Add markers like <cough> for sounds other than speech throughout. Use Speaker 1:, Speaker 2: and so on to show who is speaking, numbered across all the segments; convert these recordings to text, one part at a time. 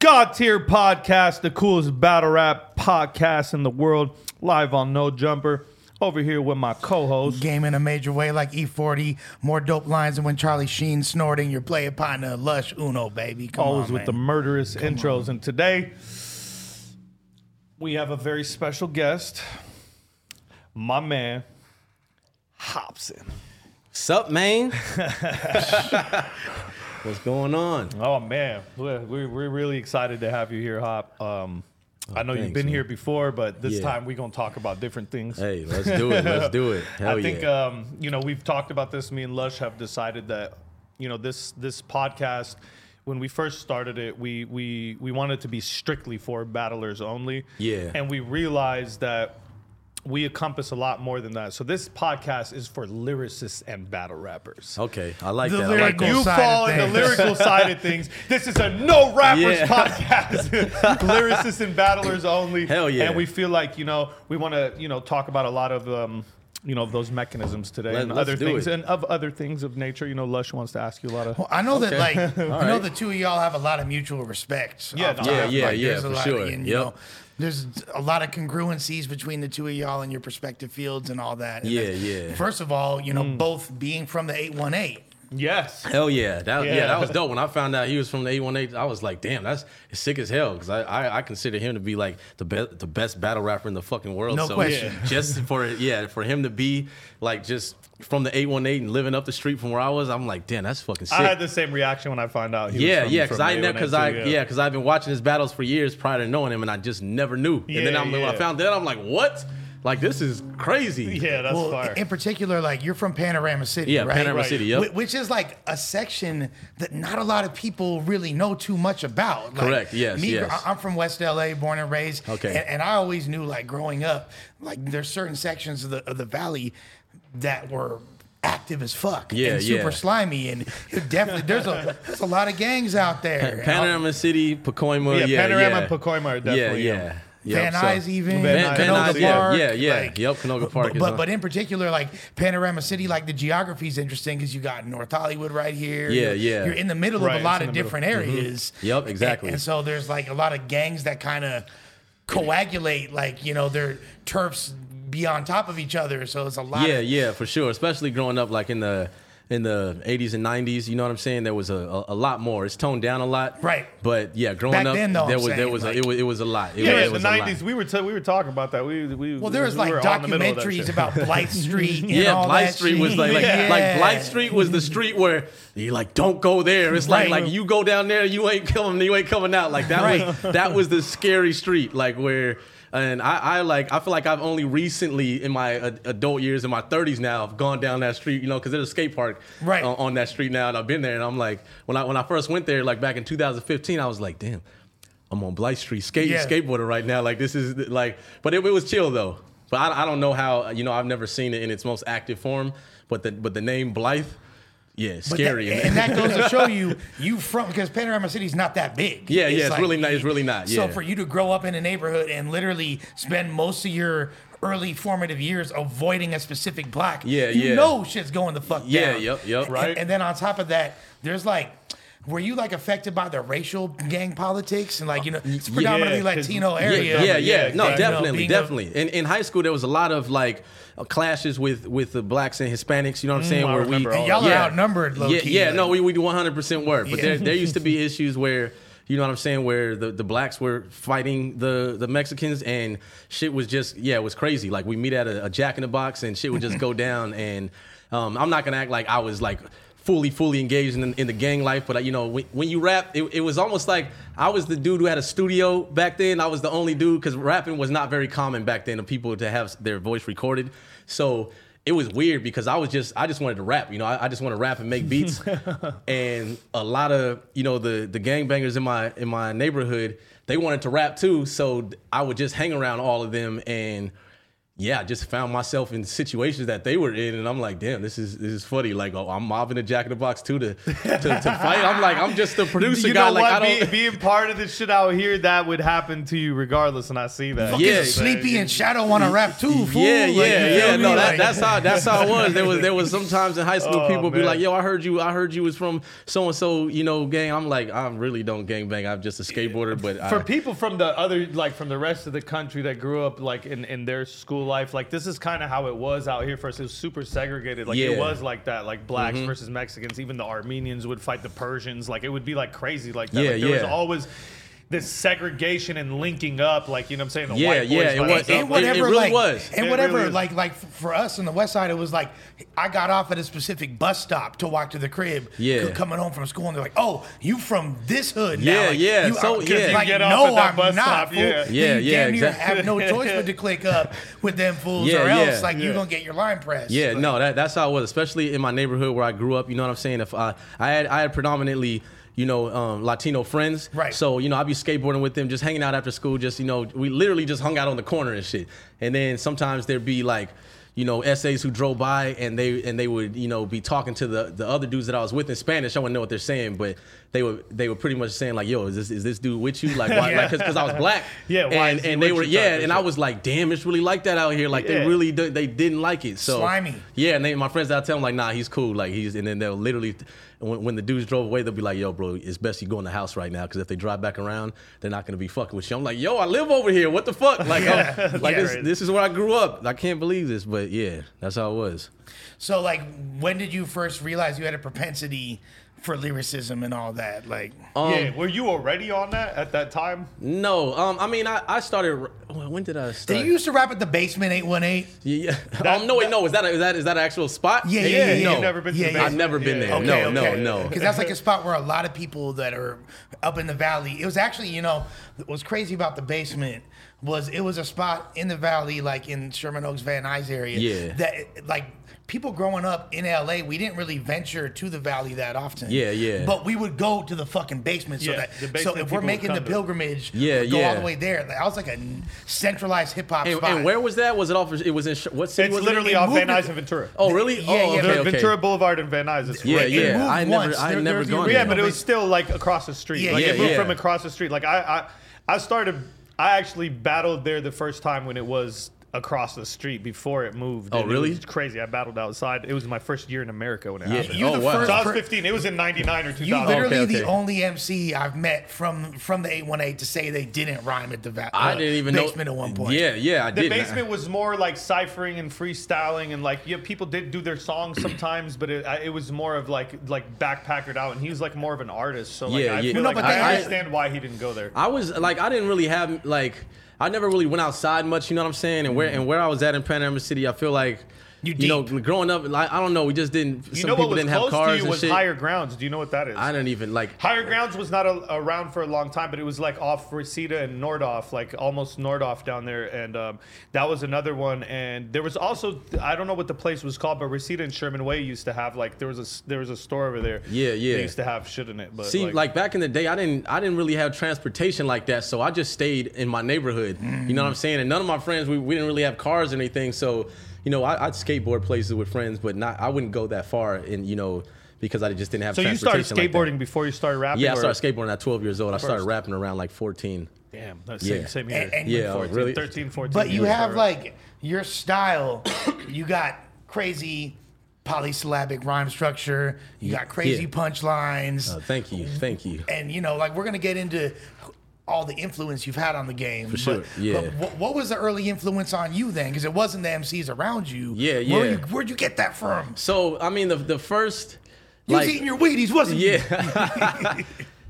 Speaker 1: God tier podcast, the coolest battle rap podcast in the world, live on No Jumper. Over here with my co-host.
Speaker 2: game in a major way like E40, more dope lines than when Charlie Sheen snorting your play upon the lush Uno, baby. Come
Speaker 1: always
Speaker 2: on,
Speaker 1: with the
Speaker 2: man.
Speaker 1: murderous intros. And today we have a very special guest, my man Hobson. <laughs>
Speaker 3: Sup, man? <laughs> What's going on?
Speaker 1: Oh man, we're, we're we're really excited to have you here, Hop. Um, I know you've
Speaker 3: Oh, thanks,
Speaker 1: been
Speaker 3: man.
Speaker 1: here before, but this
Speaker 3: Yeah.
Speaker 1: time we're gonna talk about different things.
Speaker 3: Hey, let's do it. Let's do it. Hell
Speaker 1: <laughs> I think
Speaker 3: yeah.
Speaker 1: um, you know we've talked about this. Me and Lush have decided that you know this this podcast. When we first started it, we we we wanted to be strictly for battlers only.
Speaker 3: Yeah.
Speaker 1: and we realized that we encompass a lot more than that. So this podcast is for lyricists and battle rappers.
Speaker 3: okay, I like
Speaker 2: The
Speaker 3: that. I
Speaker 2: lyric-
Speaker 3: like
Speaker 1: Like
Speaker 2: Lyrical
Speaker 1: you
Speaker 2: side of
Speaker 1: fall in the
Speaker 2: things.
Speaker 1: lyrical side of things. This is a no rappers
Speaker 3: Yeah.
Speaker 1: podcast, <laughs> lyricists and battlers only.
Speaker 3: Hell yeah.
Speaker 1: And we feel like you know we want to you know talk about a lot of um, you know those mechanisms today
Speaker 3: Let-
Speaker 1: and
Speaker 3: let's
Speaker 1: other
Speaker 3: do
Speaker 1: things
Speaker 3: it.
Speaker 1: and of other things of nature. You know, Lush wants to ask you a lot of.
Speaker 2: Well, I know that, like,
Speaker 3: <laughs>
Speaker 2: I know
Speaker 3: right.
Speaker 2: the two of y'all have a lot of mutual respect.
Speaker 1: Yeah,
Speaker 2: off
Speaker 1: no,
Speaker 2: top.
Speaker 1: Yeah,
Speaker 3: yeah, yeah,
Speaker 2: there's a
Speaker 3: for
Speaker 2: lot
Speaker 3: sure.
Speaker 2: and,
Speaker 3: Yep.
Speaker 2: you know, there's a lot of congruencies between the two of y'all and your respective fields and all that. And
Speaker 3: Yeah,
Speaker 2: that's-
Speaker 3: yeah.
Speaker 2: First of all, you know,
Speaker 1: Mm.
Speaker 2: both being from the 818.
Speaker 1: Yes.
Speaker 3: Hell yeah. That, yeah.
Speaker 1: Yeah.
Speaker 3: that was dope. When I found out he was from the 818, I was like, damn, that's sick as hell. Because I, I, I consider him to be like the, be- the best battle rapper in the fucking world.
Speaker 2: No
Speaker 3: so
Speaker 2: question.
Speaker 3: <laughs> Just for, yeah, for him to be like just from the 818 and living up the street from where I was, I'm like, damn, that's fucking sick.
Speaker 1: I had the same reaction when I found out. He
Speaker 3: Yeah,
Speaker 1: was from,
Speaker 3: yeah,
Speaker 1: from
Speaker 3: because I
Speaker 1: A1A
Speaker 3: never, because
Speaker 1: too,
Speaker 3: I, yeah, because I've been watching his battles for years prior to knowing him, and I just never knew. and then
Speaker 1: Yeah,
Speaker 3: I'm, when
Speaker 1: yeah.
Speaker 3: I found that, I'm like, what? Like this is crazy.
Speaker 1: yeah, that's
Speaker 2: well,
Speaker 1: fire.
Speaker 2: in particular, like, you're from Panorama City,
Speaker 3: yeah,
Speaker 2: right?
Speaker 3: Panorama
Speaker 1: Right.
Speaker 3: City. Yep.
Speaker 2: Wh- Which is like a section that not a lot of people really know too much about. Like,
Speaker 3: Correct, yes,
Speaker 2: me,
Speaker 3: yes.
Speaker 2: I- I'm from West LA, born and raised.
Speaker 3: Okay.
Speaker 2: And, and I always knew, like growing up, like there's certain sections of the of the valley that were active as fuck.
Speaker 3: Yeah,
Speaker 2: and Super
Speaker 3: yeah.
Speaker 2: slimy, and it definitely there's a there's a lot of gangs out there.
Speaker 3: Panorama City, Pacoima.
Speaker 1: Yeah,
Speaker 3: Yeah,
Speaker 1: Panorama
Speaker 3: yeah.
Speaker 1: and Pacoima are definitely,
Speaker 3: Yeah,
Speaker 1: um,
Speaker 3: yeah.
Speaker 2: Van
Speaker 3: Yep, so-
Speaker 2: Nuys, even uh,
Speaker 1: Van
Speaker 3: Van,
Speaker 1: Nuys,
Speaker 3: Van
Speaker 2: Canoga
Speaker 3: Nuys, yeah,
Speaker 2: Park,
Speaker 3: yeah, yeah,
Speaker 2: like-
Speaker 3: yep. Canoga Park
Speaker 2: But,
Speaker 3: is
Speaker 2: but,
Speaker 3: on.
Speaker 2: but in particular, like Panorama City, like the geography is interesting because you got North Hollywood right here.
Speaker 3: Yeah,
Speaker 2: you're,
Speaker 3: yeah.
Speaker 2: You're in the middle
Speaker 1: Right,
Speaker 2: of a
Speaker 1: it's
Speaker 2: lot
Speaker 1: in
Speaker 2: of
Speaker 1: the middle.
Speaker 2: different areas.
Speaker 3: Yep,
Speaker 2: And-
Speaker 3: exactly.
Speaker 2: And, so there's like a lot of gangs that kind of coagulate, like, you know, their turfs be on top of each other. So it's a lot
Speaker 3: yeah,
Speaker 2: of.
Speaker 3: yeah, for sure. Especially growing up like in the in the 80s and 90s, you know what I'm saying? There was a, a, a lot more. It's toned down a lot.
Speaker 2: Right.
Speaker 3: But yeah, growing
Speaker 2: Back
Speaker 3: up
Speaker 2: then, though,
Speaker 3: there
Speaker 2: I'm
Speaker 3: was there
Speaker 2: saying,
Speaker 3: was a,
Speaker 2: like-
Speaker 3: it was it was a lot. It
Speaker 1: yeah,
Speaker 3: was,
Speaker 1: yeah,
Speaker 3: it
Speaker 1: the
Speaker 3: was a lot.
Speaker 1: '90s. We were t- we were talking about that. We we
Speaker 2: Well, there was
Speaker 1: we
Speaker 2: like
Speaker 1: were all in the middle of that
Speaker 2: documentaries
Speaker 1: shit.
Speaker 2: about Blight Street. And
Speaker 3: <laughs> Yeah,
Speaker 2: all
Speaker 3: Blight
Speaker 2: that
Speaker 3: Street
Speaker 2: shit.
Speaker 3: was like like, like Blight
Speaker 2: Yeah.
Speaker 3: Street was the street where you like don't go there. It's like
Speaker 2: Right.
Speaker 3: like you go down there, you ain't coming, you ain't coming out. Like that was that was the scary street, like where. And I, I like I feel like I've only recently in my ad- adult years in my 30s now I've gone down that street you know because there's a skate park
Speaker 2: Right.
Speaker 3: on, on that street now and I've been there and I'm like when I when I first went there like back in 2015 I was like damn I'm on Blight Street skate
Speaker 2: Yeah.
Speaker 3: skateboarding right now like this is like but it, it was chill though but I, I don't know how you know I've never seen it in its most active form but the but the name Blythe yeah
Speaker 2: But
Speaker 3: scary
Speaker 2: That, and that goes to show you, you from, because Panorama City's not that big.
Speaker 3: <laughs> Yeah, yeah, it's really not- it's really not,
Speaker 2: So
Speaker 3: yeah.
Speaker 2: for you to grow up in a neighborhood and literally spend most of your early formative years avoiding a specific block,
Speaker 3: Yeah,
Speaker 2: you
Speaker 3: yeah.
Speaker 2: know shit's going the fuck
Speaker 3: Yeah,
Speaker 2: down.
Speaker 3: yep, yep.
Speaker 2: And-
Speaker 3: Right.
Speaker 2: And, then on top of that, there's like, were you like affected by the racial gang politics and like you know it's predominantly
Speaker 1: yeah, 'cause-
Speaker 2: Latino
Speaker 1: yeah,
Speaker 2: area?
Speaker 3: Yeah, yeah,
Speaker 1: Yeah,
Speaker 3: no,
Speaker 1: yeah,
Speaker 2: no,
Speaker 3: definitely,
Speaker 2: being a-
Speaker 3: definitely. in, in high school, there was a lot of like uh, clashes with with the blacks and Hispanics. You know
Speaker 2: Mm,
Speaker 3: what I'm saying?
Speaker 1: I
Speaker 3: where we
Speaker 1: remember all
Speaker 2: And y'all
Speaker 1: Yeah.
Speaker 2: are outnumbered, low
Speaker 3: yeah,
Speaker 2: key.
Speaker 3: yeah,
Speaker 2: like-
Speaker 3: no, we we 100 percent were, but
Speaker 2: Yeah.
Speaker 3: there there used to be issues where You know what I'm saying? Where the, the blacks were fighting the the Mexicans and shit was just yeah, it was crazy. Like we meet at a, a Jack in the Box and shit would just go down. And um, I'm not gonna act like I was like fully fully engaged in, in the gang life but uh, you know when, when you rap it, it was almost like i was the dude who had a studio back then i was the only dude because rapping was not very common back then of people to have their voice recorded so it was weird because i was just i just wanted to rap you know i, I just want to rap and make beats and a lot of you know the the gangbangers in my in my neighborhood they wanted to rap too so i would just hang around all of them and yeah, I just found myself in situations that they were in, and I'm like, damn, this is this is funny. Like, oh, I'm mobbing the Jack in the Box too to, to to fight. I'm like, I'm just the
Speaker 1: <laughs>
Speaker 3: producer
Speaker 1: you
Speaker 3: guy.
Speaker 1: know
Speaker 3: like,
Speaker 1: what?
Speaker 3: I don't.
Speaker 1: Be- being part of this shit out here, that would happen to you regardless, and I see that.
Speaker 3: Yeah,
Speaker 2: Fucking sleepy and shadow want to rap too. Fool.
Speaker 3: yeah,
Speaker 2: Like,
Speaker 3: yeah,
Speaker 2: you feel
Speaker 3: yeah.
Speaker 2: me?
Speaker 3: No, that,
Speaker 2: Like-
Speaker 3: that's how that's how it was. There was there was sometimes in high
Speaker 1: <laughs>
Speaker 3: school
Speaker 1: Oh,
Speaker 3: people would be
Speaker 1: man.
Speaker 3: like, "Yo, I heard you. I heard you was from so and so, you know, gang." I'm like, I really don't gang bang. I'm just
Speaker 1: <laughs>
Speaker 3: a skateboarder, but I,
Speaker 1: for people from the other like from the rest of the country that grew up like in, in their school life like this is kind of how it was out here for us it was super segregated like
Speaker 3: Yeah. Mm-hmm.
Speaker 1: it was like that like blacks versus mexicans even the armenians would fight the persians like it would be like crazy like that
Speaker 3: Yeah,
Speaker 1: like, there was
Speaker 3: yeah.
Speaker 1: always this segregation and linking up like you know what i'm saying the
Speaker 3: Yeah,
Speaker 1: white boys
Speaker 3: yeah, it
Speaker 1: fighting
Speaker 3: was-
Speaker 1: the
Speaker 3: it-
Speaker 1: black
Speaker 2: and
Speaker 1: boys.
Speaker 3: it
Speaker 2: whatever,
Speaker 3: really
Speaker 2: like,
Speaker 3: was.
Speaker 2: and
Speaker 1: It
Speaker 2: whatever,
Speaker 1: really was.
Speaker 2: like, like f- for us on the West Side, it was like I got off at a specific bus stop to walk to the crib.
Speaker 3: Yeah.
Speaker 2: c- coming home from school, and they're like, "Oh, you from this hood? now.
Speaker 3: Yeah,
Speaker 2: Like,
Speaker 3: yeah,
Speaker 2: You,
Speaker 3: so-
Speaker 2: I'm- 'cause,
Speaker 3: yeah. You
Speaker 2: like,
Speaker 1: get off
Speaker 2: no,
Speaker 1: at that
Speaker 2: I'm
Speaker 1: bus
Speaker 2: not.
Speaker 1: stop,
Speaker 2: fool.
Speaker 1: yeah.
Speaker 3: Yeah,
Speaker 2: you
Speaker 3: yeah,
Speaker 2: damn near
Speaker 3: exact-
Speaker 2: have
Speaker 3: <laughs>
Speaker 2: no choice but to click up with them fools,
Speaker 3: Yeah,
Speaker 2: or
Speaker 3: yeah.
Speaker 2: else like you're gonna get your line pressed.
Speaker 3: Yeah,
Speaker 2: Like,
Speaker 3: no, that, that's how it was, especially in my neighborhood where I grew up. You know what I'm saying? If I, I had, I had predominantly, you know, um, Latino friends.
Speaker 2: Right.
Speaker 3: So you know, I'd be skateboarding with them, just hanging out after school. Just you know, we literally just hung out on the corner and shit. And then sometimes there'd be like. You know, essays who drove by and they and they would you know be talking to the, the other dudes that I was with in Spanish. I wouldn't know what they're saying, but they were they were pretty much saying like, "Yo, is this is this dude with you?"
Speaker 1: <laughs>
Speaker 3: Like, why,
Speaker 2: Yeah.
Speaker 3: like, because I was black.
Speaker 1: Yeah, why
Speaker 3: and,
Speaker 1: is he
Speaker 3: and they
Speaker 1: with
Speaker 3: were
Speaker 1: you
Speaker 3: yeah,
Speaker 1: type of
Speaker 3: and I
Speaker 1: shit.
Speaker 3: was like, "Damn, it's really like that out here." Like they
Speaker 1: Yeah.
Speaker 3: really do, they didn't like it. So
Speaker 2: Slimy.
Speaker 3: yeah, and they, my friends, I tell them like, nah, he's cool. Like he's, and then they'll literally, when, when the dudes drove away, they'll be like, yo, bro, it's best you go in the house right now because if they drive back around, they're not gonna be fucking with you. I'm like, yo, I live over here. What the fuck? Like, I'm,
Speaker 2: <laughs>
Speaker 3: like
Speaker 2: Yeah.
Speaker 3: this, this is where I grew up. I can't believe this, but yeah, that's how it was.
Speaker 2: So like, when did you first realize you had a propensity for lyricism and all that? Like,
Speaker 3: Oh, um,
Speaker 1: yeah were you already on that at that time
Speaker 3: No, um, I mean, I, I started. When did I
Speaker 2: did
Speaker 3: start?
Speaker 2: you used to rap at the basement eight one eight?
Speaker 3: Yeah. <laughs> um, no, wait, no. Is that a, is that is that an actual spot?
Speaker 2: Yeah, yeah, yeah,
Speaker 3: No,
Speaker 2: you've
Speaker 1: never been to
Speaker 2: Yeah,
Speaker 1: the
Speaker 2: yeah.
Speaker 3: I've never been there.
Speaker 1: basement.
Speaker 3: no,
Speaker 1: Yeah.
Speaker 3: no, no.
Speaker 2: Because that's like a spot where a lot of people that are up in the valley. It was actually, you know, what was crazy about the basement was it was a spot in the valley, like in Sherman Oaks, Van Nuys area.
Speaker 3: Yeah.
Speaker 2: That like people growing up in LA, we didn't really venture to the valley that often.
Speaker 3: Yeah, yeah.
Speaker 2: But we would go to the fucking basement. So
Speaker 1: Yeah,
Speaker 2: that
Speaker 1: the
Speaker 2: so
Speaker 1: basement
Speaker 2: if
Speaker 1: people
Speaker 2: we're
Speaker 1: would
Speaker 2: making the
Speaker 1: come to.
Speaker 2: pilgrimage,
Speaker 3: Yeah,
Speaker 2: we'd go all
Speaker 3: yeah.
Speaker 2: the way there. Like, I was like a n- centralized hip hop
Speaker 3: And,
Speaker 2: spot.
Speaker 3: and where was that? Was it off? Of, it was in Sh- what city?
Speaker 1: it's
Speaker 3: was it in?
Speaker 1: literally
Speaker 3: It
Speaker 1: off
Speaker 3: moved
Speaker 1: van
Speaker 3: it-
Speaker 1: nuys and ventura
Speaker 3: Oh, really?
Speaker 2: Yeah,
Speaker 3: oh,
Speaker 2: yeah.
Speaker 3: okay, okay.
Speaker 1: ventura boulevard and van nuys it's
Speaker 3: Yeah,
Speaker 1: right
Speaker 3: yeah.
Speaker 2: It moved
Speaker 3: I never,
Speaker 2: once.
Speaker 3: I
Speaker 2: There-
Speaker 3: never
Speaker 2: there's the
Speaker 3: gone.
Speaker 1: Yeah,
Speaker 3: there.
Speaker 1: but it was still like across the street.
Speaker 2: Yeah,
Speaker 1: like
Speaker 2: yeah,
Speaker 1: it moved
Speaker 3: yeah.
Speaker 1: from across the street. Like I, I, I started. I actually battled there the first time when it was across the street before it moved.
Speaker 3: Oh,
Speaker 1: and
Speaker 3: really?
Speaker 1: It was crazy. I battled outside. It was my first year in America when it
Speaker 3: Yeah.
Speaker 1: happened.
Speaker 2: You're
Speaker 3: Oh,
Speaker 2: the
Speaker 3: wow.
Speaker 2: first
Speaker 1: So I was
Speaker 2: per-
Speaker 1: 15. It was in 99 or 2000.
Speaker 2: You literally
Speaker 3: okay,
Speaker 2: the
Speaker 3: okay.
Speaker 2: only MC I've met from from the 818 to say they didn't rhyme at the va-
Speaker 3: I
Speaker 2: uh,
Speaker 3: didn't even know.
Speaker 2: basement at one point.
Speaker 3: Yeah, yeah, I
Speaker 1: the
Speaker 3: did.
Speaker 1: basement was more like ciphering and freestyling and like yeah people did do their songs sometimes but it, I- it was more of like like backpackered out and he was like more of an artist so like
Speaker 3: Yeah,
Speaker 1: I
Speaker 3: yeah.
Speaker 1: feel
Speaker 3: No,
Speaker 1: like
Speaker 2: but they-
Speaker 1: I understand why he didn't go there
Speaker 3: I was like, I didn't really have like, I never really went outside much. You know what I'm saying? And where and where I was at in Panorama City, I feel like.
Speaker 2: You
Speaker 3: know,
Speaker 2: deep.
Speaker 3: growing up, like, I don't know, we just didn't.
Speaker 1: you
Speaker 3: some
Speaker 1: know what
Speaker 3: people
Speaker 1: was
Speaker 3: didn't have
Speaker 1: close
Speaker 3: cars
Speaker 1: to you
Speaker 3: and
Speaker 1: was
Speaker 3: shit.
Speaker 1: higher grounds do you know what that is
Speaker 3: I didn't even like.
Speaker 1: Higher Grounds was not a, around for a long time, but it was like off Reseda and Nordoff, like almost Nordoff down there, and um, that was another one. And there was also I don't know what the place was called, but Reseda and Sherman Way used to have like there was a s- there was a store over there.
Speaker 3: Yeah, yeah.
Speaker 1: They used to have shit in it, but
Speaker 3: See, like, back in the day, I didn't I didn't really have transportation like that, so I just stayed in my neighborhood. You
Speaker 1: Mm.
Speaker 3: know what I'm saying? And none of my friends, we, we didn't really have cars or anything, so you know I, I'd skateboard places with friends, but not I wouldn't go that far, and you know because I just didn't have.
Speaker 1: so you started
Speaker 3: transportation like that.
Speaker 1: skateboarding before you started rapping.
Speaker 3: yeah, I
Speaker 1: or-
Speaker 3: started skateboarding at 12 years old. I started rapping around like 14.
Speaker 1: Damn, that's same,
Speaker 3: Yeah.
Speaker 1: same year.
Speaker 2: And- and-
Speaker 3: Yeah,
Speaker 1: 14,
Speaker 3: really.
Speaker 1: 13, 14.
Speaker 2: But you
Speaker 1: Yeah.
Speaker 2: have like your style. <coughs> you got crazy polysyllabic rhyme structure. You got crazy
Speaker 3: Yeah.
Speaker 2: punchlines.
Speaker 3: Uh, thank you, thank you.
Speaker 2: and you know, like we're gonna get into all the influence you've had on the game. For
Speaker 3: sure, yeah.
Speaker 2: But what, what was the early influence on you then? Because it wasn't the MCs around you.
Speaker 3: Yeah,
Speaker 2: Where
Speaker 3: yeah.
Speaker 2: you, where'd you get that from?
Speaker 3: So I mean, the the first
Speaker 2: You
Speaker 3: like
Speaker 2: was eating your Wheaties, wasn't you?
Speaker 3: yeah.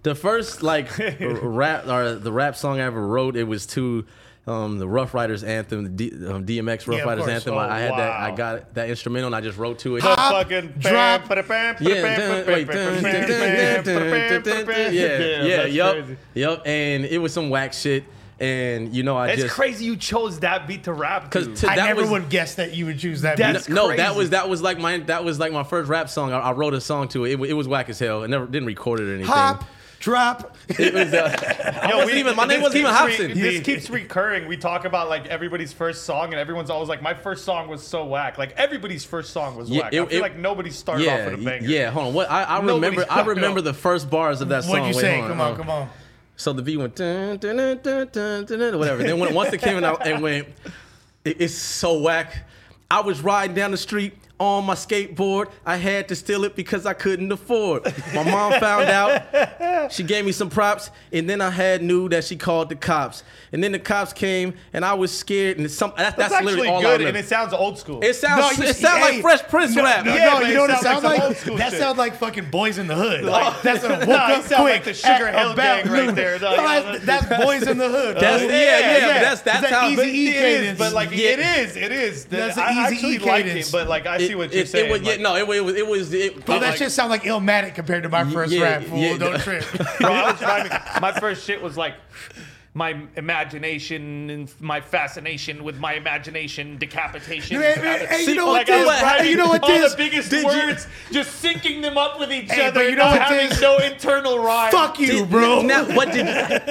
Speaker 3: the first like r- rap or the rap song I ever wrote, it was to um, the Rough Riders anthem, the D, um, DMX Rough
Speaker 2: Yeah, of
Speaker 3: Riders
Speaker 2: course.
Speaker 3: anthem.
Speaker 1: Oh,
Speaker 3: I, I had that. I
Speaker 1: wow.
Speaker 3: got that instrumental and I just wrote to it.
Speaker 1: The
Speaker 2: Pop,
Speaker 1: fucking
Speaker 2: drop.
Speaker 1: bam, ba-da-bam,
Speaker 3: Yeah,
Speaker 1: <laughs> ba-da-bam,
Speaker 3: dun, wait, dun, dun, dun, dun,
Speaker 1: ba-da-bam,
Speaker 3: dun,
Speaker 1: ba-da-bam,
Speaker 3: dun,
Speaker 1: ba-da-bam.
Speaker 3: dun, <laughs> yeah, yeah,
Speaker 1: that's
Speaker 3: yup,
Speaker 1: crazy.
Speaker 3: yup, and it was some whack shit, and you know I
Speaker 1: It's
Speaker 3: just
Speaker 1: crazy you chose that beat to rap to.
Speaker 3: 'Cause to-
Speaker 2: I
Speaker 3: that
Speaker 2: never
Speaker 3: was-
Speaker 2: would have guessed that you would choose that.
Speaker 1: That's-
Speaker 2: beat.
Speaker 3: no, no, that
Speaker 1: crazy.
Speaker 3: was that was like my that was like my first rap song. I, I wrote a song to it. it. wa- It was whack as hell. I never didn't record it or anything.
Speaker 2: Hop, drop.
Speaker 3: It was. Uh, I wasn't
Speaker 1: we-
Speaker 3: even. My name
Speaker 1: this
Speaker 3: wasn't even
Speaker 1: keeps re-
Speaker 3: Hobson.
Speaker 1: this keeps recurring. We talk about like everybody's first song, and everyone's always like, "My first song was so whack." Like everybody's first song was
Speaker 3: Yeah,
Speaker 1: whack. I
Speaker 3: it-
Speaker 1: feel
Speaker 3: it-
Speaker 1: like nobody started off
Speaker 3: yeah,
Speaker 1: with a banger.
Speaker 3: yeah. Hold on. What I, I
Speaker 1: Nobody
Speaker 3: remember. I
Speaker 1: started
Speaker 3: remember
Speaker 1: off.
Speaker 3: the first bars of that song.
Speaker 2: What'd you
Speaker 3: Wait,
Speaker 2: say?
Speaker 3: hold
Speaker 2: Come
Speaker 3: uh,
Speaker 2: on, come on.
Speaker 3: So the beat went dun, dun, dun, dun, dun, dun, dun, whatever. Then when, once it came out and went, it, it's so whack. I was riding down the street on my skateboard. I had to steal it because I couldn't afford. My mom found out. She gave me some props, and then I had knew that she called the cops. And then the cops came, and I was scared. And some that's,
Speaker 1: that's,
Speaker 3: that's literally
Speaker 1: actually
Speaker 3: all
Speaker 1: good,
Speaker 3: I
Speaker 1: and
Speaker 3: remember.
Speaker 1: it sounds old school.
Speaker 3: It sounds
Speaker 2: No, you-
Speaker 3: it sounds
Speaker 2: hey,
Speaker 3: like Fresh Prince rap.
Speaker 2: No,
Speaker 1: Yeah,
Speaker 2: no,
Speaker 1: but
Speaker 2: you
Speaker 1: it
Speaker 2: know what it
Speaker 1: sounds like
Speaker 2: sounds
Speaker 1: some
Speaker 2: like?
Speaker 1: old school
Speaker 2: that
Speaker 1: shit.
Speaker 2: sounds like fucking Boys in the Hood. Like, that's <laughs> a woke
Speaker 1: No, it
Speaker 2: up
Speaker 1: sounds like
Speaker 2: quick
Speaker 1: the Sugar
Speaker 2: at
Speaker 1: Hill
Speaker 2: about
Speaker 1: Gang right
Speaker 2: noon.
Speaker 1: there.
Speaker 2: No,
Speaker 1: No,
Speaker 2: that's, that's Boys in the Hood.
Speaker 3: That's-
Speaker 2: bro.
Speaker 3: yeah, yeah, but that's- that's
Speaker 2: It's that
Speaker 3: how-
Speaker 2: easy
Speaker 3: but
Speaker 2: E
Speaker 1: It is,
Speaker 2: cadence.
Speaker 1: but like
Speaker 3: Yeah.
Speaker 1: it is, it is. The,
Speaker 2: That's an
Speaker 1: I
Speaker 2: easy
Speaker 1: actually
Speaker 2: E
Speaker 1: like it,
Speaker 2: cadence.
Speaker 1: but like I see what you're
Speaker 3: it,
Speaker 1: saying.
Speaker 3: It was, yeah,
Speaker 1: like-
Speaker 3: no, it, was it was it.
Speaker 2: Bro, that
Speaker 3: like-
Speaker 2: shit sound like Illmatic compared to my first
Speaker 3: yeah,
Speaker 2: rap. Fool,
Speaker 3: yeah,
Speaker 2: don't
Speaker 3: no.
Speaker 2: trip.
Speaker 1: Bro, I
Speaker 2: <laughs>
Speaker 1: was rhyming. My first shit was like my imagination and my fascination with my imagination, decapitation.
Speaker 2: Hey, man, hey, you know
Speaker 3: what
Speaker 1: I was
Speaker 3: this- hey,
Speaker 1: rhyming
Speaker 3: you know
Speaker 2: what
Speaker 1: all
Speaker 2: this-
Speaker 1: the biggest
Speaker 3: did you-
Speaker 1: words, just syncing them up with each
Speaker 2: Hey,
Speaker 1: other.
Speaker 2: but
Speaker 1: You
Speaker 2: you
Speaker 1: know
Speaker 2: know
Speaker 1: not
Speaker 2: what
Speaker 1: having
Speaker 2: this-
Speaker 1: no internal rhyme.
Speaker 2: Fuck you,
Speaker 3: Did-
Speaker 2: bro.
Speaker 3: Now, what did?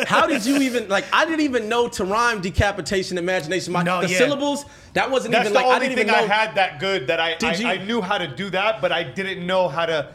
Speaker 3: How did you even like? I didn't even know to rhyme decapitation, imagination. My,
Speaker 2: No,
Speaker 3: the
Speaker 2: yeah.
Speaker 3: syllables that wasn't
Speaker 1: That's
Speaker 3: even
Speaker 1: the
Speaker 3: like I
Speaker 1: only
Speaker 3: didn't
Speaker 1: thing
Speaker 3: even know.
Speaker 1: I had that good that I I,
Speaker 3: Did you-
Speaker 1: I knew how to do that, but I didn't know how to.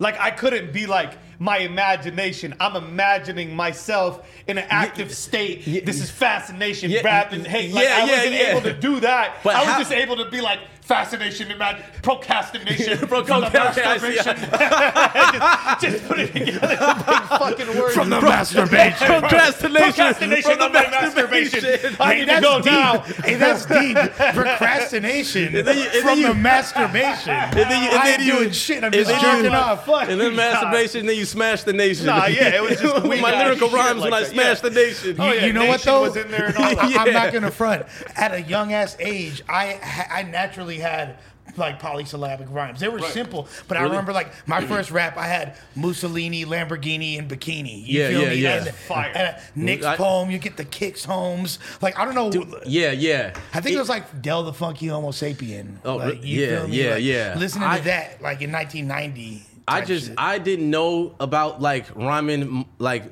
Speaker 1: Like I couldn't be like my imagination. I'm imagining myself in an active state.
Speaker 3: yeah,
Speaker 1: this is fascination,
Speaker 3: yeah,
Speaker 1: rap, and hate. Like,
Speaker 3: yeah,
Speaker 1: I
Speaker 3: yeah,
Speaker 1: wasn't
Speaker 3: yeah.
Speaker 1: able to do that.
Speaker 3: <laughs> But
Speaker 1: I was
Speaker 3: how-
Speaker 1: just able to be like fascination, imagine procrastination,
Speaker 3: <laughs> Pro-
Speaker 1: from the
Speaker 3: okay, I see.
Speaker 1: masturbation.
Speaker 3: <laughs>
Speaker 1: <laughs> just, just put it together, in big fucking words.
Speaker 2: From the masturbation.
Speaker 3: Procrastination.
Speaker 1: Procrastination
Speaker 3: From the
Speaker 1: on my masturbation.
Speaker 3: masturbation.
Speaker 1: I
Speaker 2: Hey,
Speaker 1: need to go
Speaker 2: deep.
Speaker 1: now.
Speaker 2: Hey, that's deep. Procrastination
Speaker 3: then you- and
Speaker 2: from
Speaker 3: then you-
Speaker 2: the masturbation. And
Speaker 3: then you- and
Speaker 2: I
Speaker 3: then
Speaker 2: ain't
Speaker 3: you-
Speaker 2: doing shit. I'm
Speaker 3: and
Speaker 2: just
Speaker 3: then you-
Speaker 2: jerking off.
Speaker 1: Fuck
Speaker 3: and then
Speaker 1: <laughs> you, God.
Speaker 3: masturbation, then you smash the nation.
Speaker 1: Nah, yeah, it was just
Speaker 3: with
Speaker 1: weak
Speaker 3: <laughs> my
Speaker 1: ass
Speaker 3: lyrical
Speaker 1: shit
Speaker 3: rhymes when
Speaker 1: like
Speaker 3: I
Speaker 1: that,
Speaker 3: smashed
Speaker 1: yeah.
Speaker 3: the nation.
Speaker 1: Oh, yeah.
Speaker 2: you know what
Speaker 1: Nation
Speaker 2: though?
Speaker 1: was in there and
Speaker 2: <laughs>
Speaker 1: all that.
Speaker 2: I, am
Speaker 3: Yeah.
Speaker 2: not gonna front. At a young ass age, I ha- I naturally had like polysyllabic rhymes. They were simple, but I remember like my first rap. I had Mussolini, Lamborghini, and bikini. You
Speaker 3: Yeah,
Speaker 2: feel
Speaker 3: yeah,
Speaker 2: me?
Speaker 3: yeah.
Speaker 2: And,
Speaker 3: That's
Speaker 1: fire.
Speaker 2: and, uh, Nick's
Speaker 3: I-
Speaker 2: poem. You get the kicks homes. Like I don't know.
Speaker 3: yeah, yeah.
Speaker 2: I think it, was like Del the Funky Homo Sapien.
Speaker 3: Oh,
Speaker 2: like,
Speaker 3: re- yeah, yeah,
Speaker 2: Like,
Speaker 3: yeah.
Speaker 2: Listening
Speaker 3: I-
Speaker 2: to that like in 1990.
Speaker 3: I
Speaker 2: type
Speaker 3: just
Speaker 2: shit.
Speaker 3: I didn't know about like rhyming m- like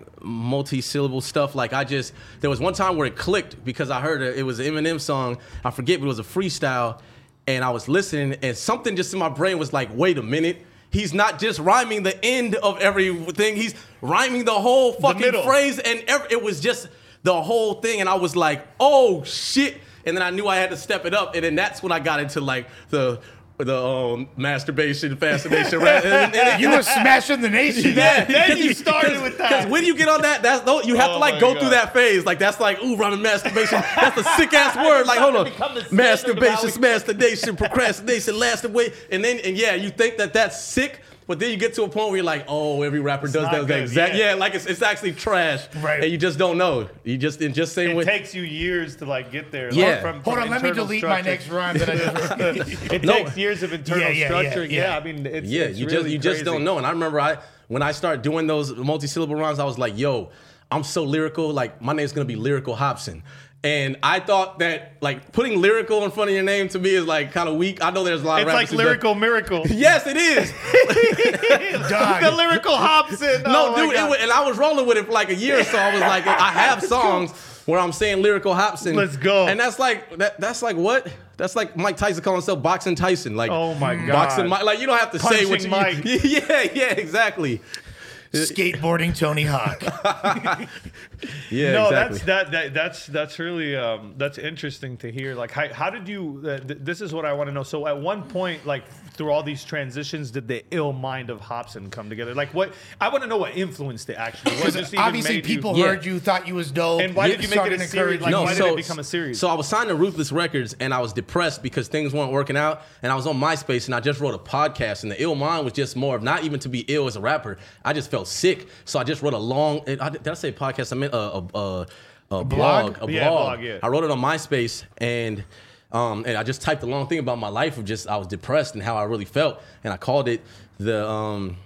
Speaker 3: multi-syllable stuff. Like I just there was one time where it clicked because I heard a, it was an Eminem song. I forget, but it was a freestyle, and I was listening, and something just in my brain was like, wait a minute. He's not just rhyming the end of everything. He's rhyming the whole fucking
Speaker 1: middle.
Speaker 3: phrase, and ev- it was just the whole thing. And I was like, "Oh shit!" And then I knew I had to step it up. And then that's when I got into like the the um, masturbation, fascination. right? And- and- and-
Speaker 2: you
Speaker 3: <laughs>
Speaker 2: were smashing the nation.
Speaker 1: <laughs>
Speaker 3: yeah,
Speaker 1: Then you started with that.
Speaker 3: Because when you get on that, that's no, you have
Speaker 1: Oh
Speaker 3: to like
Speaker 1: my
Speaker 3: go
Speaker 1: God.
Speaker 3: through that phase. Like that's like ooh, rhyming masturbation. That's a
Speaker 1: <laughs>
Speaker 3: sick ass word. Like hold
Speaker 1: It become the
Speaker 3: on,
Speaker 1: standard about
Speaker 3: masturbation,
Speaker 1: we- <laughs>
Speaker 3: masturbation, procrastination, last away, and then and yeah, you think that that's sick. But then you get to a point where you're like, oh, every rapper does
Speaker 1: not
Speaker 3: that.
Speaker 1: good,
Speaker 3: exact,
Speaker 1: yeah.
Speaker 3: yeah. like it's, it's actually trash,
Speaker 2: Right.
Speaker 3: And you just don't know. You just and just same
Speaker 1: It
Speaker 3: with
Speaker 1: takes you years to like get there. like,
Speaker 3: Yeah.
Speaker 1: from-
Speaker 2: Hold
Speaker 1: from
Speaker 2: on, let me
Speaker 1: internal
Speaker 2: delete my
Speaker 1: structure.
Speaker 2: next rhyme that I
Speaker 3: <laughs>
Speaker 2: just
Speaker 1: <laughs>
Speaker 2: wrote.
Speaker 1: it
Speaker 3: No.
Speaker 1: takes years of internal
Speaker 2: Yeah, yeah, yeah,
Speaker 1: structure. Yeah,
Speaker 2: yeah.
Speaker 1: I mean, it's
Speaker 3: Yeah,
Speaker 1: it's
Speaker 3: you just
Speaker 1: really
Speaker 3: you
Speaker 1: crazy.
Speaker 3: just don't know. And I remember I when I started doing those multi-syllable rhymes, I was like, yo, I'm so lyrical. Like my name's gonna be Lyrical Hobson. And I thought that like putting lyrical in front of your name to me is like kind of weak. I know there's a lot
Speaker 1: It's
Speaker 3: of
Speaker 1: like
Speaker 3: rappers who do-
Speaker 1: lyrical miracle.
Speaker 2: <laughs>
Speaker 3: Yes, it is.
Speaker 2: Dog.
Speaker 1: the lyrical Hobson.
Speaker 3: No,
Speaker 1: <laughs> Oh my
Speaker 3: dude, it
Speaker 1: God.
Speaker 3: was, and I was rolling with it for like a year or so. I was like,
Speaker 1: <laughs>
Speaker 3: I have songs where I'm saying lyrical Hobson.
Speaker 1: Let's go.
Speaker 3: And that's like that, that's like what? That's like Mike Tyson calling himself Boxing Tyson. Like
Speaker 1: Oh my God.
Speaker 3: Boxing Mike. Like you don't have to say what
Speaker 1: Punching
Speaker 3: you <laughs>
Speaker 1: Mike.
Speaker 3: Yeah, yeah, exactly.
Speaker 2: Skateboarding Tony
Speaker 3: <laughs>
Speaker 2: Hawk.
Speaker 3: Yeah,
Speaker 1: no,
Speaker 3: exactly.
Speaker 1: that's that, that that's that's really um, that's interesting to hear. Like, how, how did you? Uh, th- this is what I want to know. So, at one point, like through all these transitions, did the ill mind of Hobson come together? Like, what I want to know what influenced it actually. What just even
Speaker 2: Obviously,
Speaker 1: made you-
Speaker 2: people
Speaker 3: Yeah.
Speaker 2: heard you, thought you was dope.
Speaker 1: And why did you make it
Speaker 2: started
Speaker 1: a series?
Speaker 2: encouraging
Speaker 1: Like,
Speaker 2: you.
Speaker 1: why did it become a series?
Speaker 3: So I was signed to Ruthless Records and I was depressed because things weren't working out. And I was on MySpace and I just wrote a podcast. And the ill mind was just more of not even to be ill as a rapper. I just felt felt sick, so I just wrote a long. It, I, did I say podcast? I meant a a, a, a
Speaker 1: blog?
Speaker 3: blog. A
Speaker 1: Yeah,
Speaker 3: blog.
Speaker 1: blog, yeah.
Speaker 3: I wrote it on MySpace and. Um, and I just typed a long thing about my life of just I was depressed and how I really felt, and I called it the um,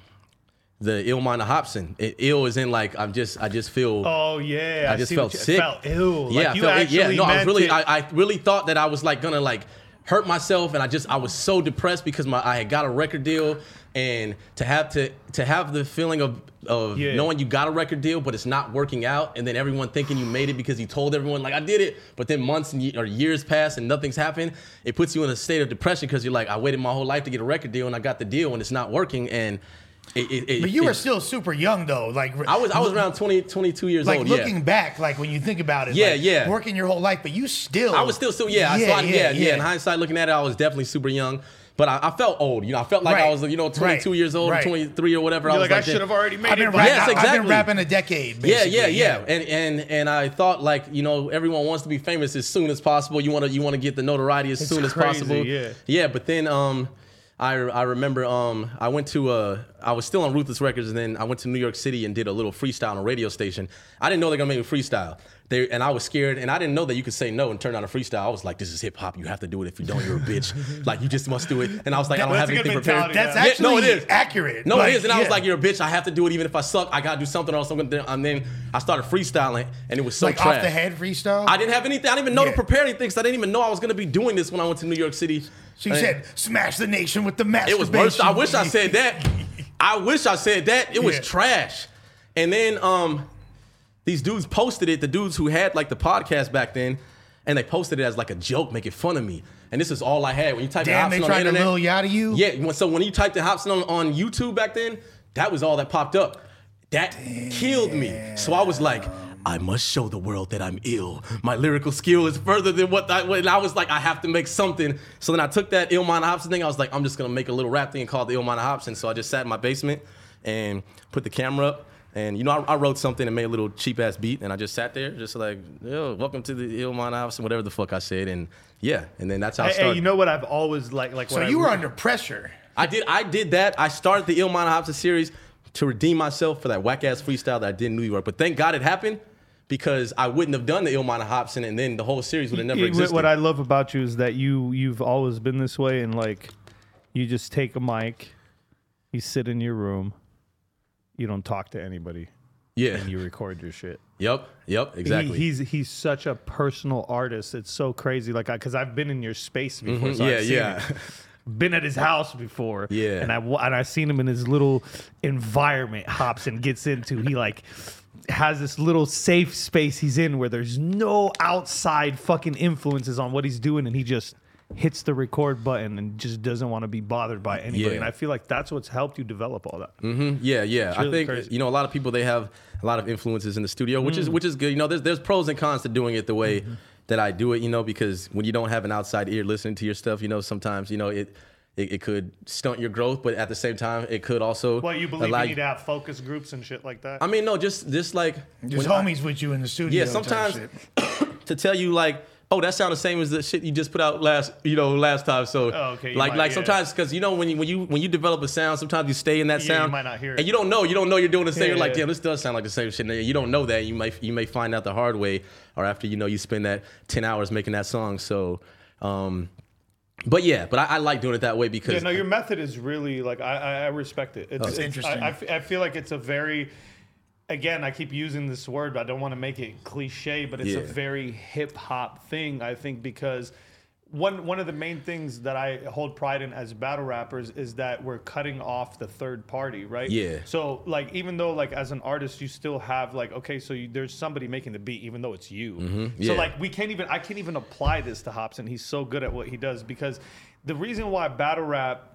Speaker 3: the ill mind of Hobson. It, ill is in like I'm just I just feel
Speaker 1: Oh yeah,
Speaker 3: I just
Speaker 1: see
Speaker 3: felt
Speaker 1: what you-
Speaker 3: sick.
Speaker 1: Felt ill.
Speaker 3: Yeah,
Speaker 1: like,
Speaker 3: I
Speaker 1: you
Speaker 3: felt it.
Speaker 1: actually
Speaker 3: yeah. No, I was
Speaker 1: meant
Speaker 3: really,
Speaker 1: it.
Speaker 3: I, I really thought that I was like gonna like hurt myself, and I just I was so depressed because my I had got a record deal, and to have to to have the feeling of of
Speaker 1: Yeah.
Speaker 3: knowing you got a record deal, but it's not working out, and then everyone thinking you made it because you told everyone like I did it, but then months and ye- or years pass and nothing's happened. It puts you in a state of depression because you're like I waited my whole life to get a record deal, and I got the deal, and it's not working, and. It, it, it,
Speaker 2: But you
Speaker 3: it-
Speaker 2: were still super young though. Like
Speaker 3: I was I was around 20, 22 years
Speaker 2: like
Speaker 3: old. yeah.
Speaker 2: looking back, like when you think about it.
Speaker 3: Yeah,
Speaker 2: like,
Speaker 3: yeah.
Speaker 2: Working your whole life, but you still.
Speaker 3: I was still, still, yeah, I, so I, yeah, yeah, In hindsight, looking at it, I was definitely super young, but I, I felt old. You know, I felt like I
Speaker 2: Right.
Speaker 3: was, you know, 22
Speaker 2: Right.
Speaker 3: years old, or
Speaker 2: Right.
Speaker 3: 23 or whatever. I
Speaker 1: You're
Speaker 3: was
Speaker 1: like, I
Speaker 3: that.
Speaker 1: should have already made
Speaker 2: I've been,
Speaker 1: it.
Speaker 2: rap-
Speaker 1: but-
Speaker 3: Yes,
Speaker 2: I- I've
Speaker 3: exactly.
Speaker 2: been rapping a decade.
Speaker 3: Yeah,
Speaker 2: Basically.
Speaker 3: yeah, yeah, and and and I thought like you know everyone wants to be famous as soon as possible. You want to you want to get the notoriety as soon as
Speaker 1: crazy,
Speaker 3: possible.
Speaker 1: yeah.
Speaker 3: yeah. But then um, I I remember um I went to uh I was still on Ruthless Records and then I went to New York City and did a little freestyle on a radio station. I didn't know they're gonna make me freestyle. They and I was scared and I didn't know that you could say no and turn down a freestyle. I was like, this is hip hop. You have to do it. If you don't, you're
Speaker 1: <laughs>
Speaker 3: a bitch. like you just must do it. And I was like, I don't
Speaker 1: That's
Speaker 3: have
Speaker 1: a good
Speaker 3: anything
Speaker 1: mentality,
Speaker 3: prepared.
Speaker 2: That's
Speaker 1: Yeah,
Speaker 2: actually
Speaker 3: no, it is.
Speaker 2: accurate.
Speaker 3: No,
Speaker 2: Like,
Speaker 3: it is. And I was
Speaker 2: yeah.
Speaker 3: like, you're a bitch. I have to do it even if I suck. I got to do something else. I'm gonna do- And then I started freestyling and it was so
Speaker 2: like
Speaker 3: trash.
Speaker 2: off the head freestyle.
Speaker 3: I didn't have anything. I didn't even know
Speaker 2: Yeah.
Speaker 3: to prepare anything because I didn't even know I was going to be doing this when I went to New York City.
Speaker 2: She
Speaker 3: And
Speaker 2: said, "Smash the nation with the masturbation."
Speaker 3: It was worse. I wish I said that. I wish I said that. It was
Speaker 2: Yeah.
Speaker 3: trash. And then um, these dudes posted it, the dudes who had like the podcast back then, and they posted it as like a joke, making fun of me. And this is all I had. When you type in
Speaker 2: <laughs> Damn, they
Speaker 3: Hobson on
Speaker 2: tried
Speaker 3: the
Speaker 2: to
Speaker 3: internet,
Speaker 2: Lil Yachty you?
Speaker 3: Yeah, when- so when you typed in Hobson on, on YouTube back then, that was all that popped up. That killed me. So I was like, I must show the world that I'm ill. My lyrical skill is further than what I when I was like, I have to make something. So then I took that Illmind Hobson thing. I was like, I'm just gonna make a little rap thing called the Illmind Hobson. So I just sat in my basement and put the camera up. And you know, I, I wrote something and made a little cheap ass beat, and I just sat there, just like, yo, welcome to the Illmind Hobson, whatever the fuck I said, and yeah, and then that's how I
Speaker 1: Hey,
Speaker 3: started.
Speaker 1: hey, you know what I've always like like.
Speaker 2: So you were under pressure.
Speaker 3: I did. I did that. I started the Ilmana Hobson series to redeem myself for that whack ass freestyle that I did in New York. But thank God it happened because I wouldn't have done the Ilmana Hobson, and then the whole series would have never
Speaker 1: Yeah,
Speaker 3: existed.
Speaker 1: What I love about you is that you you've always been this way, and like you just take a mic, you sit in your room, you don't talk to anybody,
Speaker 3: yeah.
Speaker 1: and you record your shit.
Speaker 3: Yep. Yep. Exactly.
Speaker 1: He, he's he's such a personal artist. It's so crazy. Like, because I've been in your space before. so
Speaker 3: Mm-hmm. yeah.
Speaker 1: I've seen
Speaker 3: Yeah.
Speaker 1: it. Been at his house before.
Speaker 3: Yeah.
Speaker 1: And I wa- and I seen him in his little environment. Hobson gets into. He like has this little safe space he's in where there's no outside fucking influences on what he's doing, and he just hits the record button and just doesn't want to be bothered by anybody.
Speaker 3: Yeah. Mm.
Speaker 1: And I feel like that's what's helped you develop all that.
Speaker 3: <laughs> Yeah, yeah. I
Speaker 1: really
Speaker 3: think
Speaker 1: crazy. Mm.
Speaker 3: you know a lot of people they have a lot of influences in the studio, which is which is good. You know, there's there's pros and cons to doing it the way
Speaker 1: Mm-hmm.
Speaker 3: that I do it. You know, because when you don't have an outside ear listening to your stuff, you know, sometimes you know it. It, it could stunt your growth, but at the same time, it could also.
Speaker 1: Well, you believe
Speaker 3: allow
Speaker 1: you need to have focus groups and shit like that.
Speaker 3: I mean, no, just just like
Speaker 2: There's
Speaker 3: when I-
Speaker 2: homies with you in the studio.
Speaker 3: yeah,
Speaker 2: type
Speaker 3: sometimes
Speaker 2: shit.
Speaker 3: to tell you like, oh, that sound the same as the shit you just put out last, you know, last time. So
Speaker 1: Oh, okay, you
Speaker 3: like
Speaker 1: might-
Speaker 3: like
Speaker 1: yeah.
Speaker 3: sometimes because you know when you when you when you develop a sound, sometimes you stay in that
Speaker 1: Yeah, you
Speaker 3: sound.
Speaker 1: might not hear it.
Speaker 3: and you don't know, you don't know you're doing the same. you're like,
Speaker 1: yeah.
Speaker 3: damn, this does sound like the same shit. And you don't know that. You might you may find out the hard way, or after you know you spend that ten hours making that song. So. um but yeah, but I, I like doing it that way because
Speaker 1: Yeah, no, your method is really like I- I, I respect it. It's, it's-
Speaker 2: interesting.
Speaker 1: I, I f- I feel like it's a very, again, I keep using this word, but I don't want to make it cliche, but it's a
Speaker 3: Yeah.
Speaker 1: very hip hop thing. I think because one one of the main things that I hold pride in as battle rappers is that we're cutting off the third party, right?
Speaker 3: Yeah.
Speaker 1: So like, even though like as an artist, you still have like, okay, so you, there's somebody making the beat, even though it's you.
Speaker 3: Mm-hmm. yeah.
Speaker 1: So like, we can't even I can't even apply this to Hobson. He's so good at what he does because the reason why battle rap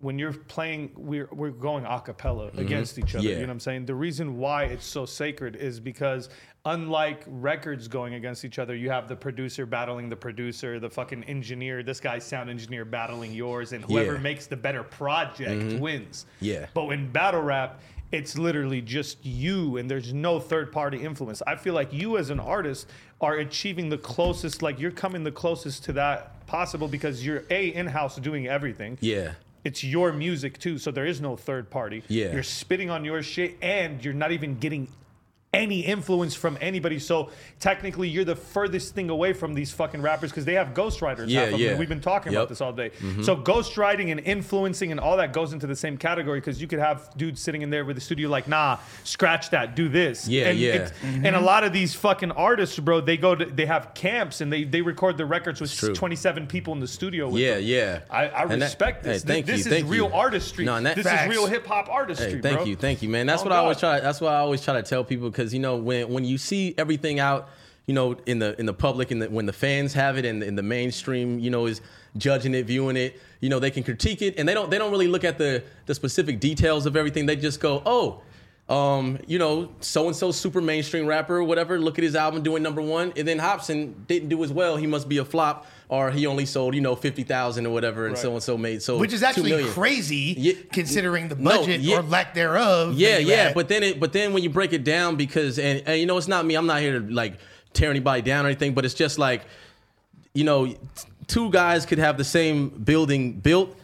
Speaker 1: when you're playing we're we're going a cappella against each other.
Speaker 3: Mm-hmm. Yeah.
Speaker 1: You know what I'm saying? The reason why it's so sacred is because unlike records going against each other, you have the producer battling the producer, the fucking engineer, this guy's sound engineer battling yours, and whoever
Speaker 3: Yeah.
Speaker 1: makes the better project wins.
Speaker 3: Yeah.
Speaker 1: But in battle rap, it's literally just you and there's no third party influence. I feel like you as an artist are achieving the closest, like you're coming the closest to that possible because you're A, in house doing everything
Speaker 3: yeah,
Speaker 1: it's your music too, so there is no third party.
Speaker 3: Yeah.
Speaker 1: You're spitting on your shit and you're not even getting any influence from anybody. So technically you're the furthest thing away from these fucking rappers because they have ghostwriters.
Speaker 3: Yeah,
Speaker 1: half of them.
Speaker 3: yeah. Mm-hmm.
Speaker 1: We've been talking about
Speaker 3: Yep.
Speaker 1: this all day. So ghostwriting and influencing and all that goes into the same category because you could have dudes sitting in there with the studio like, nah, scratch that, do this.
Speaker 3: Yeah,
Speaker 1: and
Speaker 3: yeah.
Speaker 1: it's- And a lot of these fucking artists, bro, they go to they have camps and they they record their records with
Speaker 3: true.
Speaker 1: 27 people in the studio with
Speaker 3: Yeah,
Speaker 1: them.
Speaker 3: yeah.
Speaker 1: I, I
Speaker 3: And that-
Speaker 1: respect this.
Speaker 3: hey,
Speaker 1: Th-
Speaker 3: thank
Speaker 1: this
Speaker 3: you,
Speaker 1: is
Speaker 3: thank
Speaker 1: real
Speaker 3: you.
Speaker 1: artistry.
Speaker 3: No, and that-
Speaker 1: this is
Speaker 2: Facts.
Speaker 1: real hip hop artistry,
Speaker 3: Hey, thank
Speaker 1: bro.
Speaker 3: you, thank you, man. That's
Speaker 1: Oh,
Speaker 3: what I always
Speaker 1: God.
Speaker 3: try. That's what I always try to tell people because you know when when you see everything out, you know in the in the public and the, when the fans have it and in the mainstream, you know is judging it, viewing it. You know they can critique it and they don't they don't really look at the the specific details of everything. They just go, oh. Um, you know, so and so super mainstream rapper, whatever. Look at his album doing number one, and then Hobson didn't do as well. He must be a flop, or he only sold you know fifty thousand or whatever, and
Speaker 1: Right.
Speaker 3: so and so made so
Speaker 2: Which is
Speaker 3: 2
Speaker 2: actually
Speaker 3: million.
Speaker 2: crazy
Speaker 3: Yeah.
Speaker 2: considering the
Speaker 3: No,
Speaker 2: budget
Speaker 3: yeah.
Speaker 2: or lack thereof.
Speaker 3: Yeah,
Speaker 2: that you
Speaker 3: yeah,
Speaker 2: had.
Speaker 3: but then it, but then when you break it down, because and, and you know it's not me. I'm not here to like tear anybody down or anything, but it's just like, you know, t- two guys could have the same building built,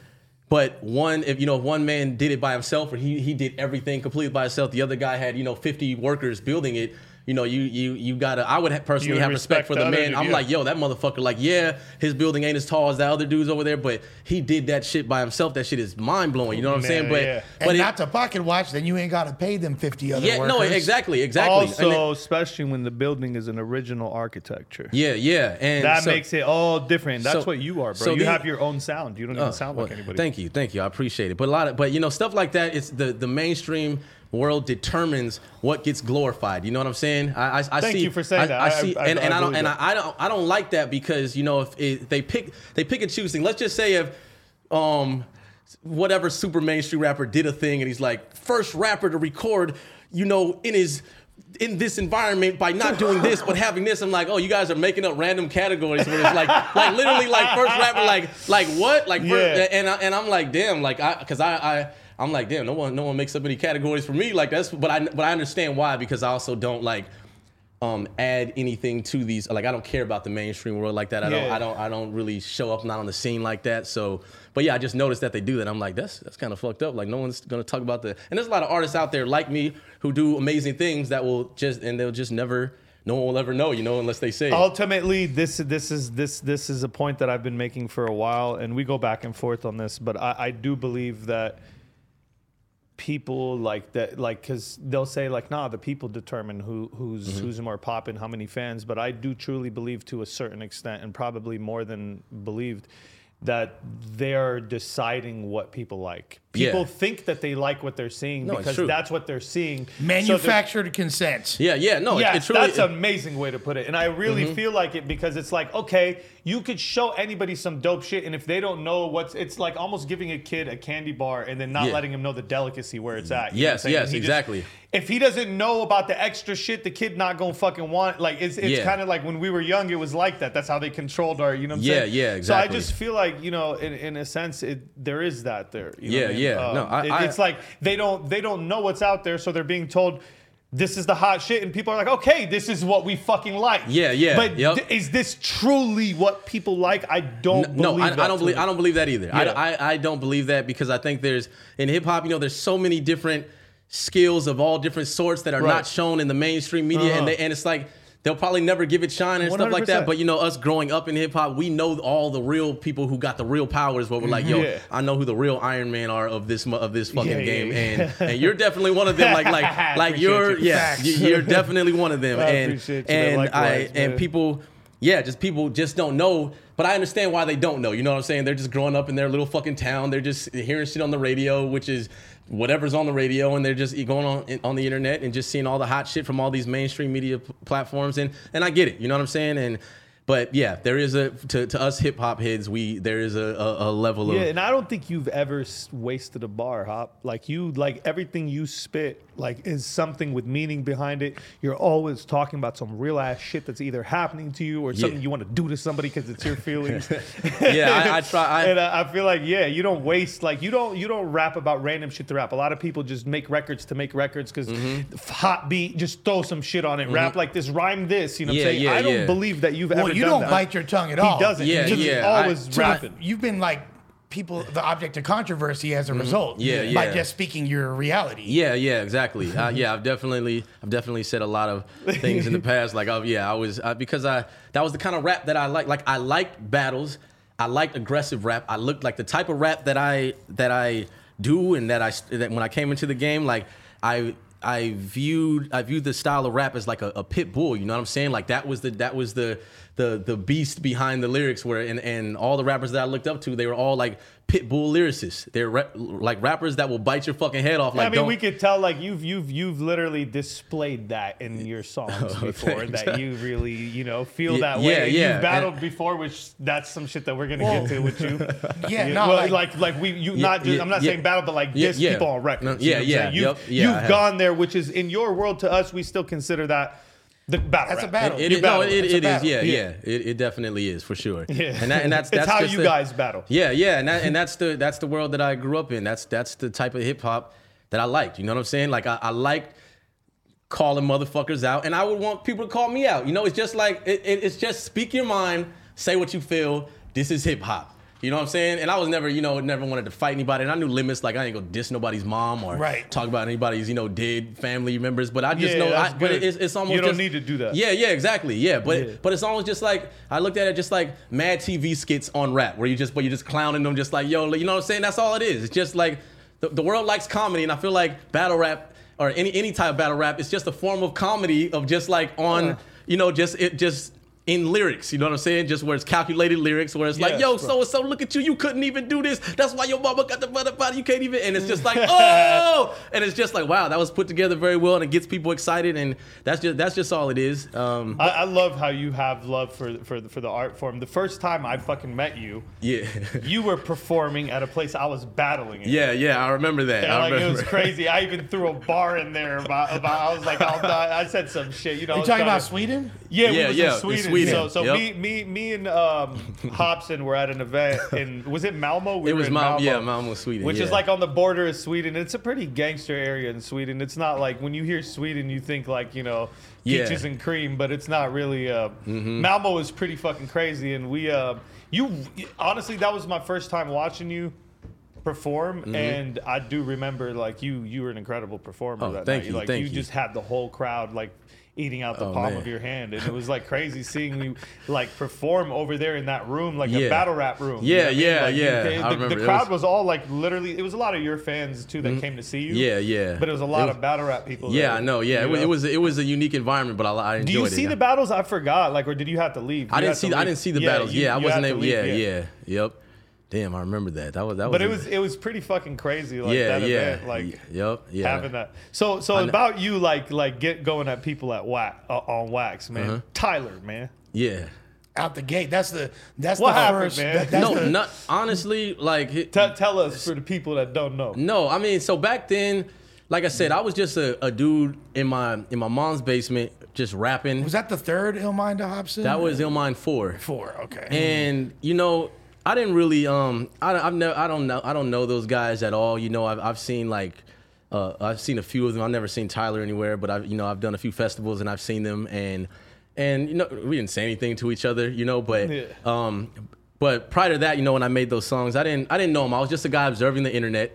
Speaker 3: but one if you know if one man did it by himself or he he did everything completely by himself, the other guy had you know 50 workers building it. You know, you you you gotta. I would ha- personally
Speaker 1: would
Speaker 3: have
Speaker 1: respect
Speaker 3: respect, for
Speaker 1: the
Speaker 3: the,
Speaker 1: other
Speaker 3: man.
Speaker 1: dude,
Speaker 3: I'm
Speaker 1: yeah.
Speaker 3: like, yo, that motherfucker. Like, yeah, his building ain't as tall as that other dude's over there, but he did that shit by himself. That shit is mind blowing. You know what I'm saying?
Speaker 1: Man,
Speaker 3: But
Speaker 1: yeah.
Speaker 3: but
Speaker 2: and
Speaker 3: it-
Speaker 2: not to pocket watch, then you ain't gotta pay them fifty other
Speaker 3: yeah,
Speaker 2: workers.
Speaker 3: no, exactly, exactly. And
Speaker 1: Also,
Speaker 3: then-
Speaker 1: especially when the building is an original architecture.
Speaker 3: yeah, yeah, and
Speaker 1: That
Speaker 3: so-
Speaker 1: makes it all different. That's
Speaker 3: so-
Speaker 1: what you are, bro.
Speaker 3: so
Speaker 1: you
Speaker 3: the-
Speaker 1: have your own sound. You don't even
Speaker 3: Uh,
Speaker 1: sound
Speaker 3: well,
Speaker 1: like anybody.
Speaker 3: Thank you, thank you. I appreciate it. But a lot of, but you know, stuff like that. It's the the mainstream world determines what gets glorified. You know what I'm saying? I I, I
Speaker 1: Thank
Speaker 3: see.
Speaker 1: you for saying
Speaker 3: I,
Speaker 1: that.
Speaker 3: I,
Speaker 1: I-
Speaker 3: see,
Speaker 1: I-
Speaker 3: and,
Speaker 1: I
Speaker 3: and I don't
Speaker 1: believe
Speaker 3: and I,
Speaker 1: that.
Speaker 3: I don't I don't like that because you know if it, they pick they pick and choose things. Let's just say if um whatever super mainstream rapper did a thing and he's like first rapper to record you know in his in this environment by not doing this but having this i'm like oh you guys are making up random categories
Speaker 1: <laughs>
Speaker 3: where it's like like literally like first rapper like like what like fir-
Speaker 1: Yeah.
Speaker 3: and I, and i'm like damn like i cuz i i i'm like damn no one no one makes up any categories for me like that's but i but i understand why because i also don't like um, add anything to these. Like I don't care about the mainstream world like that. I don't.
Speaker 1: Yeah.
Speaker 3: I don't. I don't really show up not on the scene like that. So, but yeah, I just noticed that they do that. I'm like, that's that's kind of fucked up. Like no one's gonna talk about the. And there's a lot of artists out there like me who do amazing things that will just and they'll just never. No one will ever know, you know, unless they say.
Speaker 1: ultimately this this is this this is a point that I've been making for a while and we go back and forth on this but I, I do believe that people like that like because they'll say like nah the people determine who who's
Speaker 3: Mm-hmm.
Speaker 1: who's more popping how many fans but I do truly believe to a certain extent and probably more than believed that they're deciding what people like
Speaker 3: Yeah.
Speaker 1: people think that they like what they're seeing
Speaker 3: No, it's
Speaker 1: because
Speaker 3: true.
Speaker 1: that's what they're seeing So they're-
Speaker 2: Manufactured consent.
Speaker 3: yeah, yeah, no, it-
Speaker 1: Yes,
Speaker 3: it, truly.
Speaker 1: that's
Speaker 3: it- Mm-hmm.
Speaker 1: an amazing way to put it. And I really feel like it because it's like, okay, you could show anybody some dope shit, and if they don't know what's, it's like almost giving a kid a candy bar and then not
Speaker 3: Yeah.
Speaker 1: letting him know the delicacy where it's at. you know what I'm
Speaker 3: yes,
Speaker 1: saying?
Speaker 3: yes,
Speaker 1: And he just-
Speaker 3: exactly.
Speaker 1: if he doesn't know about the extra shit, the kid not gonna fucking want. Like it's it's
Speaker 3: Yeah.
Speaker 1: kind of like when we were young, it was like that. That's how they controlled our. You know what I'm
Speaker 3: Yeah,
Speaker 1: saying?
Speaker 3: yeah,
Speaker 1: So I
Speaker 3: exactly.
Speaker 1: just feel like you know, in, in a sense, it, there is that there. you know
Speaker 3: Yeah,
Speaker 1: what I mean? Um,
Speaker 3: yeah. No, I-
Speaker 1: it-
Speaker 3: I-
Speaker 1: it's like they don't they don't know what's out there, so they're being told. This is the hot shit, and people are like, "Okay, this is what we fucking like."
Speaker 3: Yeah, yeah,
Speaker 1: But
Speaker 3: yep.
Speaker 1: d- is this truly what people like? I don't.
Speaker 3: no,
Speaker 1: believe
Speaker 3: I,
Speaker 1: that
Speaker 3: I don't believe
Speaker 1: truly.
Speaker 3: I don't believe that either.
Speaker 1: Yeah.
Speaker 3: I, I I don't believe that because I think there's in hip hop, you know, there's so many different skills of all different sorts that are
Speaker 1: Right. Uh-huh.
Speaker 3: not shown in the mainstream media, and they, and it's like. They'll probably never give it shine and stuff like that.
Speaker 1: 100%.
Speaker 3: But you know, us growing up in hip hop, we know all the real people who got the real powers. Where we're like, yo,
Speaker 1: Mm-hmm. Yeah.
Speaker 3: I know who the real Iron Man are of this mu- of this fucking
Speaker 1: Yeah, yeah,
Speaker 3: game,
Speaker 1: yeah.
Speaker 3: and and you're definitely one of
Speaker 1: <laughs>
Speaker 3: them. Like like like
Speaker 1: Appreciate
Speaker 3: you're
Speaker 1: you.
Speaker 3: yeah,
Speaker 2: Facts.
Speaker 3: you- you're definitely one of
Speaker 1: <laughs>
Speaker 3: them.
Speaker 1: I
Speaker 3: and
Speaker 1: appreciate you, man.
Speaker 3: and
Speaker 1: Likewise,
Speaker 3: I and
Speaker 1: man.
Speaker 3: people people yeah just people just don't know but i understand why they don't know you know what i'm saying they're just growing up in their little fucking town they're just hearing shit on the radio which is whatever's on the radio and they're just e-, going on on the internet and just seeing all the hot shit from all these mainstream media p- platforms and and i get it you know what i'm saying and but yeah there is a to, to us hip-hop heads we there is a, a, a level
Speaker 1: Yeah,
Speaker 3: of
Speaker 1: and I don't think you've ever s- wasted a bar, Hop. Like you, like everything you spit, like is something with meaning behind it. You're always talking about some real ass shit that's either happening to you or something
Speaker 3: Yeah.
Speaker 1: you want to do to somebody because it's your feelings.
Speaker 3: <laughs> yeah i, I try I,
Speaker 1: <laughs> and uh, I, I feel like yeah, you don't waste like you don't you don't rap about random shit to rap. A lot of people just make records to make records because
Speaker 3: Mm-hmm.
Speaker 1: hot beat, just throw some shit on it, rap like this, rhyme this. You know what
Speaker 3: Yeah,
Speaker 1: I'm saying?
Speaker 3: yeah,
Speaker 1: I don't
Speaker 3: yeah.
Speaker 1: believe that you've
Speaker 2: Well,
Speaker 1: ever.
Speaker 2: you
Speaker 1: done
Speaker 2: don't
Speaker 1: that.
Speaker 2: bite your tongue at
Speaker 1: He
Speaker 2: all.
Speaker 1: doesn't.
Speaker 3: Yeah,
Speaker 1: He's just
Speaker 3: yeah, I-
Speaker 1: always
Speaker 3: I-
Speaker 1: rapping.
Speaker 2: You've been like people the object of controversy as a result.
Speaker 3: Yeah,
Speaker 2: By
Speaker 3: yeah.
Speaker 2: just speaking your reality.
Speaker 3: Yeah, yeah, exactly. uh, yeah, I've definitely, I've definitely said a lot of things in the past. Like, oh yeah, I was uh, because I that was the kind of rap that I like. Like, I liked battles. I liked aggressive rap. I looked like the type of rap that I that I do, and that I that when I came into the game, like I. I viewed I viewed the style of rap as like a, a pit bull, you know what I'm saying? Like that was the that was the the the beast behind the lyrics where and, and all the rappers that I looked up to, they were all like pit bull lyricists. They're rap, like rappers that will bite your fucking head off. Like
Speaker 1: I mean,
Speaker 3: don't-
Speaker 1: we could tell like you've you've you've literally displayed that in your
Speaker 3: <laughs>
Speaker 1: songs before
Speaker 3: Oh, thanks.
Speaker 1: that you really you know feel
Speaker 3: Yeah,
Speaker 1: that
Speaker 3: yeah,
Speaker 1: way.
Speaker 3: yeah,
Speaker 1: You've
Speaker 3: and-
Speaker 1: battled before, which that's some shit that we're gonna
Speaker 2: Well,
Speaker 1: get to with
Speaker 2: <laughs>
Speaker 1: you.
Speaker 2: Yeah,
Speaker 1: You-
Speaker 2: no,
Speaker 1: well,
Speaker 2: like,
Speaker 1: like, like we you
Speaker 3: Yeah,
Speaker 1: not just
Speaker 3: yeah,
Speaker 1: I'm not
Speaker 3: yeah.
Speaker 1: saying battle, but like
Speaker 3: Yeah,
Speaker 1: diss
Speaker 3: yeah.
Speaker 1: people on records.
Speaker 3: No,
Speaker 1: you know
Speaker 3: yeah,
Speaker 1: what I'm saying?
Speaker 3: yeah,
Speaker 1: You've,
Speaker 3: yep, yeah, I
Speaker 1: you've
Speaker 3: have.
Speaker 1: gone there, which is in your world to us, we still consider that the battle.
Speaker 2: That's a
Speaker 1: rap.
Speaker 2: battle.
Speaker 3: It,
Speaker 1: You
Speaker 3: it, no,
Speaker 1: battle.
Speaker 3: it,
Speaker 2: It's a
Speaker 3: it is.
Speaker 2: battle.
Speaker 3: Yeah,
Speaker 1: Yeah.
Speaker 3: yeah. It, it definitely is for sure.
Speaker 1: Yeah.
Speaker 3: And, that, and
Speaker 1: <laughs>
Speaker 3: that's
Speaker 1: It's
Speaker 3: that's
Speaker 1: how
Speaker 3: just
Speaker 1: you
Speaker 3: the-
Speaker 1: guys battle.
Speaker 3: Yeah, yeah, and that, and that's the that's the world that I grew up in. That's that's the type of hip hop that I liked. You know what I'm saying? Like I, I liked calling motherfuckers out, and I would want people to call me out. You know, it's just like it, it, it's just speak your mind, say what you feel. This is hip hop. You know what I'm saying? And I was never, you know, never wanted to fight anybody. And I knew limits, like I ain't gonna diss nobody's mom or
Speaker 2: Right.
Speaker 3: talk about anybody's, you know, dead family members. But I just
Speaker 1: Yeah,
Speaker 3: know, I,
Speaker 1: that's
Speaker 3: but
Speaker 1: good.
Speaker 3: it's, it's almost
Speaker 1: You don't
Speaker 3: just-
Speaker 1: need to do that.
Speaker 3: Yeah, yeah, yeah, exactly. Yeah, but
Speaker 1: Yeah.
Speaker 3: but it's almost just like I looked at it just like mad TV skits on rap, where you just but you're just clowning them, just like yo, like, you know what I'm saying? That's all it is. It's just like the, the world likes comedy, and I feel like battle rap or any any type of battle rap is just a form of comedy of just like on you know just it just. In lyrics, you know what I'm saying? Just where it's calculated lyrics, where it's like,
Speaker 1: Yes,
Speaker 3: yo,
Speaker 1: bro.
Speaker 3: so and so, look at you, you couldn't even do this. That's why your mama got the motherfucker, you can't even. And it's <laughs> just like, oh, and it's just like, wow, that was put together very well, and it gets people excited, and that's just that's just all it is. Um,
Speaker 1: I, I love how you have love for for for the art form. The first time I fucking met you,
Speaker 3: <laughs> Yeah.
Speaker 1: you were performing at a place I was battling in.
Speaker 3: Yeah, yeah, I remember that.
Speaker 1: Yeah,
Speaker 3: I
Speaker 1: like it
Speaker 3: remember. <laughs>
Speaker 1: was crazy. I even threw a bar in there about, about I was like, I'll die. I said some shit. You know, I
Speaker 2: You
Speaker 1: was
Speaker 2: talking
Speaker 1: trying
Speaker 2: about
Speaker 1: to-
Speaker 2: Sweden?
Speaker 1: Yeah,
Speaker 3: Yeah,
Speaker 1: we was
Speaker 3: yeah,
Speaker 1: in
Speaker 3: in
Speaker 1: Sweden.
Speaker 3: Sweden.
Speaker 1: So, so
Speaker 3: Yep.
Speaker 1: me, me, me, and um, Hobson were at an event in was it Malmo? We
Speaker 3: It
Speaker 1: were
Speaker 3: was
Speaker 1: in
Speaker 3: Mal- yeah, Malmo, Sweden,
Speaker 1: which is
Speaker 3: yeah.
Speaker 1: like on the border of Sweden. It's a pretty gangster area in Sweden. It's not like when you hear Sweden, you think like you know
Speaker 3: Yeah. Mm-hmm.
Speaker 1: peaches and cream, but it's not really. Uh, Malmo is pretty fucking crazy, and we, uh, you, honestly, that was my first time watching you perform
Speaker 3: Mm-hmm.
Speaker 1: and I do remember like you you were an incredible performer
Speaker 3: Oh,
Speaker 1: that
Speaker 3: thank
Speaker 1: night.
Speaker 3: you,
Speaker 1: like
Speaker 3: thank
Speaker 1: you
Speaker 3: you.
Speaker 1: just had the whole crowd like eating out the
Speaker 3: Oh,
Speaker 1: palm
Speaker 3: man.
Speaker 1: of your hand and it was
Speaker 3: <laughs>
Speaker 1: like crazy seeing you like perform over there in that room like a
Speaker 3: Yeah.
Speaker 1: battle rap room.
Speaker 3: Yeah,
Speaker 1: you know what
Speaker 3: yeah,
Speaker 1: I mean?
Speaker 3: yeah.
Speaker 1: Like, you-
Speaker 3: I
Speaker 1: the- the,
Speaker 3: remember. It
Speaker 1: crowd was,
Speaker 3: was-
Speaker 1: all like literally it was a lot of your fans too that came to see you.
Speaker 3: Mm-hmm. Yeah, yeah.
Speaker 1: But it was a
Speaker 3: It
Speaker 1: lot
Speaker 3: was-
Speaker 1: of battle rap people.
Speaker 3: yeah,
Speaker 1: there,
Speaker 3: I know. Yeah,
Speaker 1: you
Speaker 3: it, was,
Speaker 1: know?
Speaker 3: it was it was a unique environment, but I, I enjoyed
Speaker 1: Do you
Speaker 3: it.
Speaker 1: see the battles? I forgot like or did you have to leave?
Speaker 3: I
Speaker 1: You
Speaker 3: didn't
Speaker 1: had to
Speaker 3: see the, I
Speaker 1: leave.
Speaker 3: didn't see the
Speaker 1: Yeah,
Speaker 3: battles.
Speaker 1: you-
Speaker 3: yeah, I
Speaker 1: you
Speaker 3: wasn't
Speaker 1: had to
Speaker 3: able.
Speaker 1: leave,
Speaker 3: yeah, yeah, yep. Damn, I remember that. That was that was.
Speaker 1: But
Speaker 3: a-
Speaker 1: it was it was pretty fucking crazy like
Speaker 3: yeah,
Speaker 1: that
Speaker 3: yeah,
Speaker 1: event like
Speaker 3: y- yep, yeah.
Speaker 1: having that. So so
Speaker 3: kn-
Speaker 1: about you like like get going at people at whack uh, on wax, man.
Speaker 3: Uh-huh.
Speaker 1: Tyler, man.
Speaker 3: Yeah.
Speaker 2: out the gate. That's the that's
Speaker 1: What
Speaker 2: the
Speaker 1: happened,
Speaker 2: first.
Speaker 1: man?
Speaker 2: that- that's
Speaker 3: no,
Speaker 2: the,
Speaker 3: not honestly. Like it-
Speaker 1: Tell tell us for the people that don't know.
Speaker 3: No, I mean, so back then, like I said, I was just a, a dude in my in my mom's basement just rapping.
Speaker 2: Was that the third Ilminda Hobson?
Speaker 3: that was Illmind Four.
Speaker 2: four. Okay.
Speaker 3: And you know, I didn't really um I I've never I don't know I don't know those guys at all. You know, I've I've seen like uh I've seen a few of them. I've never seen Tyler anywhere, but I've you know I've done a few festivals and I've seen them and and you know we didn't say anything to each other, you know, but
Speaker 1: Yeah.
Speaker 3: um but prior to that, you know, when I made those songs, I didn't I didn't know them. I was just a guy observing the internet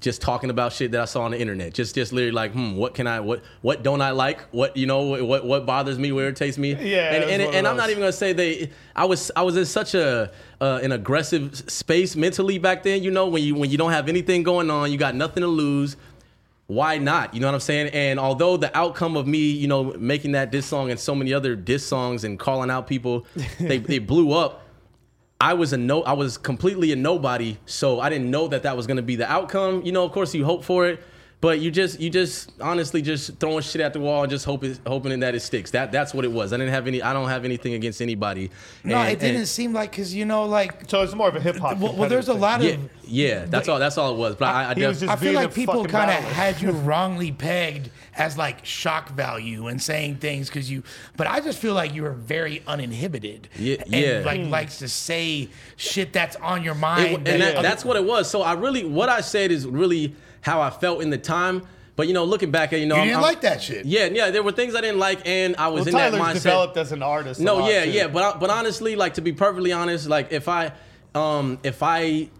Speaker 3: just talking about shit that I saw on the internet. Just just literally like, hmm, what can I what what don't I like? What you know what what bothers me, what irritates me?
Speaker 1: Yeah, it
Speaker 3: And
Speaker 1: was
Speaker 3: and,
Speaker 1: one of
Speaker 3: and I'm not
Speaker 1: those.
Speaker 3: even gonna say they I was I was in such a uh, an aggressive s- space mentally back then, you know, when you when you don't have anything going on, you got nothing to lose. Why not? You know what I'm saying? And although the outcome of me, you know, making that diss song and so many other diss songs and calling out people, they, they blew up. I was a no, I was completely a nobody, so I didn't know that that was gonna be the outcome. You know, of course, you hope for it, but you just, you just honestly just throwing shit at the wall and just hoping, hoping that it sticks. That that's what it was. I didn't have any, I don't have anything against anybody.
Speaker 2: no,
Speaker 3: And-
Speaker 2: it didn't
Speaker 3: and-
Speaker 2: seem like because you know, like
Speaker 1: So it's more of a hip hop.
Speaker 2: well, well, there's a lot
Speaker 3: yeah,
Speaker 2: of.
Speaker 3: yeah, that's all. That's all it was. But I, I,
Speaker 1: He was
Speaker 3: def-
Speaker 1: just
Speaker 2: I feel
Speaker 1: being a
Speaker 2: like people
Speaker 1: fucking
Speaker 2: kind of
Speaker 1: battler.
Speaker 2: had
Speaker 1: <laughs>
Speaker 2: you wrongly pegged as like shock value and saying things because you, but I just feel like you were very uninhibited.
Speaker 3: Yeah,
Speaker 2: and
Speaker 3: yeah.
Speaker 2: Like
Speaker 1: Hmm.
Speaker 2: likes to say shit that's on your
Speaker 3: It-
Speaker 2: mind.
Speaker 3: and
Speaker 2: that
Speaker 3: that-
Speaker 2: other-
Speaker 3: that's what it was. So I really, what I said is really how I felt in the time. But you know, looking back at you know,
Speaker 2: you
Speaker 3: I'm-
Speaker 2: didn't
Speaker 3: I'm-
Speaker 2: like that shit.
Speaker 3: Yeah, yeah, there were things I didn't like, and I was
Speaker 1: well,
Speaker 3: in
Speaker 1: Tyler's
Speaker 3: that mindset.
Speaker 1: developed as an artist. a
Speaker 3: No,
Speaker 1: lot,
Speaker 3: yeah,
Speaker 1: too.
Speaker 3: yeah, but I- but honestly, like to be perfectly honest, like if I um, if I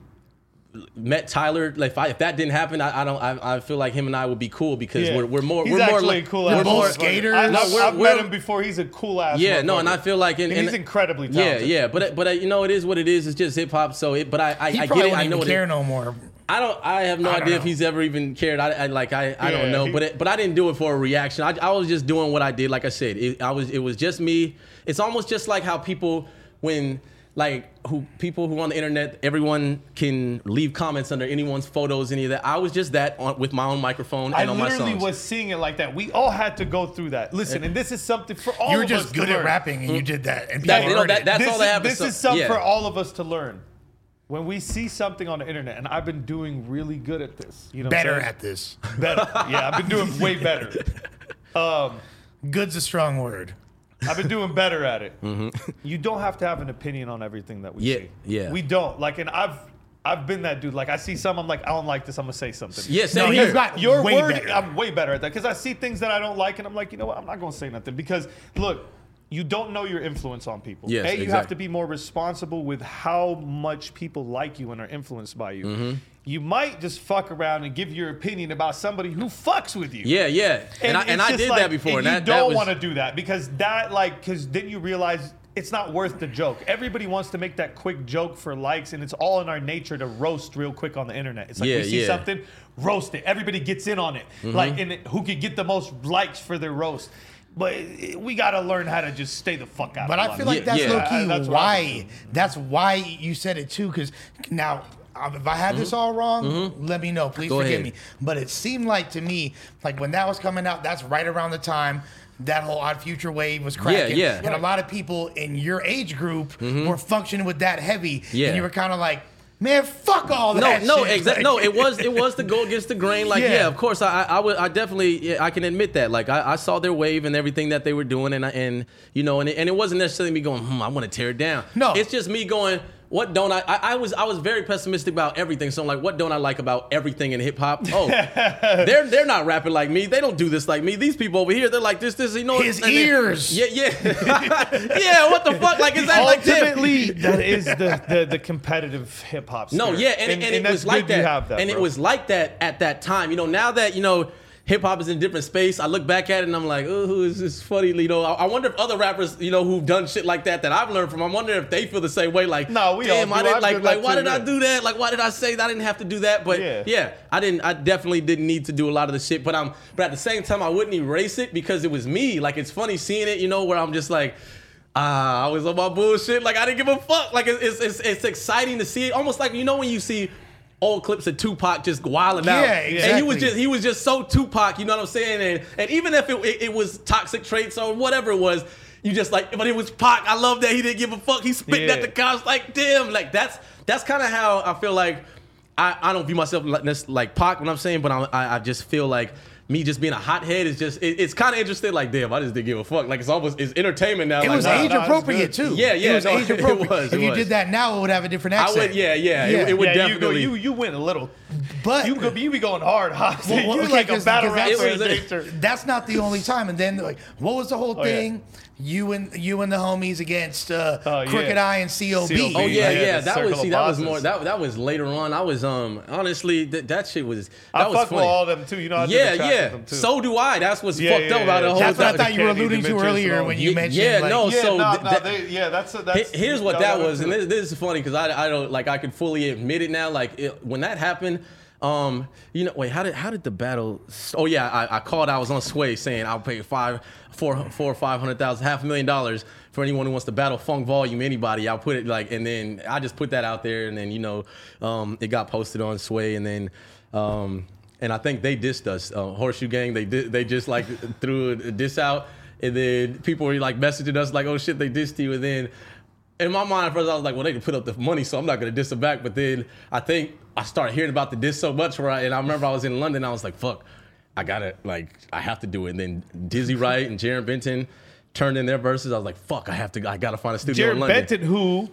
Speaker 3: met Tyler, like if, I, if that didn't happen, I, I don't. I, I feel like him and I would be cool because
Speaker 1: Yeah.
Speaker 3: we're, we're more
Speaker 1: He's
Speaker 3: we're more
Speaker 1: actually
Speaker 3: like
Speaker 1: a cool.
Speaker 3: we're
Speaker 1: ass
Speaker 2: both
Speaker 1: motherfucker.
Speaker 2: skaters.
Speaker 1: I,
Speaker 2: No,
Speaker 1: have
Speaker 3: we're-
Speaker 1: met
Speaker 3: we're-
Speaker 1: him before. He's a cool ass.
Speaker 3: yeah, no, and I
Speaker 1: motherfucker.
Speaker 3: feel like and,
Speaker 1: And he's
Speaker 3: and-
Speaker 1: incredibly
Speaker 3: Yeah,
Speaker 1: talented.
Speaker 3: yeah, but but uh, you know it is what it is. It's just hip hop. So it, but I I,
Speaker 2: He
Speaker 3: I
Speaker 2: probably
Speaker 3: get it.
Speaker 2: wouldn't
Speaker 3: I know
Speaker 2: even
Speaker 3: what
Speaker 2: care
Speaker 3: it,
Speaker 2: no more.
Speaker 3: I don't. I have no
Speaker 2: I don't
Speaker 3: idea if
Speaker 2: know.
Speaker 3: he's ever even cared. I, I like. I, I
Speaker 1: Yeah,
Speaker 3: don't know.
Speaker 1: he-
Speaker 3: but it, but I didn't do it for a reaction. I, I was just doing what I did. Like I said, it, I was. It was just me. It's almost just like how people when like who people who on the internet everyone can leave comments under anyone's photos any of that. I was just that on, with my own microphone and
Speaker 1: I
Speaker 3: on my
Speaker 1: literally
Speaker 3: songs.
Speaker 1: was seeing it like that. We all had to go through that. Listen, and this is something for all.
Speaker 2: You were
Speaker 1: of us
Speaker 2: just
Speaker 1: to
Speaker 2: good at
Speaker 1: learn.
Speaker 2: rapping and you did that. And
Speaker 3: Hmm. That-
Speaker 2: people
Speaker 3: you know,
Speaker 2: heard
Speaker 3: that-
Speaker 2: it.
Speaker 3: that's
Speaker 1: this
Speaker 3: all
Speaker 1: is,
Speaker 3: that happens
Speaker 1: This
Speaker 3: to-
Speaker 1: is something
Speaker 3: yeah.
Speaker 1: for all of us to learn. When we see something on the internet, and I've been doing really good at this, you know, what I'm
Speaker 2: better
Speaker 1: saying?
Speaker 2: at this.
Speaker 1: better. Yeah, I've been doing way better.
Speaker 3: <laughs>
Speaker 2: Good's a strong word.
Speaker 1: I've been doing better at it. <laughs> You don't have to have an opinion on everything that we
Speaker 3: Mm-hmm. Yeah,
Speaker 1: see.
Speaker 3: yeah.
Speaker 1: We don't like, and I've I've been that dude. Like I see some, I'm like, I don't like this. I'm gonna say something.
Speaker 3: Yeah, same
Speaker 2: No,
Speaker 3: here.
Speaker 2: he's got
Speaker 1: Your
Speaker 2: way
Speaker 1: word,
Speaker 2: better.
Speaker 1: I'm way better at that because I see things that I don't like, and I'm like, you know what? I'm not gonna say nothing because look, you don't know your influence on people.
Speaker 3: Yes,
Speaker 1: a, you have
Speaker 3: exactly.
Speaker 1: to be more responsible with how much people like you and are influenced by you.
Speaker 3: Mm-hmm.
Speaker 1: You might just fuck around and give your opinion about somebody who fucks with you.
Speaker 3: yeah, yeah. And, I and
Speaker 1: it's
Speaker 3: I
Speaker 1: just
Speaker 3: did
Speaker 1: like-
Speaker 3: that before.
Speaker 1: And
Speaker 3: And,
Speaker 1: you
Speaker 3: that, that
Speaker 1: don't
Speaker 3: was-
Speaker 1: want to do that because that, like, because then you realize it's not worth the joke. Everybody wants to make that quick joke for likes, and it's all in our nature to roast real quick on the internet. It's like
Speaker 3: Yeah,
Speaker 1: we see
Speaker 3: yeah. Mm-hmm.
Speaker 1: something, roast it. Everybody gets in on it. Like, and it- who could get the most likes for their roast? But it- we gotta learn how to just stay the fuck out.
Speaker 2: But
Speaker 1: of
Speaker 2: I
Speaker 1: it.
Speaker 2: feel
Speaker 3: Yeah,
Speaker 2: like that's
Speaker 3: yeah.
Speaker 2: low key
Speaker 1: I- that's what I
Speaker 2: why that's why you said it too. Because now, um, if I had this all wrong, let me know. Please
Speaker 3: Mm-hmm. Go
Speaker 2: forgive
Speaker 3: ahead.
Speaker 2: me. But it seemed like to me, like when that was coming out, that's right around the time. That whole Odd Future wave was cracking,
Speaker 3: yeah. Mm-hmm.
Speaker 2: and a lot of people in your age group were functioning with that heavy,
Speaker 3: Yeah.
Speaker 2: and you were kind of like, "Man, fuck all
Speaker 3: no,
Speaker 2: that."
Speaker 3: no,
Speaker 2: shit."
Speaker 3: exactly. No, it was it was to go against the grain. Like, yeah,
Speaker 2: Yeah.
Speaker 3: of course, I, I I would I definitely yeah, I can admit that. Like, I, I saw their wave and everything that they were doing, and I, and you know, and it, and it wasn't necessarily me going, hmm, I want to tear it down.
Speaker 2: No.
Speaker 3: it's just me going. What don't I, I? I was I was very pessimistic about everything. So I'm like, what don't I like about everything in hip hop?
Speaker 2: <laughs>
Speaker 3: Oh, they're they're not rapping like me. They don't do this like me. These people over here, they're like this, this. You know,
Speaker 2: His
Speaker 3: and then-
Speaker 2: ears.
Speaker 3: Yeah, yeah, <laughs> yeah. What the fuck? Like, is that like them?
Speaker 1: Ultimately, <laughs> that is the, the, the competitive hip hop.
Speaker 3: No, yeah, and, and, it was like that. and it was like that at that time. You know, now that you know hip hop is in a different space, I look back at it and I'm like, ooh, this is funny. You know, I, I wonder if other rappers, you know, who've done shit like that that I've learned from, I wonder if they feel the same way. Like,
Speaker 1: No, we all
Speaker 3: damn,
Speaker 1: do.
Speaker 3: I
Speaker 1: I've
Speaker 3: didn't
Speaker 1: done
Speaker 3: like,
Speaker 1: that
Speaker 3: like, why
Speaker 1: too,
Speaker 3: did I
Speaker 1: yeah.
Speaker 3: do that? Like, why did I say that I didn't have to do that? But
Speaker 1: Yeah.
Speaker 3: yeah, I didn't. I definitely didn't need to do a lot of the shit. But I'm, but at the same time, I wouldn't erase it because it was me. Like, it's funny seeing it. You know, where I'm just like. Ah, I was on my bullshit. Like I didn't give a fuck. Like it's it's, it's, it's exciting to see it. Almost like you know when you see old clips of Tupac just wilding out.
Speaker 2: Yeah,
Speaker 3: And he was
Speaker 2: exactly.
Speaker 3: just he was just so Tupac. You know what I'm saying? And and even if it it, it was toxic traits or whatever it was. You just like, but it was Pac. I love that he didn't give a fuck. He spitting
Speaker 1: Yeah.
Speaker 3: at the cops like, damn, like that's that's kind of how I feel like. I, I don't view myself like this like Pac. What I'm saying, but I'm, I I just feel like me just being a hothead is just it, it's kind of interesting. Like, damn, I just didn't give a fuck. Like it's almost it's entertainment now.
Speaker 2: It
Speaker 3: like,
Speaker 2: was
Speaker 3: nah,
Speaker 2: age
Speaker 3: nah, it's
Speaker 2: appropriate
Speaker 3: good.
Speaker 2: too.
Speaker 3: Yeah, yeah,
Speaker 2: It was
Speaker 3: no,
Speaker 2: age
Speaker 3: <laughs> it
Speaker 2: appropriate.
Speaker 3: was, it
Speaker 2: if you
Speaker 3: was.
Speaker 2: did that now, it would have a different
Speaker 3: I
Speaker 2: accent.
Speaker 3: would, yeah, yeah, it- It, would
Speaker 1: yeah,
Speaker 3: definitely.
Speaker 1: you go, you you went a little,
Speaker 2: But-
Speaker 1: you go, you be going hard, hot.
Speaker 2: Well,
Speaker 1: <laughs>
Speaker 2: well,
Speaker 1: you
Speaker 2: okay,
Speaker 1: like a
Speaker 2: 'cause-
Speaker 1: battle
Speaker 2: 'cause
Speaker 1: rapper.
Speaker 3: that's-
Speaker 1: in nature.
Speaker 2: That's not the only time. And then like, what was the whole
Speaker 1: Oh, yeah.
Speaker 2: thing? You and you and the homies against uh,
Speaker 1: Oh, yeah.
Speaker 2: Crooked Eye and COB.
Speaker 1: COB.
Speaker 3: Oh yeah,
Speaker 1: Like,
Speaker 3: yeah.
Speaker 1: yeah, the
Speaker 3: That
Speaker 1: circle
Speaker 3: was see,
Speaker 1: of
Speaker 3: that was
Speaker 1: bosses.
Speaker 3: more that that was later on. I was um honestly th- that shit was that
Speaker 1: I
Speaker 3: was
Speaker 1: fuck
Speaker 3: funny.
Speaker 1: with all them too. You know, I did
Speaker 3: yeah,
Speaker 1: the track
Speaker 3: yeah.
Speaker 1: with them too.
Speaker 3: So do I. That's what's
Speaker 1: Yeah,
Speaker 3: fucked
Speaker 1: yeah,
Speaker 3: up about
Speaker 1: yeah.
Speaker 3: the whole.
Speaker 2: That's what I
Speaker 3: thing.
Speaker 2: thought you were
Speaker 1: Candy
Speaker 2: alluding to
Speaker 1: Dimensions
Speaker 2: earlier
Speaker 1: and all.
Speaker 2: when you
Speaker 3: Ye-
Speaker 2: mentioned.
Speaker 3: yeah,
Speaker 2: like,
Speaker 3: no.
Speaker 1: yeah,
Speaker 3: so
Speaker 1: nah,
Speaker 3: th-
Speaker 1: nah,
Speaker 3: that-
Speaker 1: they, yeah, that's a,
Speaker 3: Here-
Speaker 1: that's.
Speaker 3: Here's what
Speaker 1: y'all
Speaker 3: that
Speaker 1: gotta
Speaker 3: was,
Speaker 1: do
Speaker 3: and
Speaker 1: it.
Speaker 3: this, this is funny because I, I don't like I can fully admit it now. Like it, when that happened, um, you know, wait, how did how did the battle? s- Oh yeah, I, I called. I was on Sway saying I'll pay five, four, four, five hundred thousand, half a million dollars for anyone who wants to battle Funk Volume. Anybody, I'll put it like, and then I just put that out there, and then you know, um, it got posted on Sway, and then. Um, and I think they dissed us, uh, Horseshoe Gang. They did. They just like threw a diss out, and then people were like messaging us like, "Oh shit, they dissed you." And then in my mind, at first, I was like, well, they can put up the money, so I'm not going to diss them back. But then I think I started hearing about the diss so much, where I, and I remember I was in London, I was like, fuck, I got to, like, I have to do it. And then Dizzy Wright and Jaron Benton turned in their verses. I was like, fuck, I have to, I got to find a studio
Speaker 1: Jared
Speaker 3: in London.
Speaker 1: Benton, who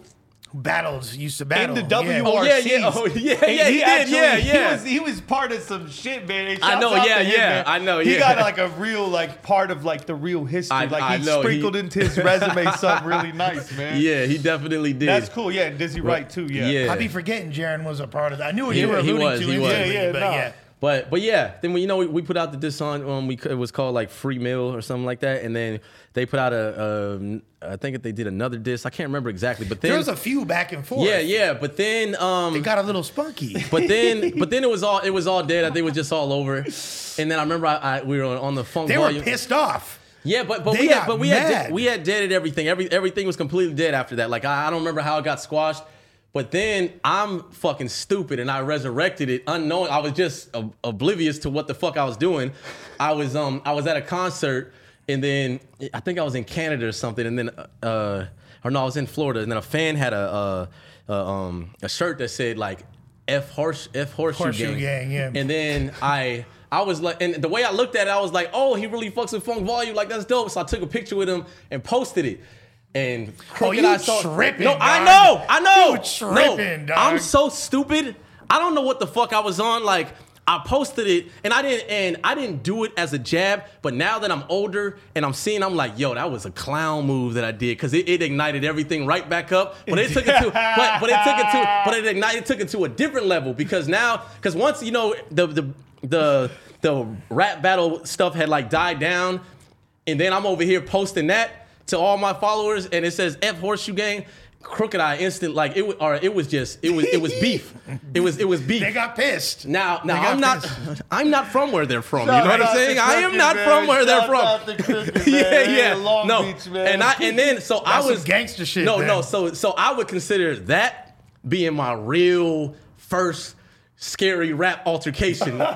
Speaker 2: battles used to
Speaker 1: in
Speaker 2: battle
Speaker 1: the
Speaker 2: Yeah.
Speaker 1: WRC.
Speaker 3: Oh, yeah, yeah. Oh, yeah, yeah, he did. Yeah, yeah.
Speaker 1: He was, he was part of some shit, man. And
Speaker 3: I
Speaker 1: shouts
Speaker 3: know,
Speaker 1: out
Speaker 3: yeah,
Speaker 1: to him,
Speaker 3: yeah,
Speaker 1: man.
Speaker 3: I know,
Speaker 1: He
Speaker 3: yeah.
Speaker 1: got like a real, like, part of like the real history.
Speaker 3: I-
Speaker 1: like,
Speaker 3: I
Speaker 1: he
Speaker 3: know, he-
Speaker 1: sprinkled into his resume something really nice, man.
Speaker 3: <laughs> Yeah, he definitely did.
Speaker 1: That's cool. Yeah, and Dizzy Wright, too. Yeah.
Speaker 3: Yeah.
Speaker 2: I'd be forgetting Jaron was a part of that. I knew what
Speaker 3: He-
Speaker 2: you were
Speaker 3: he
Speaker 2: alluding
Speaker 3: was,
Speaker 2: to.
Speaker 3: he was.
Speaker 2: instantly,
Speaker 1: Yeah, yeah,
Speaker 2: but
Speaker 1: nah.
Speaker 2: yeah.
Speaker 3: But but yeah, then we you know we, we put out the diss on um we c- it was called like free meal or something like that, and then they put out a um I think they did another diss I can't remember exactly, but then
Speaker 2: There was a few back and forth.
Speaker 3: yeah yeah, but then um
Speaker 2: It got a little spunky. <laughs>
Speaker 3: but then but then it was all it was all dead I think it was just all over, and then I remember I, I we were on, on the funk
Speaker 2: They were
Speaker 3: volume.
Speaker 2: pissed off.
Speaker 3: Yeah, but but
Speaker 2: They
Speaker 3: we had
Speaker 2: got
Speaker 3: but we had
Speaker 2: mad.
Speaker 3: de- we had deaded everything. Every everything was completely dead after that. Like I, I don't remember how it got squashed. But then I'm fucking stupid and I resurrected it unknowing. I was just ob- oblivious to what the fuck I was doing. I was um I was at a concert and then I think I was in Canada or something and then uh or no I was in Florida and then a fan had a uh, uh um a shirt that said like F horse F horseshoe,
Speaker 2: Horseshoe Gang, yeah.
Speaker 3: And and then I I was like, and the way I looked at it, I was like, oh, he really fucks with Funk Volume, like that's dope. So I took a picture with him and posted it. And Crooked
Speaker 2: Oh, you
Speaker 3: Eye saw-
Speaker 2: tripping,
Speaker 3: No, I
Speaker 2: dog.
Speaker 3: know, I know.
Speaker 2: You
Speaker 3: No,
Speaker 2: tripping, dog.
Speaker 3: I'm so stupid. I don't know what the fuck I was on. Like I posted it, and I didn't, and I didn't do it as a jab. But now that I'm older and I'm seeing, I'm like, yo, that was a clown move that I did because it, it ignited everything right back up. But it took it to, but, but it took it to, but it ignited, it took it to a different level because now, because once you know the the the the rap battle stuff had like died down, and then I'm over here posting that to all my followers, and it says F Horseshoe Gang. Crooked Eye instant like it was, or it was just it was it was beef. It was it was beef.
Speaker 2: They got pissed.
Speaker 3: now now
Speaker 2: They got
Speaker 3: I'm not
Speaker 2: pissed.
Speaker 3: <laughs> I'm not from where they're from. you
Speaker 1: Shout
Speaker 3: know what
Speaker 1: out
Speaker 3: I'm
Speaker 1: to
Speaker 3: saying? I am
Speaker 1: Crooked,
Speaker 3: not
Speaker 1: man.
Speaker 3: from where they're
Speaker 1: Shout
Speaker 3: from. <laughs>
Speaker 1: out to Crooked,
Speaker 3: yeah
Speaker 1: man.
Speaker 3: yeah.
Speaker 1: In Long
Speaker 3: no
Speaker 1: Beach, man.
Speaker 3: and I and then so
Speaker 2: That's
Speaker 3: I
Speaker 2: some
Speaker 3: was
Speaker 2: gangster shit,
Speaker 3: No
Speaker 2: man.
Speaker 3: no so so I would consider that being my real first scary rap altercation like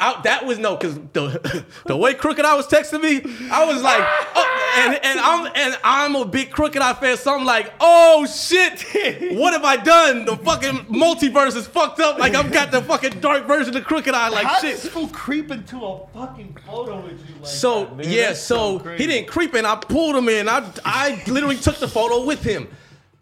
Speaker 3: I, that was no, because the <laughs> the way Crooked Eye was texting me, I was like, oh, and and I'm and I'm a big Crooked Eye fan, so I'm like, oh shit, <laughs> what have I done? The fucking multiverse is fucked up. Like I've got the fucking dark version of Crooked Eye. Like
Speaker 1: How
Speaker 3: shit.
Speaker 1: does people creep into a fucking photo with you like
Speaker 3: So
Speaker 1: that, man?
Speaker 3: yeah,
Speaker 1: That's
Speaker 3: so
Speaker 1: crazy.
Speaker 3: he didn't creep in. I pulled him in. I I literally took the photo with him.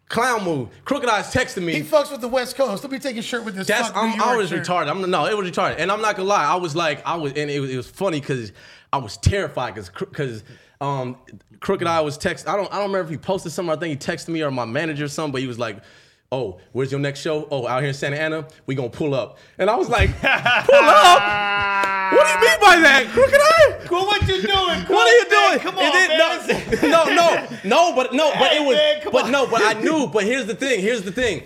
Speaker 3: Clown move. Crooked Eye's texting me.
Speaker 2: He fucks with the West Coast. Let me take a shirt with this.
Speaker 3: That's
Speaker 2: fuck New
Speaker 3: I'm, I
Speaker 2: York
Speaker 3: was
Speaker 2: shirt.
Speaker 3: retarded. I'm no, it was retarded, and I'm not gonna lie. I was like, I was, and it was, it was funny because I was terrified because because um, Crooked Eye was text. I don't I don't remember if he posted something. I think he texted me or my manager or something. But he was like. Oh, where's your next show? Oh, out here in Santa Ana, we gonna pull up. And I
Speaker 1: <laughs>
Speaker 3: was like, pull up? What do you mean by that, Crooked Eye?
Speaker 1: Well, what
Speaker 3: <laughs>
Speaker 1: you doing?
Speaker 3: What are you
Speaker 1: man?
Speaker 3: doing?
Speaker 1: Come
Speaker 3: And
Speaker 1: on, man.
Speaker 3: then- <laughs> no, no, no, no, but no, but
Speaker 1: Hey,
Speaker 3: it was,
Speaker 1: man, come
Speaker 3: but
Speaker 1: on.
Speaker 3: <laughs> no, but I knew. But here's the thing. Here's the thing.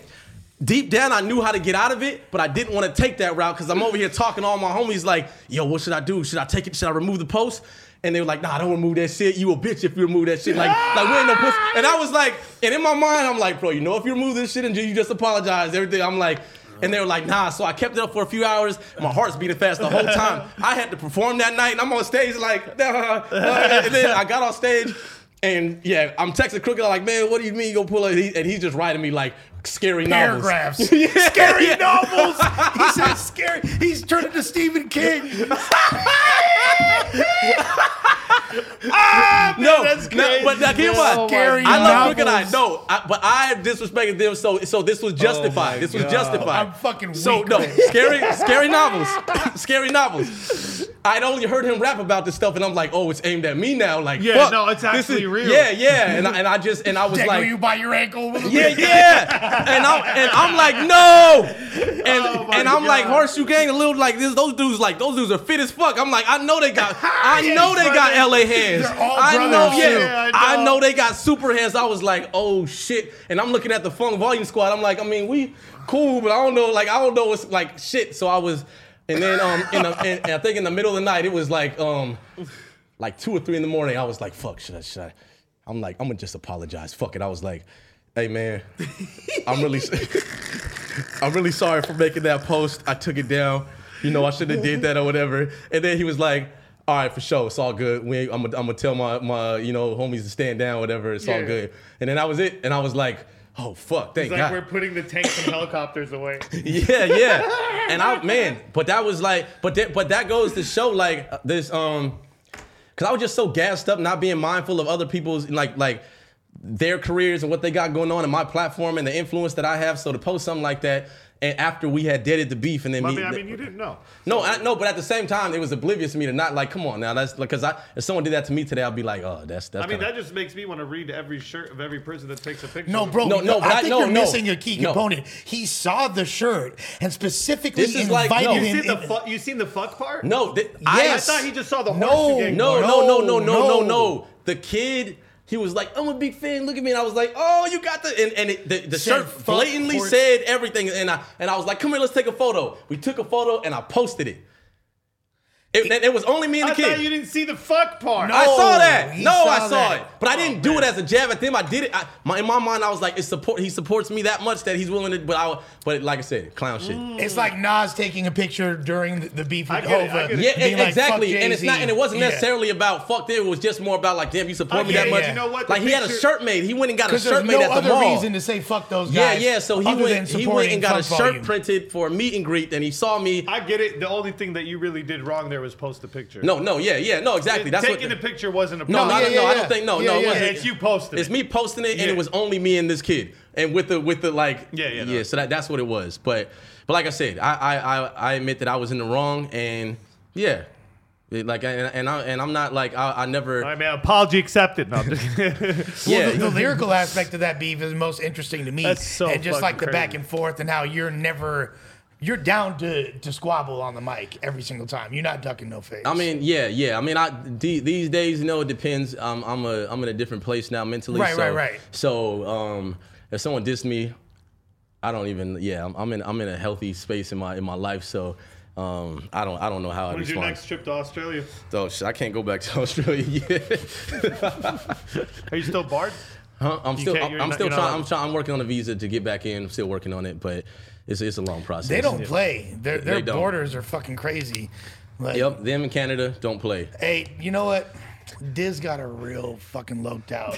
Speaker 3: Deep down, I knew how to get out of it, but I didn't want to take that route because I'm over here talking to all my homies like, "Yo, what should I do? Should I take it? Should I remove the post?" And they were like, "Nah, don't remove that shit. You a bitch if you remove that shit. Like, like we ain't no pussy." And I was like, and in my mind, I'm like, "Bro, you know, if you remove this shit and you just apologize, everything." I'm like. And they were like, nah. So I kept it up for a few hours. My heart's beating fast the whole time. I had to perform that night, and I'm on stage like, <laughs> nah, nah. and then I got off stage, and yeah, I'm texting Crooked like, man, what do you mean you gonna pull up? And, he, and he's just writing me like scary novels.
Speaker 2: Paragraphs.
Speaker 3: <laughs> Yeah,
Speaker 2: Scary
Speaker 3: yeah. <laughs>
Speaker 2: novels. He said scary. He's turning to Stephen King.
Speaker 3: no,
Speaker 1: <laughs> that's Oh
Speaker 3: no, but now, hear what?
Speaker 2: Scary
Speaker 3: I love
Speaker 2: novels.
Speaker 3: Crooked Eye. No, I, but I disrespected them, so so this was justified. this was
Speaker 1: God.
Speaker 3: justified.
Speaker 2: I'm fucking
Speaker 3: So
Speaker 2: weak,
Speaker 3: no,
Speaker 2: man.
Speaker 3: scary, scary novels, <laughs> scary novels. I'd only heard him rap about this stuff, and I'm like, oh, it's aimed at me now. Like,
Speaker 1: Yeah,
Speaker 3: fuck,
Speaker 1: no, it's
Speaker 3: this
Speaker 1: actually
Speaker 3: is-
Speaker 1: real.
Speaker 3: Yeah, yeah, and I, and I just and I was
Speaker 2: Dangle
Speaker 3: like,
Speaker 2: you by your ankle. with a
Speaker 3: <laughs> yeah, yeah. And I'm and I'm like, no. And
Speaker 1: Oh my
Speaker 3: and I'm like,
Speaker 1: God.
Speaker 3: horseshoe gang, a little like this. Those dudes, like those dudes are fit as fuck. I'm like, I know they got, I
Speaker 1: <laughs> Yeah,
Speaker 3: know they got
Speaker 1: brother.
Speaker 3: LA hands.
Speaker 2: They're all
Speaker 3: I
Speaker 2: brothers,
Speaker 3: know, yeah,
Speaker 2: too.
Speaker 1: Yeah, I
Speaker 3: I know.
Speaker 1: know.
Speaker 3: they got super hands. I was like, oh shit. And I'm looking at the Funk Volume Squad. I'm like, I mean, we cool, but I don't know, like I don't know what's like shit. So I was, and then um, in the, and, and I think in the middle of the night it was like um like two or three in the morning, I was like, fuck, should I, should I? I'm like, I'm gonna just apologize. Fuck it. I was like, hey man, I'm really, <laughs> I'm really sorry for making that post. I took it down. You know, I shouldn't have did that or whatever. And then he was like, all right, for sure, it's all good. We, ain't- I'm, gonna- I'm gonna tell my, my, you know, homies to stand down, whatever. It's all
Speaker 1: Yeah.
Speaker 3: good. And then that was it. And I was like, oh fuck, thank
Speaker 1: It's like
Speaker 3: God.
Speaker 1: we're putting the tanks and helicopters away.
Speaker 3: Yeah, yeah. And I man, but that was like, but that but that goes to show like uh, this um, cause I was just so gassed up, not being mindful of other people's like like their careers and what they got going on and my platform and the influence that I have. So to post something like that, and after we had deaded the beef, and then
Speaker 1: I
Speaker 3: me-
Speaker 1: mean, I mean, you didn't know.
Speaker 3: no, I, no, but at the same time, it was oblivious to me to not like, come on now, that's because I if someone did that to me today, I'd be like, oh, that's that's.
Speaker 1: I mean,
Speaker 3: kinda-
Speaker 1: that just makes me want to read every shirt of every person that takes a picture.
Speaker 2: No,
Speaker 1: of
Speaker 2: bro.
Speaker 1: him.
Speaker 3: No, no,
Speaker 2: I
Speaker 3: but I-
Speaker 2: think
Speaker 3: no,
Speaker 2: you're
Speaker 3: no.
Speaker 2: missing a key
Speaker 3: No.
Speaker 2: component. He saw the shirt and specifically
Speaker 3: This is like-
Speaker 2: invited
Speaker 3: no.
Speaker 2: him.
Speaker 3: You
Speaker 1: You seen the
Speaker 2: in-
Speaker 1: fuck? You seen the fuck part?
Speaker 3: no, th-
Speaker 2: Yes.
Speaker 1: I thought he just saw the
Speaker 2: No,
Speaker 1: horseshoe gang
Speaker 3: No,
Speaker 1: part.
Speaker 3: no, no, no, no,
Speaker 2: No.
Speaker 3: no, no. The kid, he was like, I'm a big fan. Look at me. And I was like, oh, you got the and, and it, the, the
Speaker 2: Said
Speaker 3: shirt
Speaker 2: fuck
Speaker 3: blatantly
Speaker 2: Horse-
Speaker 3: said everything. And I and I was like, come here, let's take a photo. We took a photo and I posted it. It, and it was only me and
Speaker 1: I
Speaker 3: the
Speaker 1: thought
Speaker 3: kid.
Speaker 1: you didn't see the fuck part.
Speaker 3: I saw that.
Speaker 2: Oh, he
Speaker 3: No, I
Speaker 2: saw
Speaker 3: saw
Speaker 2: that. Oh,
Speaker 3: it, but I didn't do it as a jab at them. I did it. I, my, in my mind, I was like, "It's support. He supports me that much that he's willing to." But I, but like I said, clown shit.
Speaker 2: It's like Nas taking a picture during the, the beef
Speaker 1: I
Speaker 2: with
Speaker 1: get it, I
Speaker 2: Hova.
Speaker 1: get it.
Speaker 3: Yeah,
Speaker 2: being
Speaker 3: e-
Speaker 2: like,
Speaker 3: exactly.
Speaker 2: "Fuck
Speaker 3: and it's not,
Speaker 2: Jay-Z."
Speaker 3: and it wasn't
Speaker 2: Yeah. Oh,
Speaker 3: necessarily about fuck. Them. It was just more about like, damn, you support
Speaker 1: I
Speaker 3: me
Speaker 1: get
Speaker 3: that
Speaker 1: it.
Speaker 3: much.
Speaker 1: You know what? The
Speaker 3: Like he had a
Speaker 1: picture-
Speaker 3: shirt made. He went and got a
Speaker 2: Because there's
Speaker 3: shirt
Speaker 2: no
Speaker 3: made at the
Speaker 2: other
Speaker 3: mall.
Speaker 2: reason to say fuck those
Speaker 3: yeah,
Speaker 2: guys.
Speaker 3: yeah. So he
Speaker 2: other than
Speaker 3: went. He went
Speaker 2: supporting
Speaker 3: and got a
Speaker 2: Fuck
Speaker 3: shirt
Speaker 2: Volume.
Speaker 3: printed for a meet and greet, and he saw me.
Speaker 1: I get it. The only thing that you really did wrong there was post the picture.
Speaker 3: No, no, yeah, yeah, no, exactly. That's
Speaker 1: taking
Speaker 3: what.
Speaker 1: the picture wasn't a
Speaker 3: no,
Speaker 1: problem.
Speaker 3: no,
Speaker 2: yeah,
Speaker 3: no, I
Speaker 2: yeah.
Speaker 3: don't think. No,
Speaker 2: Yeah,
Speaker 3: no, it
Speaker 2: yeah.
Speaker 3: wasn't.
Speaker 1: it's you posted.
Speaker 3: It's
Speaker 1: it.
Speaker 3: me posting it, and
Speaker 1: Yeah.
Speaker 3: it was only me and this kid, and with the with the like,
Speaker 1: Yeah, yeah, no.
Speaker 3: yeah. So that, that's what it was. But but like I said, I I I, I admit that I was in the wrong, and yeah, It- like and, and I and I'm not like I, I never.
Speaker 1: I mean, apology accepted. No, I'm
Speaker 3: <laughs>
Speaker 1: just-
Speaker 3: yeah,
Speaker 2: the,
Speaker 1: <laughs>
Speaker 2: the lyrical aspect of that beef is most interesting to me.
Speaker 1: That's so
Speaker 2: and just
Speaker 1: fucking
Speaker 2: like the back
Speaker 1: crazy.
Speaker 2: and forth and how you're never you're down to, to squabble on the mic every single time. You're not ducking no face.
Speaker 3: I mean, yeah, yeah. I mean, I the- these days, you know, it depends. Um, I'm a I'm in a different place now mentally.
Speaker 2: Right,
Speaker 3: so,
Speaker 2: right, right.
Speaker 3: So, um, if someone dissed me, I don't even. Yeah, I'm, I'm in I'm in a healthy space in my in my life. So, um, I don't I don't know how I
Speaker 1: When's your
Speaker 3: respond.
Speaker 1: next trip to Australia?
Speaker 3: Oh shit, I can't go back to <laughs> Australia yet. <laughs>
Speaker 1: Are you still barred?
Speaker 3: Huh? I'm still
Speaker 1: can't-
Speaker 3: I'm,
Speaker 1: you're
Speaker 3: I'm
Speaker 1: not-
Speaker 3: still
Speaker 1: you're not
Speaker 3: trying
Speaker 1: allowed.
Speaker 3: I'm trying I'm working on a visa to get back in. I'm still working on it, but it's it's a long process.
Speaker 2: they don't play. Their their
Speaker 3: They don't.
Speaker 2: borders are fucking crazy. Like,
Speaker 3: Yep, them in Canada don't play. <laughs>
Speaker 2: Hey, you know what? Diz got a real fucking loped
Speaker 1: <laughs>
Speaker 2: out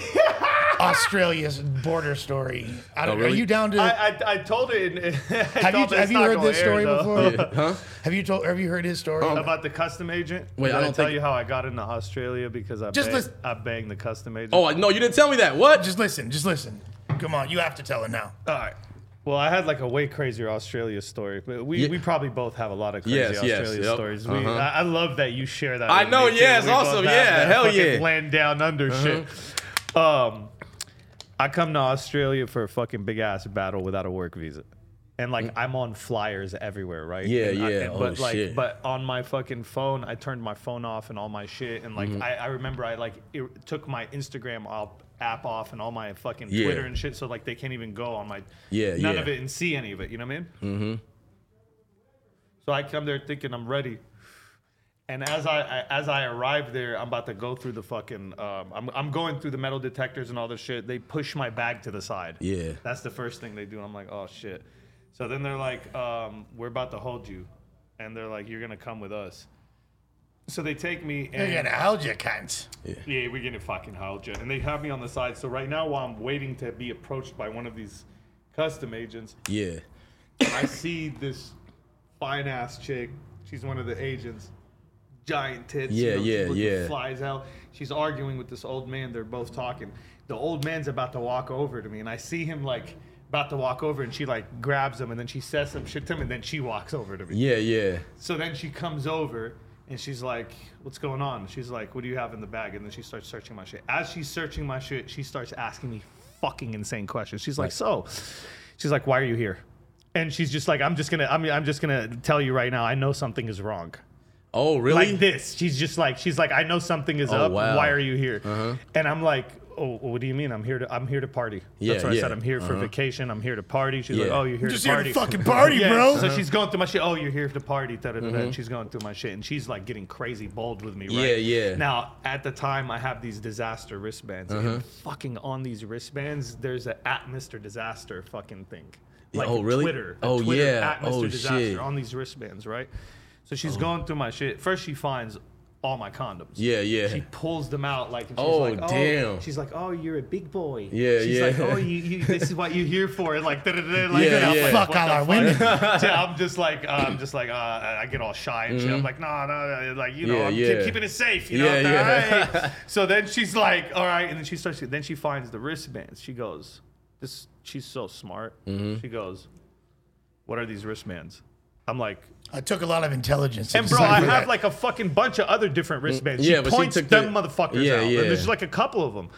Speaker 2: Australia's border story. I don't,
Speaker 3: Oh, really?
Speaker 2: Are you down to?
Speaker 1: <laughs> I, I, I told it. In, <laughs>
Speaker 2: have you have you heard this story before?
Speaker 3: Huh?
Speaker 2: Have you told? Have you heard his story?
Speaker 3: Um,
Speaker 1: About the custom agent.
Speaker 3: Wait,
Speaker 1: Did
Speaker 3: I
Speaker 1: I,
Speaker 3: don't
Speaker 1: tell
Speaker 3: think-
Speaker 1: you how I got into Australia because I
Speaker 2: Just
Speaker 1: banged,
Speaker 2: listen-
Speaker 1: I banged the custom agent.
Speaker 3: Oh no, you didn't tell me that. What?
Speaker 2: just listen. Just listen. Come on, you have to tell it now.
Speaker 1: All right. Well, I had like a way crazier Australia story, but we,
Speaker 3: Yeah.
Speaker 1: we probably both have a lot of crazy
Speaker 3: Yes, yes,
Speaker 1: Australia
Speaker 3: yep.
Speaker 1: stories. We,
Speaker 3: Uh-huh.
Speaker 1: I, I love that you share that.
Speaker 3: I
Speaker 1: with
Speaker 3: know,
Speaker 1: me, too.
Speaker 3: yeah, it's
Speaker 1: We both
Speaker 3: awesome,
Speaker 1: have
Speaker 3: yeah,
Speaker 1: that
Speaker 3: hell
Speaker 1: fucking
Speaker 3: yeah. Uh-huh.
Speaker 1: Land down under shit. Um, I come to Australia for a fucking big ass battle without a work visa. And like I'm on flyers everywhere, right?
Speaker 3: Mm. Yeah,
Speaker 1: And I-
Speaker 3: yeah.
Speaker 1: and-
Speaker 3: Oh,
Speaker 1: but like,
Speaker 3: shit.
Speaker 1: but on my fucking phone, I turned my phone off and all my shit. And like,
Speaker 3: Mm-hmm.
Speaker 1: I, I remember I like it took my Instagram op- app off and all my fucking
Speaker 3: Yeah.
Speaker 1: Twitter and shit. So like, they can't even go on my
Speaker 3: Yeah,
Speaker 1: none
Speaker 3: yeah.
Speaker 1: of it and see any of it. You know what I mean? Mm-hmm. So I come there thinking I'm ready, and as I, I as I arrive there, I'm about to go through the fucking. Um, I'm I'm going through the metal detectors and all this shit. They push my bag to the side.
Speaker 3: Yeah.
Speaker 1: that's the first thing they do. I'm like, oh shit. So then they're like, um, we're about to hold you, and they're like, you're gonna come with us. So they take me and
Speaker 2: You're gonna hold your cunt.
Speaker 1: <laughs> yeah, we're getting fucking held, Jen. And they have me on the side. So right now, while I'm waiting to be approached by one of these custom agents,
Speaker 3: Yeah.
Speaker 1: I see this fine ass chick. She's one of the agents. Giant tits.
Speaker 3: Yeah,
Speaker 1: she's
Speaker 3: yeah,
Speaker 1: looking
Speaker 3: yeah.
Speaker 1: Flies out. She's arguing with this old man. They're both talking. The old man's about to walk over to me, and I see him like about to walk over, and she like grabs him, and then she says some shit to him, and then she walks over to me.
Speaker 3: Yeah, yeah.
Speaker 1: So then she comes over and she's like, "What's going on?" She's like, "What do you have in the bag?" And then she starts searching my shit. As she's searching my shit, she starts asking me fucking insane questions. She's like, "So," she's like, "Why are you here?" And she's just like, "I'm just gonna, I'm, I'm just gonna tell you right now. I know something is wrong."
Speaker 3: Oh, really?
Speaker 1: Like this. She's just like, she's like, "I know something is
Speaker 3: Oh,
Speaker 1: up.
Speaker 3: wow. Uh-huh.
Speaker 1: Why are you here?" And I'm like. Oh, what do you mean? I'm here to I'm here to party.
Speaker 3: Yeah,
Speaker 1: That's what
Speaker 3: yeah. Uh-huh.
Speaker 1: I said. I'm here for vacation. I'm here to party. She's like,
Speaker 3: Yeah.
Speaker 1: oh, you're here
Speaker 2: Just
Speaker 1: to
Speaker 2: here
Speaker 1: party.
Speaker 2: to fucking
Speaker 3: <laughs>
Speaker 2: party, bro.
Speaker 1: So she's going through my shit. Oh, you're here to party. Da, da, da, da. And she's going through my shit, and she's like getting crazy bold with me. Right?
Speaker 3: Mm-hmm. Yeah, yeah.
Speaker 1: Now at the time, I have these disaster wristbands,
Speaker 3: Uh-huh.
Speaker 1: and fucking on these wristbands, there's an at Mr. Disaster fucking thing. Like
Speaker 3: oh, really?
Speaker 1: Twitter. a
Speaker 3: Oh,
Speaker 1: Twitter
Speaker 3: yeah.
Speaker 1: At Mr.
Speaker 3: Oh,
Speaker 1: Disaster
Speaker 3: shit. Oh.
Speaker 1: on these wristbands, right? So she's going through my shit. First, she finds all my condoms.
Speaker 3: Yeah, yeah.
Speaker 1: She pulls them out like. And she's
Speaker 3: Oh,
Speaker 1: like, oh
Speaker 3: damn.
Speaker 1: She's like, oh, you're a big boy.
Speaker 3: Yeah,
Speaker 1: she's Like,
Speaker 3: yeah.
Speaker 1: oh, you, you, this is what you're here for, and like, da, da, da, like,
Speaker 3: Yeah,
Speaker 1: and I'm
Speaker 3: yeah.
Speaker 1: like,
Speaker 2: Fuck
Speaker 1: what
Speaker 2: all
Speaker 1: the
Speaker 2: our women.
Speaker 1: yeah, <laughs> I'm just like, uh, I'm just like, uh, I I get all shy and shit. I'm like, no, no, no, like, you know,
Speaker 3: Mm-hmm. Yeah,
Speaker 1: I'm
Speaker 3: yeah.
Speaker 1: keep- keeping it safe, you know.
Speaker 3: Yeah,
Speaker 1: I'm
Speaker 3: yeah. <laughs>
Speaker 1: like, "All right." so then she's like, all right, and then she starts. Then she finds the wristbands. She goes, this. She's so smart.
Speaker 3: Mm-hmm.
Speaker 1: She goes, what are these wristbands? I'm like,
Speaker 2: <laughs> I took a lot of intelligence.
Speaker 1: and bro, I have like a fucking bunch of other different wristbands. She
Speaker 3: yeah, but she
Speaker 1: points
Speaker 3: took
Speaker 1: them
Speaker 3: the-
Speaker 1: motherfuckers
Speaker 3: Yeah,
Speaker 1: out.
Speaker 3: yeah.
Speaker 1: And there's like a couple of them.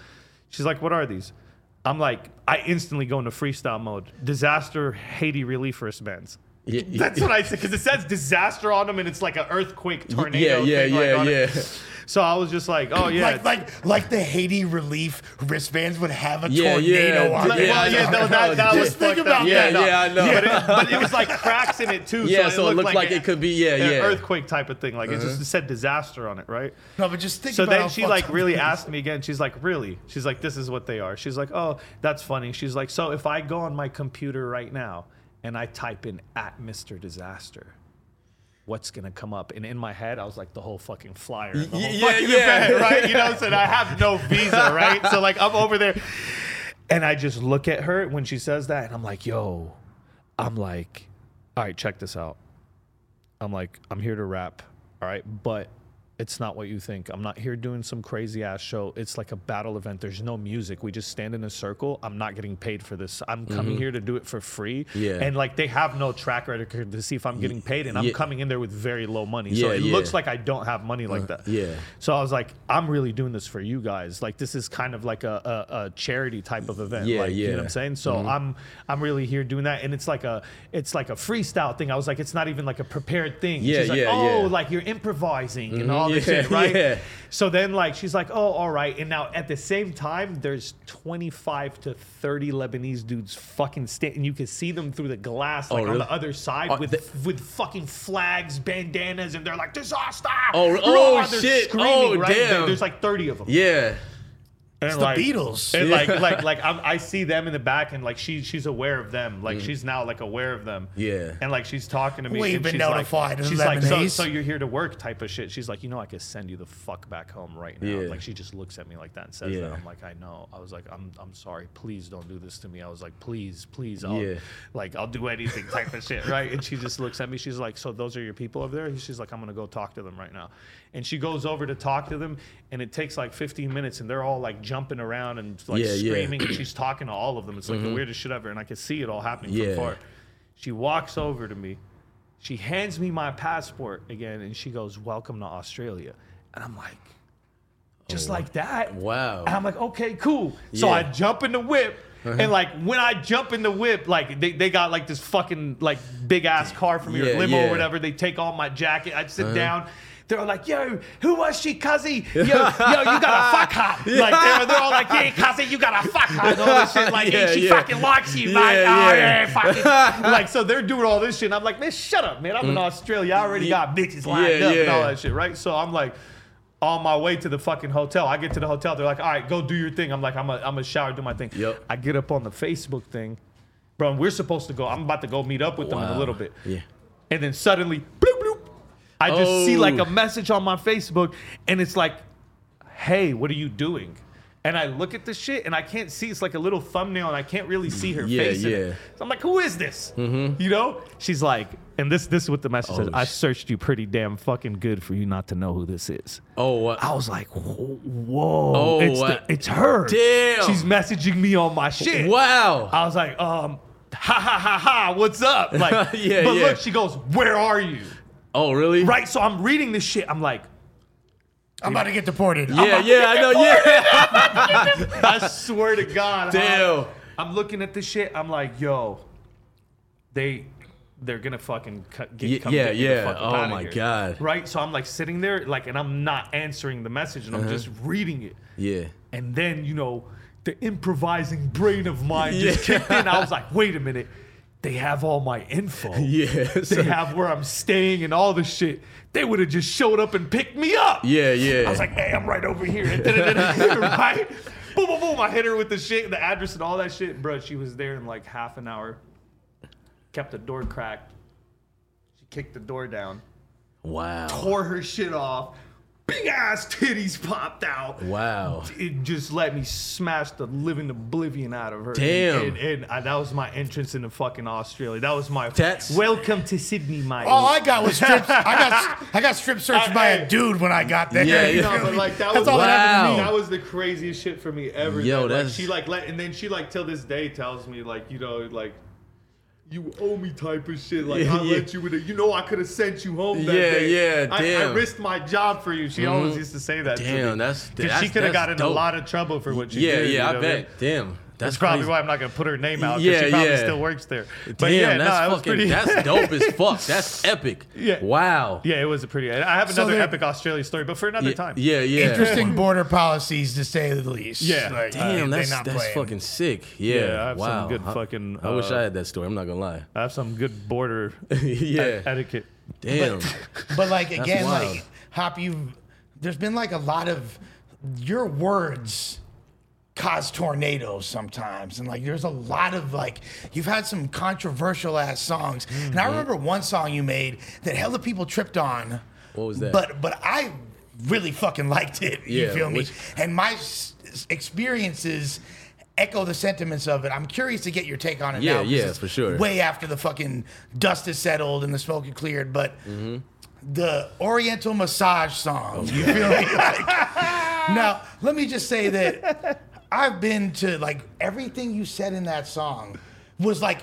Speaker 1: She's like, "What are these?" I'm like, I instantly go into freestyle mode. Disaster Haiti relief wristbands.
Speaker 3: Yeah, yeah.
Speaker 1: That's what I said because it says disaster on them, and it's like an earthquake
Speaker 3: yeah,
Speaker 1: tornado.
Speaker 3: yeah,
Speaker 1: thing, like,
Speaker 3: yeah,
Speaker 1: on
Speaker 3: yeah.
Speaker 1: it. So I was just like, "Oh yeah."
Speaker 2: Like, like, like the Haiti relief wristbands would have a
Speaker 3: Yeah,
Speaker 2: tornado
Speaker 3: yeah,
Speaker 2: on
Speaker 3: d-
Speaker 2: it.
Speaker 3: yeah,
Speaker 1: well, yeah, no,
Speaker 3: no,
Speaker 1: that, that
Speaker 3: yeah.
Speaker 1: was
Speaker 3: <laughs> Just
Speaker 2: think
Speaker 1: fucked
Speaker 2: about
Speaker 1: up.
Speaker 3: Yeah,
Speaker 2: that.
Speaker 3: yeah, I know.
Speaker 1: But it, but it was like cracks in it too.
Speaker 3: Yeah,
Speaker 1: so, it looked like,
Speaker 3: it could be- yeah,
Speaker 1: an
Speaker 3: yeah. Uh-huh.
Speaker 1: earthquake type of thing. Like it just said disaster on it, right?
Speaker 2: No, but just think
Speaker 1: so
Speaker 2: about how
Speaker 1: then she
Speaker 2: fucked
Speaker 1: like
Speaker 2: up
Speaker 1: really
Speaker 2: it is.
Speaker 1: asked me again she's like really she's like this is what they are she's like oh that's funny she's like so if i go on my computer right now and i type in at mr disaster what's gonna come up and in my head i was like the whole fucking flyer and the
Speaker 3: Y-
Speaker 1: whole
Speaker 3: yeah,
Speaker 1: fucking
Speaker 3: yeah.
Speaker 1: event, right you know
Speaker 2: <laughs>
Speaker 1: what i'm saying i have no visa right so like i'm over there and i just look at her when she says that and i'm like yo i'm like all right check this out I'm like, I'm here to rap, all right, but it's not what you think. I'm not here doing some crazy ass show. It's like a battle event. There's no music. We just stand in a circle. I'm not getting paid for this. I'm coming here to do it for free.
Speaker 3: Mm-hmm. Yeah.
Speaker 1: And like they have no track record to see if I'm getting paid, and I'm
Speaker 3: yeah.
Speaker 1: coming in there with very low money. so
Speaker 3: Yeah,
Speaker 1: it
Speaker 3: yeah. Uh,
Speaker 1: looks like I don't have money like that.
Speaker 3: yeah.
Speaker 1: So I was like, I'm really doing this for you guys. Like this is kind of like a, a, a charity type of event.
Speaker 3: Yeah,
Speaker 1: like, You know what I'm
Speaker 3: yeah. Mm-hmm.
Speaker 1: saying? saying? So I'm I'm really here doing that, and it's like a it's like a freestyle thing. I was like, it's not even like a prepared thing.
Speaker 3: Yeah,
Speaker 1: she's like,
Speaker 3: yeah,
Speaker 1: Oh,
Speaker 3: yeah. Mm-hmm.
Speaker 1: like you're improvising and all this
Speaker 3: Yeah, <laughs>
Speaker 1: shit, right?
Speaker 3: yeah.
Speaker 1: So then like she's like, oh, all right. And now at the same time, there's 25 to 30 Lebanese dudes fucking standing. You can see them through the glass, like on
Speaker 3: really?
Speaker 1: the other side
Speaker 3: Oh,
Speaker 1: with
Speaker 3: they-
Speaker 1: with fucking flags, bandanas, and they're like disaster.
Speaker 3: Oh,
Speaker 1: Rah!
Speaker 3: oh,
Speaker 1: They're
Speaker 3: shit.
Speaker 1: screaming,
Speaker 3: Oh,
Speaker 1: right? There-
Speaker 3: damn.
Speaker 1: There's like 30 of them.
Speaker 3: yeah.
Speaker 1: It's
Speaker 2: the Beatles.
Speaker 1: And like, like, like I'm, I see them in the back, and like she, she's aware of them.
Speaker 2: Mm.
Speaker 1: Like she's now like aware of them.
Speaker 3: Yeah.
Speaker 1: And like she's talking to me.
Speaker 2: We've
Speaker 1: and
Speaker 2: been
Speaker 1: she's
Speaker 2: notified
Speaker 1: Like,
Speaker 2: as
Speaker 1: she's like, so,
Speaker 2: Lebanese."
Speaker 1: so you're here to work, type of shit. She's like, you know, I could send you the fuck back home right now.
Speaker 3: Yeah.
Speaker 1: Like she just looks at me like that and says
Speaker 3: Yeah.
Speaker 1: that. I'm like, I know. I was like, I'm, I'm sorry. Please don't do this to me. I was like, please, please. I'll,
Speaker 3: Yeah.
Speaker 1: Like I'll do anything, type of shit, right? And she just looks at me. She's like, so those are your people over there. She's like, I'm gonna go talk to them right now. And she goes over to talk to them, and it takes like 15 minutes, and they're all like jumping around and like
Speaker 3: Yeah, yeah.
Speaker 1: screaming. And she's talking to all of them. It's like the weirdest shit ever, and I can see it all happening from
Speaker 3: Yeah.
Speaker 1: far. She walks over to me. She hands me my passport again, and she goes, "Welcome to Australia." And I'm like, just like that.
Speaker 3: Oh, Wow.
Speaker 1: And I'm like, okay, cool. So
Speaker 3: Yeah. Uh-huh.
Speaker 1: I jump in the whip. And like when I jump in the whip, like they, they got like this fucking like big ass car from your
Speaker 3: Yeah,
Speaker 1: limo
Speaker 3: yeah. Uh-huh.
Speaker 1: or whatever. They take all my jacket. I sit down. They're like, yo, who was she,
Speaker 3: <laughs>
Speaker 1: cuzzy? Yo, yo, you got a fuck hot. Like they're, they're all like, yeah, cuzzy, you got a fuck hot. and All this shit. Like,
Speaker 3: <laughs> Yeah,
Speaker 1: yeah, she
Speaker 3: yeah.
Speaker 1: fucking likes you,
Speaker 3: Yeah,
Speaker 1: mate. Oh,
Speaker 3: yeah.
Speaker 1: yeah,
Speaker 3: <laughs>
Speaker 1: fucking. like, so they're doing all this shit. And I'm like, man, shut up, man. I'm in Australia. I already got bitches lined
Speaker 3: Mm. Yeah,
Speaker 1: up and
Speaker 3: yeah.
Speaker 1: all that shit, right? So I'm like, on my way to the fucking hotel. I get to the hotel. They're like, all right, go do your thing. I'm like, I'm going to shower, do my thing.
Speaker 3: Yep.
Speaker 1: I get up on the Facebook thing. Bro, and we're supposed to go. I'm about to go meet up with them in a
Speaker 3: Wow.
Speaker 1: little bit.
Speaker 3: Yeah.
Speaker 1: And then suddenly, bloop, bloop. I just see
Speaker 3: Oh.
Speaker 1: like a message on my Facebook and it's like, hey, what are you doing? And I look at the shit and I can't see. It's like a little thumbnail and I can't really see her
Speaker 3: Yeah,
Speaker 1: face. in it.
Speaker 3: yeah. Mm-hmm.
Speaker 1: So I'm like, who is this? You know? She's like, and this this is what the message
Speaker 3: Oh,
Speaker 1: says. I searched you pretty damn fucking good for you not to know who this is.
Speaker 3: Oh, wow.
Speaker 1: I was like, whoa, whoa.
Speaker 3: Oh,
Speaker 1: it's,
Speaker 3: wow.
Speaker 1: the, it's her.
Speaker 3: Damn.
Speaker 1: She's messaging me on my shit.
Speaker 3: Wow.
Speaker 1: I was like, um, ha ha ha ha, what's up? Like,
Speaker 3: <laughs> Yeah,
Speaker 1: but
Speaker 3: yeah.
Speaker 1: look, she goes, where are you?
Speaker 3: oh, really?
Speaker 1: Right? So I'm reading this shit. I'm like,
Speaker 2: I'm about to get deported.
Speaker 3: Yeah, yeah, I know. Yeah. <laughs>
Speaker 1: I swear to God.
Speaker 3: Damn.
Speaker 1: I'm, I'm looking at this shit. I'm like, yo, they, they're gonna fucking cut, get,
Speaker 3: Ye-
Speaker 1: come
Speaker 3: yeah,
Speaker 1: get me the
Speaker 3: yeah.
Speaker 1: fuck up
Speaker 3: Oh
Speaker 1: outta
Speaker 3: my
Speaker 1: here.
Speaker 3: God.
Speaker 1: Right. So I'm like sitting there, like, and I'm not answering the message,
Speaker 3: Uh-huh.
Speaker 1: and I'm just reading it.
Speaker 3: <laughs> Yeah.
Speaker 1: And then, you know, the improvising brain of mine just kicked in. I was like, wait a minute. They have all my info.
Speaker 3: <laughs> Yeah.
Speaker 1: They
Speaker 3: so-
Speaker 1: have where I'm staying and all this shit. They would have just showed up and picked me up.
Speaker 3: yeah, yeah.
Speaker 1: I was like, hey, I'm right over here. <laughs> right? Boom, boom, boom. I hit her with the shit, the address and all that shit. Bro, she was there in like half an hour. Kept the door cracked. She kicked the door down
Speaker 3: wow.
Speaker 1: tore her shit off, big ass titties popped out.
Speaker 3: Wow.
Speaker 1: It just let me smash the living oblivion out of her.
Speaker 3: Damn.
Speaker 1: And, and, and I, that was my entrance into fucking Australia. That was my
Speaker 3: That's-
Speaker 1: welcome to Sydney, mate.
Speaker 2: All I got
Speaker 3: <laughs>
Speaker 2: was strip. I got I got strip searched
Speaker 1: I-
Speaker 2: by
Speaker 1: hey.
Speaker 2: a dude when I got there.
Speaker 1: <laughs>
Speaker 3: Yeah,
Speaker 2: You
Speaker 3: yeah.
Speaker 2: feel
Speaker 1: No, but
Speaker 2: me?
Speaker 1: like that
Speaker 2: That's
Speaker 1: was
Speaker 2: all that happened
Speaker 3: Wow.
Speaker 2: to me.
Speaker 1: that was the craziest shit for me ever.
Speaker 3: Yo,
Speaker 1: man.
Speaker 3: that's-
Speaker 1: like, she like let and then she like till this day tells me like you know like you owe me type of shit. Like
Speaker 3: <laughs> Yeah,
Speaker 1: I
Speaker 3: yeah.
Speaker 1: let you with it. You know I could have sent you home. That
Speaker 3: Yeah,
Speaker 1: day.
Speaker 3: yeah,
Speaker 1: I, I
Speaker 3: damn. Mm-hmm.
Speaker 1: risked my job for you. She always used to say that.
Speaker 3: Damn,
Speaker 1: to me.
Speaker 3: that's-
Speaker 1: 'Cause she
Speaker 3: that's-
Speaker 1: could
Speaker 3: that's
Speaker 1: have gotten
Speaker 3: dope.
Speaker 1: a lot of trouble for what she
Speaker 3: Yeah,
Speaker 1: did.
Speaker 3: yeah,
Speaker 1: you know
Speaker 3: I
Speaker 1: what mean?
Speaker 3: bet. Damn. That's
Speaker 1: That's probably
Speaker 3: crazy.
Speaker 1: why I'm not gonna put her name out. 'cause
Speaker 3: Yeah,
Speaker 1: she probably
Speaker 3: yeah.
Speaker 1: still works there. But
Speaker 3: Damn,
Speaker 1: yeah,
Speaker 3: that's
Speaker 1: no, it was
Speaker 3: fucking.
Speaker 1: pretty.
Speaker 3: That's dope as fuck. That's epic.
Speaker 1: Yeah.
Speaker 3: Wow.
Speaker 1: <laughs> yeah, it was a pretty. I have
Speaker 2: So
Speaker 1: another
Speaker 2: there-
Speaker 1: epic Australia story, but for another
Speaker 3: Yeah.
Speaker 1: time.
Speaker 3: Yeah. yeah.
Speaker 2: Interesting border policies to say the least.
Speaker 1: Yeah.
Speaker 2: Like, they- they
Speaker 3: Damn, that's
Speaker 2: not
Speaker 3: that's
Speaker 2: playing.
Speaker 3: fucking sick. Yeah.
Speaker 1: Yeah, I have some
Speaker 3: wow.
Speaker 1: good
Speaker 3: I,
Speaker 1: fucking,
Speaker 3: I wish
Speaker 1: uh,
Speaker 3: I had that story. I'm not gonna lie. <laughs>
Speaker 1: I have some good border
Speaker 3: yeah.
Speaker 1: etiquette. <laughs>
Speaker 3: Damn.
Speaker 2: But like again,
Speaker 3: wild.
Speaker 2: like Hop, you there's been like a lot of your words cause tornadoes sometimes and like there's a lot of like you've had some controversial ass songs
Speaker 3: Mm-hmm.
Speaker 2: and i remember one song you made that hella people tripped on
Speaker 3: What was that?
Speaker 2: but but i really fucking liked it you
Speaker 3: Yeah,
Speaker 2: feel me
Speaker 3: which-
Speaker 2: and my s- s- experiences echo the sentiments of it i'm curious to get your take on it
Speaker 3: Yeah,
Speaker 2: now 'cause
Speaker 3: yeah,
Speaker 2: it's
Speaker 3: for sure.
Speaker 2: way after the fucking dust is settled and the smoke is cleared but
Speaker 3: Mm-hmm.
Speaker 2: the Oriental massage song. You feel me?
Speaker 3: <laughs>
Speaker 2: Like, now, let me just say that I've been to like everything you said in that song was like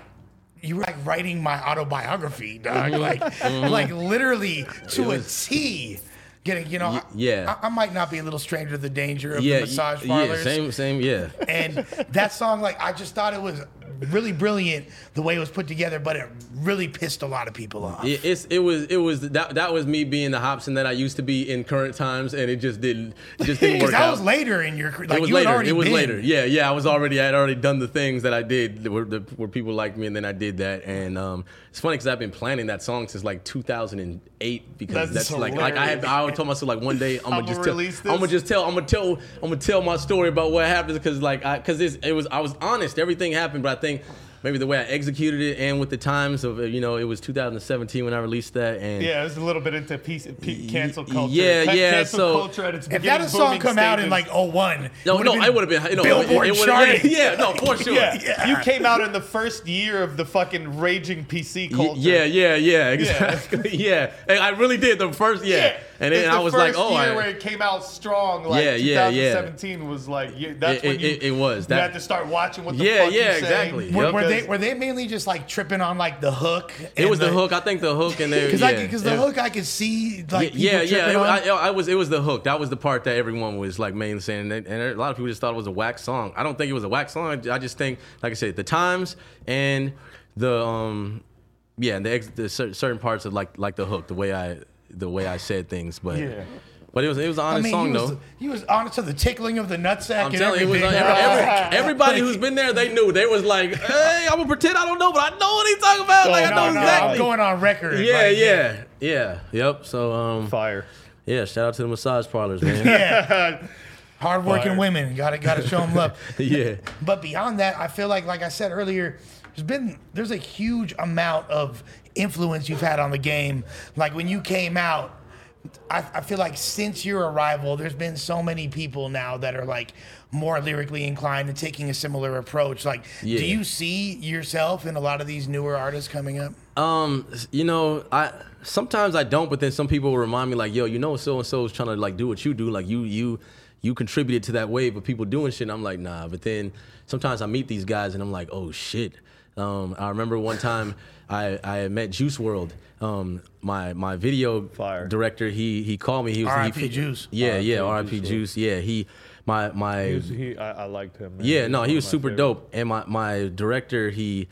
Speaker 2: you were like writing my autobiography, dog.
Speaker 3: Mm-hmm.
Speaker 2: Like, like literally to a T. Getting, you know, I-
Speaker 3: yeah.
Speaker 2: I, I might not be a little stranger to the danger of
Speaker 3: yeah.
Speaker 2: the massage
Speaker 3: y-
Speaker 2: parlors
Speaker 3: yeah. Same. Same. Yeah.
Speaker 2: and that song like i just thought it was really brilliant the way it was put together but it really pissed a lot of people off
Speaker 3: Yeah, it's it was it was that that was me being the Hobson that I used to be in current times, and it just didn't it just didn't
Speaker 2: <laughs> 'Cause
Speaker 3: work
Speaker 2: that
Speaker 3: out.
Speaker 2: was later in your career like
Speaker 3: it was
Speaker 2: you had
Speaker 3: later.
Speaker 2: already
Speaker 3: It was
Speaker 2: been-
Speaker 3: later. Yeah, yeah. I was already. I had already done the things that I did. That were, that were people like me, and then I did that. And um, it's funny because I've been planning that song since like 2008. Because that's,
Speaker 1: That's
Speaker 3: like, like I had. I always told myself like
Speaker 1: <laughs>
Speaker 3: one day I'm gonna
Speaker 1: I'ma
Speaker 3: just tell.
Speaker 1: release
Speaker 3: I'm gonna
Speaker 1: this.
Speaker 3: just tell. I'm gonna tell. I'm gonna tell my story about what happened because like I because it was I was honest. Everything happened, but I think. Maybe the way I executed it, and with the times of uh, you know, it was 2017 when I released that, and
Speaker 1: Yeah, it was a little bit into peace, peak cancel culture.
Speaker 3: yeah,
Speaker 1: Ca-
Speaker 3: yeah,
Speaker 1: Cancel
Speaker 3: so-
Speaker 1: culture at its
Speaker 2: if
Speaker 1: beginning.
Speaker 2: that song
Speaker 1: booming
Speaker 2: come out in
Speaker 1: stages.
Speaker 2: like 01
Speaker 3: no,
Speaker 2: would've
Speaker 3: no,
Speaker 2: been
Speaker 3: I would have been you know,
Speaker 2: billboard
Speaker 3: it, it
Speaker 2: charted.
Speaker 3: would've- <laughs> yeah,
Speaker 1: <laughs>
Speaker 3: no, for
Speaker 1: <laughs>
Speaker 3: sure,
Speaker 1: yeah.
Speaker 2: Yeah.
Speaker 1: you came out in the first year of the fucking raging PC
Speaker 3: Y-
Speaker 1: culture.
Speaker 3: Yeah, yeah, yeah, exactly. <laughs> Yeah, And I really did the first. Yeah, and
Speaker 1: It's
Speaker 3: then
Speaker 1: the
Speaker 3: I was like,
Speaker 1: first
Speaker 3: oh,
Speaker 1: year
Speaker 3: I-
Speaker 1: where it came out strong. Like
Speaker 3: Yeah, yeah, yeah.
Speaker 1: 2017 was like, yeah, that's
Speaker 3: It-
Speaker 1: when
Speaker 3: it-
Speaker 1: you,
Speaker 3: it- it was.
Speaker 1: you
Speaker 3: That-
Speaker 1: had to start watching what the
Speaker 3: Yeah,
Speaker 1: fuck you
Speaker 3: yeah,
Speaker 1: say.
Speaker 3: exactly.
Speaker 2: were,
Speaker 3: Yep.
Speaker 2: were they were they mainly just like tripping on like the hook
Speaker 3: it was the, hook. I think the hook and then
Speaker 2: because
Speaker 3: yeah,
Speaker 2: because the
Speaker 3: yeah.
Speaker 2: hook i could see like people
Speaker 3: yeah, yeah.
Speaker 2: tripping
Speaker 3: It,
Speaker 2: on.
Speaker 3: I, I was. It was the hook. That was the part that everyone was like mainly saying, and, and a lot of people just thought it was a whack song. I don't think it was a whack song. I just think, like I said, the times and the um, yeah, and the, ex, the cer- certain parts of like like the hook, the way I the way I said things, but
Speaker 1: Yeah.
Speaker 3: but it was it was an honest song
Speaker 2: he was,
Speaker 3: though.
Speaker 2: he was honest to the tickling of the nutsack
Speaker 3: I'm
Speaker 2: and
Speaker 3: telling you, it was
Speaker 2: everything.
Speaker 3: like
Speaker 2: <laughs>
Speaker 3: every, every- everybody who's been there, they knew. They was like, "Hey, I'm gonna pretend I don't know, but I know what he's talking about. Like I
Speaker 2: no,
Speaker 3: know
Speaker 2: no,
Speaker 3: exactly."
Speaker 2: I'm going on record.
Speaker 3: yeah,
Speaker 2: like,
Speaker 3: yeah, yeah, Yep. So, um,
Speaker 1: Fire.
Speaker 3: yeah. Shout out to the massage parlors,
Speaker 2: <laughs>
Speaker 3: man.
Speaker 2: yeah. Hardworking
Speaker 1: Fire.
Speaker 2: women, gotta gotta show them love.
Speaker 3: <laughs> yeah.
Speaker 2: But beyond that, I feel like, like I said earlier, there's been there's a huge amount of influence you've had on the game. Like when you came out, I, I feel like since your arrival, there's been so many people now that are like more lyrically inclined and taking a similar approach. Like,
Speaker 3: Yeah.
Speaker 2: do you see yourself in a lot of these newer artists coming up?
Speaker 3: Um, s- you know, I sometimes I don't, but then some people will remind me like, "Yo, you know, so and so is trying to like do what you do, like you you you contributed to that wave of people doing shit." And I'm like, "Nah," but then sometimes I meet these guys and I'm like, "Oh shit." Um, I remember one time <laughs> I I had met Juice World. Um, my my video
Speaker 1: Fire.
Speaker 3: director, he he called me. He was
Speaker 2: R.I.P.
Speaker 3: he,
Speaker 2: Juice.
Speaker 3: Yeah, yeah, R.I.P. Juice. Yeah, he my my
Speaker 1: He was- he- I, I liked him. man.
Speaker 3: yeah, no,
Speaker 1: one
Speaker 3: he
Speaker 1: of
Speaker 3: was
Speaker 1: my
Speaker 3: super
Speaker 1: favorites.
Speaker 3: dope. And my, my director, he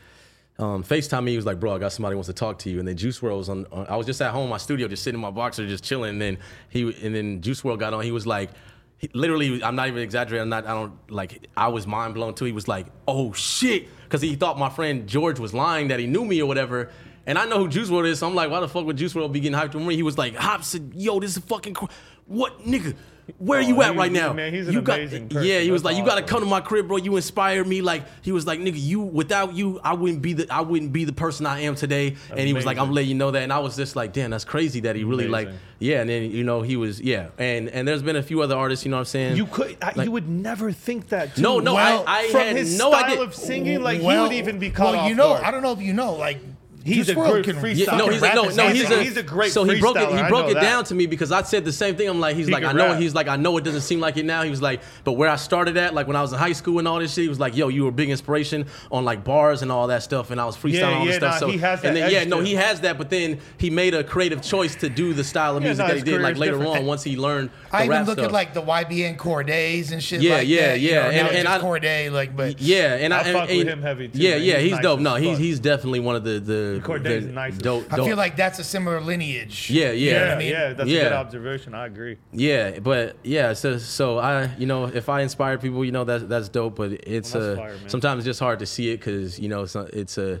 Speaker 3: um, FaceTime me. He was like, "Bro, I got somebody who wants to talk to you." And then Juice World was on. on- I was just at home, in my studio, just sitting in my boxer, just chilling. And then he and then Juice World got on. He was like. he- Literally, I'm not even exaggerating. I'm not. I don't like. I was mind blown too. He was like, "Oh shit," because he thought my friend George was lying that he knew me or whatever. And I know who Juice World is, so I'm like, "Why the fuck would Juice World be getting hyped for me?" He was like, "Hop said, yo, this is fucking cr- what nigga." where you
Speaker 1: Oh,
Speaker 3: at
Speaker 1: he-
Speaker 3: right
Speaker 1: he-
Speaker 3: now?
Speaker 1: man, he's an
Speaker 3: you got,
Speaker 1: amazing
Speaker 3: Yeah,
Speaker 1: person.
Speaker 3: he was
Speaker 1: That's
Speaker 3: like, you gotta
Speaker 1: awesome.
Speaker 3: come to my crib, bro. You inspired me. Like he was like, nigga, you without you, I wouldn't be the I wouldn't be the person I am today. And he was like, I'm
Speaker 1: Amazing.
Speaker 3: letting you know that. And I was just like, damn, that's crazy that he really like,
Speaker 1: Amazing.
Speaker 3: yeah. And then you know he was yeah. And and there's been a few other artists, you know what I'm saying?
Speaker 1: You could, I,
Speaker 3: Like-
Speaker 1: you would never think that. Too.
Speaker 3: No, no,
Speaker 2: Well,
Speaker 3: I, I
Speaker 1: from
Speaker 3: had
Speaker 1: his
Speaker 3: no
Speaker 1: style
Speaker 3: idea.
Speaker 1: of singing, like he
Speaker 2: Well-
Speaker 1: would even be caught
Speaker 2: Well,
Speaker 1: off
Speaker 2: you know,
Speaker 1: guard.
Speaker 2: I don't know if you know, like
Speaker 1: He's
Speaker 2: Juice
Speaker 1: a
Speaker 2: WRLD
Speaker 1: great
Speaker 2: can
Speaker 1: freestyler.
Speaker 3: Yeah, no,
Speaker 2: fucking
Speaker 3: he's a,
Speaker 2: rap
Speaker 3: no,
Speaker 2: his
Speaker 3: no,
Speaker 2: ass
Speaker 3: he's
Speaker 2: off.
Speaker 3: a,
Speaker 1: He's a great
Speaker 3: So he broke it.
Speaker 1: freestyler,
Speaker 3: He
Speaker 1: I
Speaker 3: broke
Speaker 1: know
Speaker 3: it
Speaker 1: that.
Speaker 3: down to me because I said the same thing. I'm like, he's
Speaker 1: He
Speaker 3: like,
Speaker 1: can
Speaker 3: I know.
Speaker 1: rap.
Speaker 3: He's like, I know it doesn't seem like it now. He was like, but where I started at, like when I was in high school and all this shit, he was like, yo, you were a big inspiration on like bars and all that stuff, and I was freestyling
Speaker 1: Yeah,
Speaker 3: all this
Speaker 1: yeah,
Speaker 3: stuff.
Speaker 1: nah,
Speaker 3: so
Speaker 1: he has
Speaker 3: and
Speaker 1: that
Speaker 3: then yeah,
Speaker 1: edge
Speaker 3: no,
Speaker 1: to
Speaker 3: he
Speaker 1: him.
Speaker 3: has that, but then he made a creative choice to do the style of
Speaker 1: Yeah,
Speaker 3: music
Speaker 1: nah,
Speaker 3: that he
Speaker 1: his
Speaker 3: did like
Speaker 1: career's
Speaker 3: later
Speaker 1: different.
Speaker 3: on once he learned. The
Speaker 2: I even
Speaker 3: rap
Speaker 2: look
Speaker 3: stuff.
Speaker 2: at like the YBN Cordays and shit.
Speaker 3: Yeah,
Speaker 2: like
Speaker 3: yeah,
Speaker 2: that, you
Speaker 3: yeah,
Speaker 2: know,
Speaker 3: and-
Speaker 2: now it's
Speaker 3: and
Speaker 2: just
Speaker 3: I-
Speaker 2: Corday, like, but
Speaker 3: Yeah, and I,
Speaker 1: I
Speaker 3: and,
Speaker 1: fuck with
Speaker 3: and-
Speaker 1: him heavy, too,
Speaker 3: Yeah,
Speaker 1: man.
Speaker 3: yeah,
Speaker 1: He's
Speaker 3: he's,
Speaker 1: nice
Speaker 3: dope.
Speaker 1: as
Speaker 3: No, he's
Speaker 1: fuck.
Speaker 3: he's definitely one of the the,
Speaker 1: Corday's
Speaker 3: the
Speaker 1: nice as
Speaker 3: dope.
Speaker 2: I
Speaker 3: dope-
Speaker 2: feel like that's a similar lineage.
Speaker 3: yeah, yeah,
Speaker 1: yeah,
Speaker 2: I mean-
Speaker 1: yeah, that's
Speaker 3: Yeah.
Speaker 1: a good observation. I agree.
Speaker 3: Yeah, but yeah, so so I you know if I inspire people, you know that's that's dope. But it's
Speaker 1: Well,
Speaker 3: uh,
Speaker 1: that's fire, man.
Speaker 3: sometimes it's just hard to see it because you know it's not- it's uh,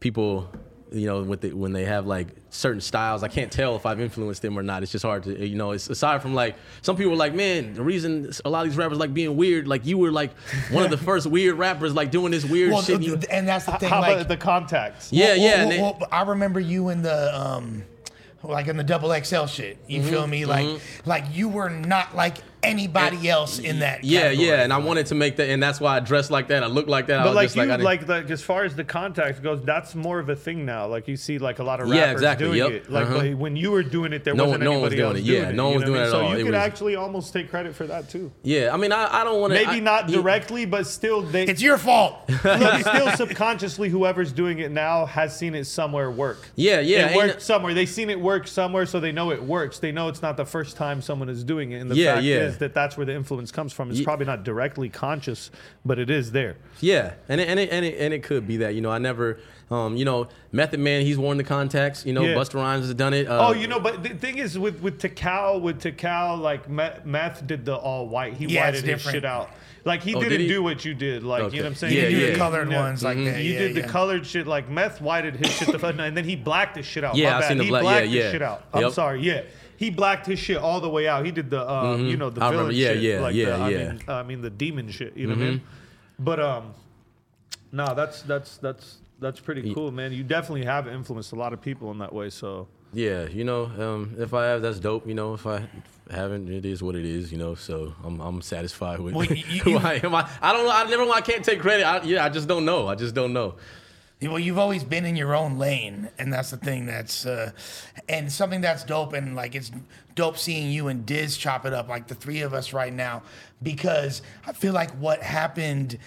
Speaker 3: people you know with the, when they have like certain styles, I can't tell if I've influenced them or not. It's just hard to you know. It's aside from like some people are like, man, the reason a lot of these rappers like being weird, like you were like one
Speaker 1: <laughs>
Speaker 3: of the first weird rappers like doing this weird
Speaker 2: Well,
Speaker 3: shit.
Speaker 2: th-
Speaker 3: You-
Speaker 2: th- and that's the thing.
Speaker 1: How
Speaker 2: like,
Speaker 1: about the contacts?
Speaker 3: yeah,
Speaker 2: Well,
Speaker 3: yeah,
Speaker 2: well,
Speaker 3: and it-
Speaker 2: well, I remember you in the um, like in the double XL shit. You
Speaker 3: Mm-hmm,
Speaker 2: feel me? Like, like you were not like anybody else in that.
Speaker 3: yeah,
Speaker 2: category.
Speaker 3: yeah. And I wanted to make that, and that's why I dressed like that. I look like that. I
Speaker 1: But
Speaker 3: was
Speaker 1: like
Speaker 3: just
Speaker 1: you,
Speaker 3: I
Speaker 1: like,
Speaker 3: didn't-
Speaker 1: like as far as the contacts goes, that's more of a thing now. Like you see, like a lot of
Speaker 3: Yeah,
Speaker 1: rappers
Speaker 3: exactly,
Speaker 1: doing
Speaker 3: yep,
Speaker 1: it. Like
Speaker 3: uh-huh.
Speaker 1: but when you were doing it, there
Speaker 3: No one-
Speaker 1: wasn't
Speaker 3: no one was
Speaker 1: anybody
Speaker 3: doing
Speaker 1: else
Speaker 3: it,
Speaker 1: doing
Speaker 3: yeah,
Speaker 1: it.
Speaker 3: no
Speaker 1: you
Speaker 3: one was
Speaker 1: know what
Speaker 3: doing it at
Speaker 1: I mean?
Speaker 3: all,
Speaker 1: So
Speaker 3: it
Speaker 1: you could
Speaker 3: was-
Speaker 1: actually almost take credit for that too.
Speaker 3: yeah, I mean, I, I don't want to.
Speaker 1: Maybe not directly, but still, they
Speaker 2: it's your fault.
Speaker 1: look,
Speaker 3: <laughs>
Speaker 1: still subconsciously, whoever's doing it now has seen it somewhere work.
Speaker 3: Yeah, yeah, uh,
Speaker 1: It
Speaker 3: ain't-
Speaker 1: worked somewhere. They've seen it work somewhere, so they know it works. They know it's not the first time someone is doing it. And the
Speaker 3: Yeah,
Speaker 1: fact
Speaker 3: yeah.
Speaker 1: is that that's where the influence comes from. It's probably not directly conscious, but it is there.
Speaker 3: Yeah, and it, and it, and it, and it could be that you know I never, um, you know, Method Man he's worn the contacts. You know,
Speaker 1: Yeah.
Speaker 3: Buster Rhymes has done it. Uh,
Speaker 1: Oh, you know, but the thing is, with with Takao, with Takao, like Ma- Math did the all white. He
Speaker 2: Yeah, it's
Speaker 1: whited his shit
Speaker 2: different.
Speaker 1: out. Like he
Speaker 3: Oh, did
Speaker 1: didn't
Speaker 3: he?
Speaker 1: do what you did. Like
Speaker 3: Okay. Mm-hmm.
Speaker 1: you know what I'm saying?
Speaker 3: Yeah,
Speaker 2: you do
Speaker 3: yeah.
Speaker 2: the colored
Speaker 1: Yeah.
Speaker 2: ones like that.
Speaker 1: You
Speaker 2: yeah,
Speaker 1: did the
Speaker 2: yeah.
Speaker 1: colored shit like meth whited his shit the fuck- and then he blacked his shit out.
Speaker 3: Yeah,
Speaker 1: My
Speaker 3: I
Speaker 1: bad.
Speaker 3: seen the
Speaker 1: he
Speaker 3: black- yeah,
Speaker 1: blacked his
Speaker 3: yeah.
Speaker 1: shit out. I'm
Speaker 3: Yep.
Speaker 1: sorry. Yeah. He blacked his shit all the way out. He did the uh, you know the
Speaker 3: Mm-hmm. I
Speaker 1: villain
Speaker 3: remember. Yeah,
Speaker 1: shit,
Speaker 3: yeah,
Speaker 1: like
Speaker 3: yeah,
Speaker 1: the, I
Speaker 3: yeah. Mm-hmm.
Speaker 1: mean, I mean the demon shit, you know what I mean? But um no, that's that's that's that's pretty cool, man. You definitely have influenced a lot of people in that way, so
Speaker 3: yeah, you know, um, if I have, that's dope. You know, if I haven't, it is what it is. You know, so I'm I'm satisfied with <laughs>
Speaker 2: Well, you- you-
Speaker 3: who I am. I, I don't know. I never. I can't take credit. I, yeah, I just don't know. I just don't know.
Speaker 2: Well, you've always been in your own lane, and that's the thing that's, uh, and something that's dope, and like it's dope seeing you and Diz chop it up, like the three of us right now, because I feel like what happened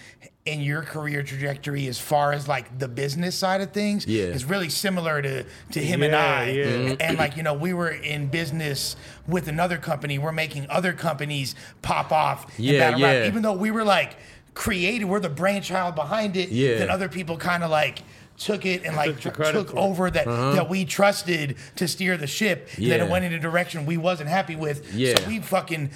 Speaker 2: in your career trajectory, as far as like the business side of things,
Speaker 3: Yeah. Mm-hmm.
Speaker 2: is really similar to to him and
Speaker 1: Yeah,
Speaker 2: I,
Speaker 1: yeah.
Speaker 2: and like you know we were in business with another company, we're making other companies pop off, in
Speaker 3: Yeah,
Speaker 2: battle rap,
Speaker 3: yeah.
Speaker 2: even though we were like created, we're the brainchild behind it,
Speaker 3: Yeah.
Speaker 2: then other other people kind of like took it and
Speaker 1: Took
Speaker 2: like
Speaker 1: the
Speaker 2: took,
Speaker 1: credit for it.
Speaker 2: over that that we trusted to steer the ship and then
Speaker 3: Uh-huh. Yeah.
Speaker 2: it went in a direction we wasn't happy with
Speaker 3: Yeah.
Speaker 2: so we fucking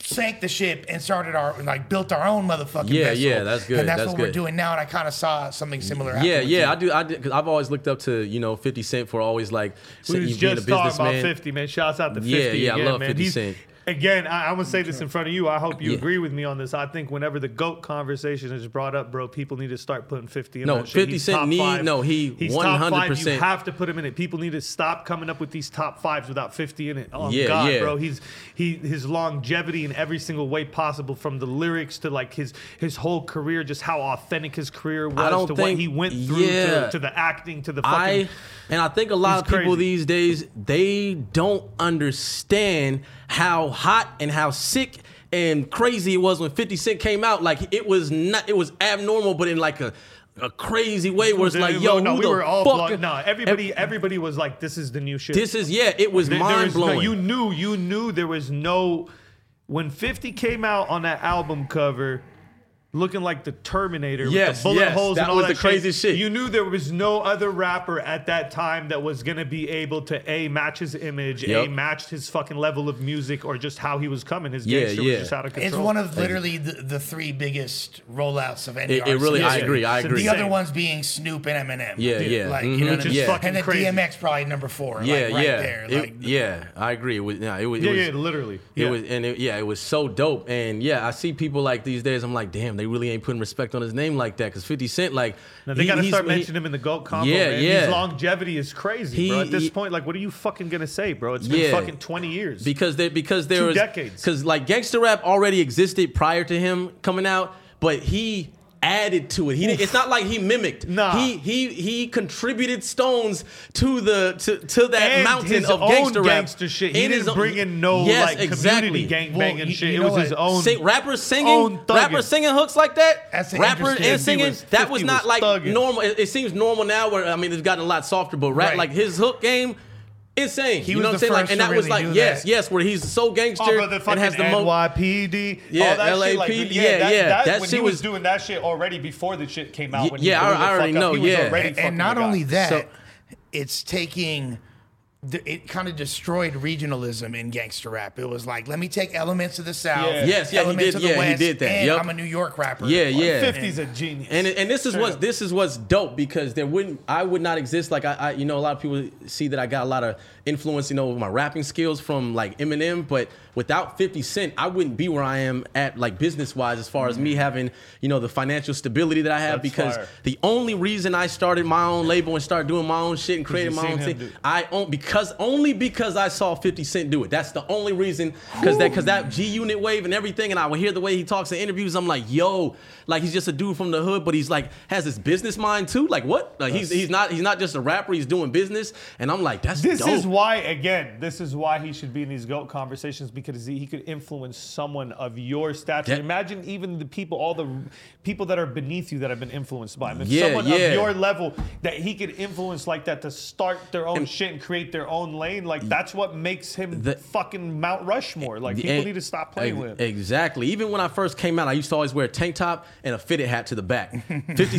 Speaker 2: sank the ship and started our like built our own motherfucking
Speaker 3: Yeah,
Speaker 2: vessel.
Speaker 3: yeah, that's good,
Speaker 2: and that's,
Speaker 3: that's
Speaker 2: what we're
Speaker 3: good.
Speaker 2: doing now and i kind of saw something similar happen
Speaker 3: Yeah,
Speaker 2: with
Speaker 3: yeah,
Speaker 2: you.
Speaker 3: I do. I did because I've always looked up to you know 50 Cent for always like
Speaker 1: We was
Speaker 3: being
Speaker 1: just talking about 50, man. Shouts out to 50.
Speaker 3: Yeah, yeah, I
Speaker 1: again,
Speaker 3: love
Speaker 1: man.
Speaker 3: 50
Speaker 1: He's-
Speaker 3: Cent.
Speaker 1: Again, I, I'm gonna say this in front of you. I hope you
Speaker 3: Yeah.
Speaker 1: agree with me on this. I think whenever the goat conversation is brought up, bro, people need to start putting 50 in.
Speaker 3: No,
Speaker 1: that shit.
Speaker 3: 50
Speaker 1: He's
Speaker 3: Cent
Speaker 1: top
Speaker 3: need-
Speaker 1: five.
Speaker 3: no, he
Speaker 1: he's top five. You
Speaker 3: 100%.
Speaker 1: have to put him in it. People need to stop coming up with these top fives without 50 in it. Oh
Speaker 3: Yeah,
Speaker 1: God,
Speaker 3: yeah.
Speaker 1: bro, he's he his longevity in every single way possible, from the lyrics to like his his whole career, just how authentic his career was
Speaker 3: don't
Speaker 1: to what
Speaker 3: think-
Speaker 1: he went through
Speaker 3: yeah.
Speaker 1: to, to the acting to the fucking.
Speaker 3: I and I think a lot
Speaker 1: He's
Speaker 3: of people
Speaker 1: crazy.
Speaker 3: these days they don't understand how hot and how sick and crazy it was when 50 Cent came out. Like it was not it was abnormal, but in like a a crazy way where it's
Speaker 1: Dude,
Speaker 3: like, yo,
Speaker 1: no,
Speaker 3: who
Speaker 1: we
Speaker 3: the
Speaker 1: were all
Speaker 3: fuck?
Speaker 1: blown. No, everybody, everybody was like, "This is the new shit."
Speaker 3: This is yeah, it was
Speaker 1: There- there
Speaker 3: mind
Speaker 1: was no-
Speaker 3: blowing.
Speaker 1: you knew, you knew there was no. When Fifty came out on that album cover, looking like the Terminator with
Speaker 3: Yes,
Speaker 1: the bullet
Speaker 3: yes,
Speaker 1: holes
Speaker 3: that
Speaker 1: and all
Speaker 3: was
Speaker 1: that
Speaker 3: the craziest shit.
Speaker 1: You knew there was no other rapper at that time that was gonna be able to a match his image,
Speaker 3: Yep.
Speaker 1: a match his fucking level of music, or just how he was coming. His
Speaker 3: Yeah,
Speaker 1: gangster
Speaker 3: yeah.
Speaker 1: was just out of control.
Speaker 2: It's one of literally the, the three biggest rollouts of any.
Speaker 3: It- it
Speaker 2: artist
Speaker 3: really-
Speaker 2: in
Speaker 3: I
Speaker 2: history.
Speaker 3: agree, I
Speaker 2: So
Speaker 3: agree.
Speaker 2: The other
Speaker 1: Same.
Speaker 2: ones being Snoop and Eminem.
Speaker 3: Yeah, yeah.
Speaker 2: Like
Speaker 3: Mhm.
Speaker 2: you know,
Speaker 3: Which
Speaker 2: what I
Speaker 3: is
Speaker 2: mean?
Speaker 3: fucking
Speaker 2: and then
Speaker 1: crazy.
Speaker 2: DMX probably number four.
Speaker 3: Yeah,
Speaker 2: like, right
Speaker 3: yeah,
Speaker 2: There,
Speaker 3: It-
Speaker 2: like,
Speaker 3: yeah. I agree. It was, nah, it was, it
Speaker 1: yeah,
Speaker 3: was-
Speaker 1: yeah, literally.
Speaker 3: It
Speaker 1: yeah.
Speaker 3: was and it, yeah, it was so dope. And yeah, I see people like these days. I'm like, damn, they really ain't putting respect on his name like that. Because 50 Cent, like,
Speaker 1: Now, they
Speaker 3: he-
Speaker 1: gotta
Speaker 3: he's-
Speaker 1: start
Speaker 3: he-
Speaker 1: mentioning him in the GOAT combo,
Speaker 3: Yeah,
Speaker 1: man.
Speaker 3: yeah.
Speaker 1: His longevity is crazy, bro.
Speaker 3: He-
Speaker 1: At this
Speaker 3: he-
Speaker 1: point, like, what are you fucking gonna say, bro? It's
Speaker 3: Yeah.
Speaker 1: been fucking 20 years.
Speaker 3: because they because there
Speaker 1: Two
Speaker 3: was
Speaker 1: decades.
Speaker 3: because like gangster rap already existed prior to him coming out, but he added to it. He didn't, it's not like he mimicked.
Speaker 1: Nah.
Speaker 3: he he he contributed stones to the to, to that
Speaker 1: And
Speaker 3: mountain
Speaker 1: his
Speaker 3: of
Speaker 1: own
Speaker 3: gangster rap.
Speaker 1: gangster shit. He
Speaker 3: And his
Speaker 1: didn't
Speaker 3: own-
Speaker 1: bring in no
Speaker 3: Yes,
Speaker 1: like
Speaker 3: exactly.
Speaker 1: community gangbanging
Speaker 2: Well, you-
Speaker 1: shit.
Speaker 2: you
Speaker 1: it
Speaker 2: know
Speaker 1: was his
Speaker 2: what?
Speaker 1: own
Speaker 3: Sing, rappers
Speaker 1: own
Speaker 3: singing,
Speaker 1: thugging.
Speaker 3: rappers singing hooks like that.
Speaker 2: That's the
Speaker 3: rappers
Speaker 2: interesting-
Speaker 3: and singing.
Speaker 1: 50 was-
Speaker 3: that was
Speaker 1: 50
Speaker 3: not
Speaker 1: was
Speaker 3: like
Speaker 1: thugging.
Speaker 3: normal. It, it seems normal now. Where I mean, it's gotten a lot softer, but rap
Speaker 2: Right.
Speaker 3: like his hook game. Insane.
Speaker 2: He
Speaker 3: you
Speaker 2: was
Speaker 3: know what I'm
Speaker 2: the
Speaker 3: saying? Like,
Speaker 2: first
Speaker 3: and
Speaker 2: to
Speaker 3: that was
Speaker 2: really
Speaker 3: like,
Speaker 2: do
Speaker 3: yes,
Speaker 2: that.
Speaker 3: yes, where he's so gangster
Speaker 1: Oh, brother,
Speaker 3: and
Speaker 1: fucking
Speaker 3: has the most.
Speaker 1: NYPD.
Speaker 3: Yeah,
Speaker 1: all that shit, like,
Speaker 3: LAPD,
Speaker 1: yeah, that,
Speaker 3: yeah,
Speaker 1: that,
Speaker 3: that
Speaker 1: when
Speaker 3: shit
Speaker 1: he was,
Speaker 3: was-
Speaker 1: doing that shit already before the shit came
Speaker 3: Ye-
Speaker 1: out. When
Speaker 3: yeah,
Speaker 1: he
Speaker 3: I-
Speaker 1: blew the
Speaker 3: I already
Speaker 1: fuck up,
Speaker 3: know,
Speaker 1: he was
Speaker 3: yeah.
Speaker 1: already
Speaker 2: and,
Speaker 1: fucking
Speaker 2: and not
Speaker 1: the guy.
Speaker 2: only that,
Speaker 3: So-
Speaker 2: it's taking. the- It kind of destroyed regionalism in gangster rap. It was like, let me take elements of the South,
Speaker 1: Yeah.
Speaker 3: Yes, yeah, he
Speaker 2: elements
Speaker 3: did-
Speaker 2: of the
Speaker 3: yeah, he
Speaker 2: West,
Speaker 3: did that.
Speaker 2: and
Speaker 3: Yup.
Speaker 2: I'm a New York rapper.
Speaker 3: Yeah, yeah.
Speaker 1: 50's a genius.
Speaker 3: And and this is
Speaker 1: Straight
Speaker 3: what's
Speaker 1: up.
Speaker 3: this is what's dope because there wouldn't I would not exist like I, I you know a lot of people see that I got a lot of influence you know with my rapping skills from like Eminem but without 50 Cent I wouldn't be where I am at like business wise as far as me having you know the financial stability that I have
Speaker 1: Mm-hmm. That's
Speaker 3: because
Speaker 1: fire.
Speaker 3: the only reason I started my own label and started doing my own shit and creating
Speaker 1: you
Speaker 3: my
Speaker 1: seen
Speaker 3: own
Speaker 1: him
Speaker 3: thing
Speaker 1: do-
Speaker 3: I own because only because I saw 50 Cent do it that's the only reason because that because that G Unit wave and everything and I would hear the way he talks in interviews I'm like yo like he's just a dude from the hood but he's like has this business mind too like what like he's he's not he's not just a rapper he's doing business and I'm like that's
Speaker 1: This
Speaker 3: dope.
Speaker 1: is why, again, this is why he should be in these GOAT conversations because he he could influence someone of your stature.
Speaker 3: That-
Speaker 1: Imagine even the people, all the people that are beneath you that have been influenced by him. If
Speaker 3: Yeah,
Speaker 1: someone
Speaker 3: yeah.
Speaker 1: of your level that he could influence like that to start their own shit and create their own lane, like that's what makes him
Speaker 3: The-
Speaker 1: fucking Mount Rushmore. Like people
Speaker 3: And-
Speaker 1: need to stop playing
Speaker 3: ex-
Speaker 1: with him.
Speaker 3: Exactly. Even when I first came out, I used to always wear a tank top and a fitted hat to the back. 50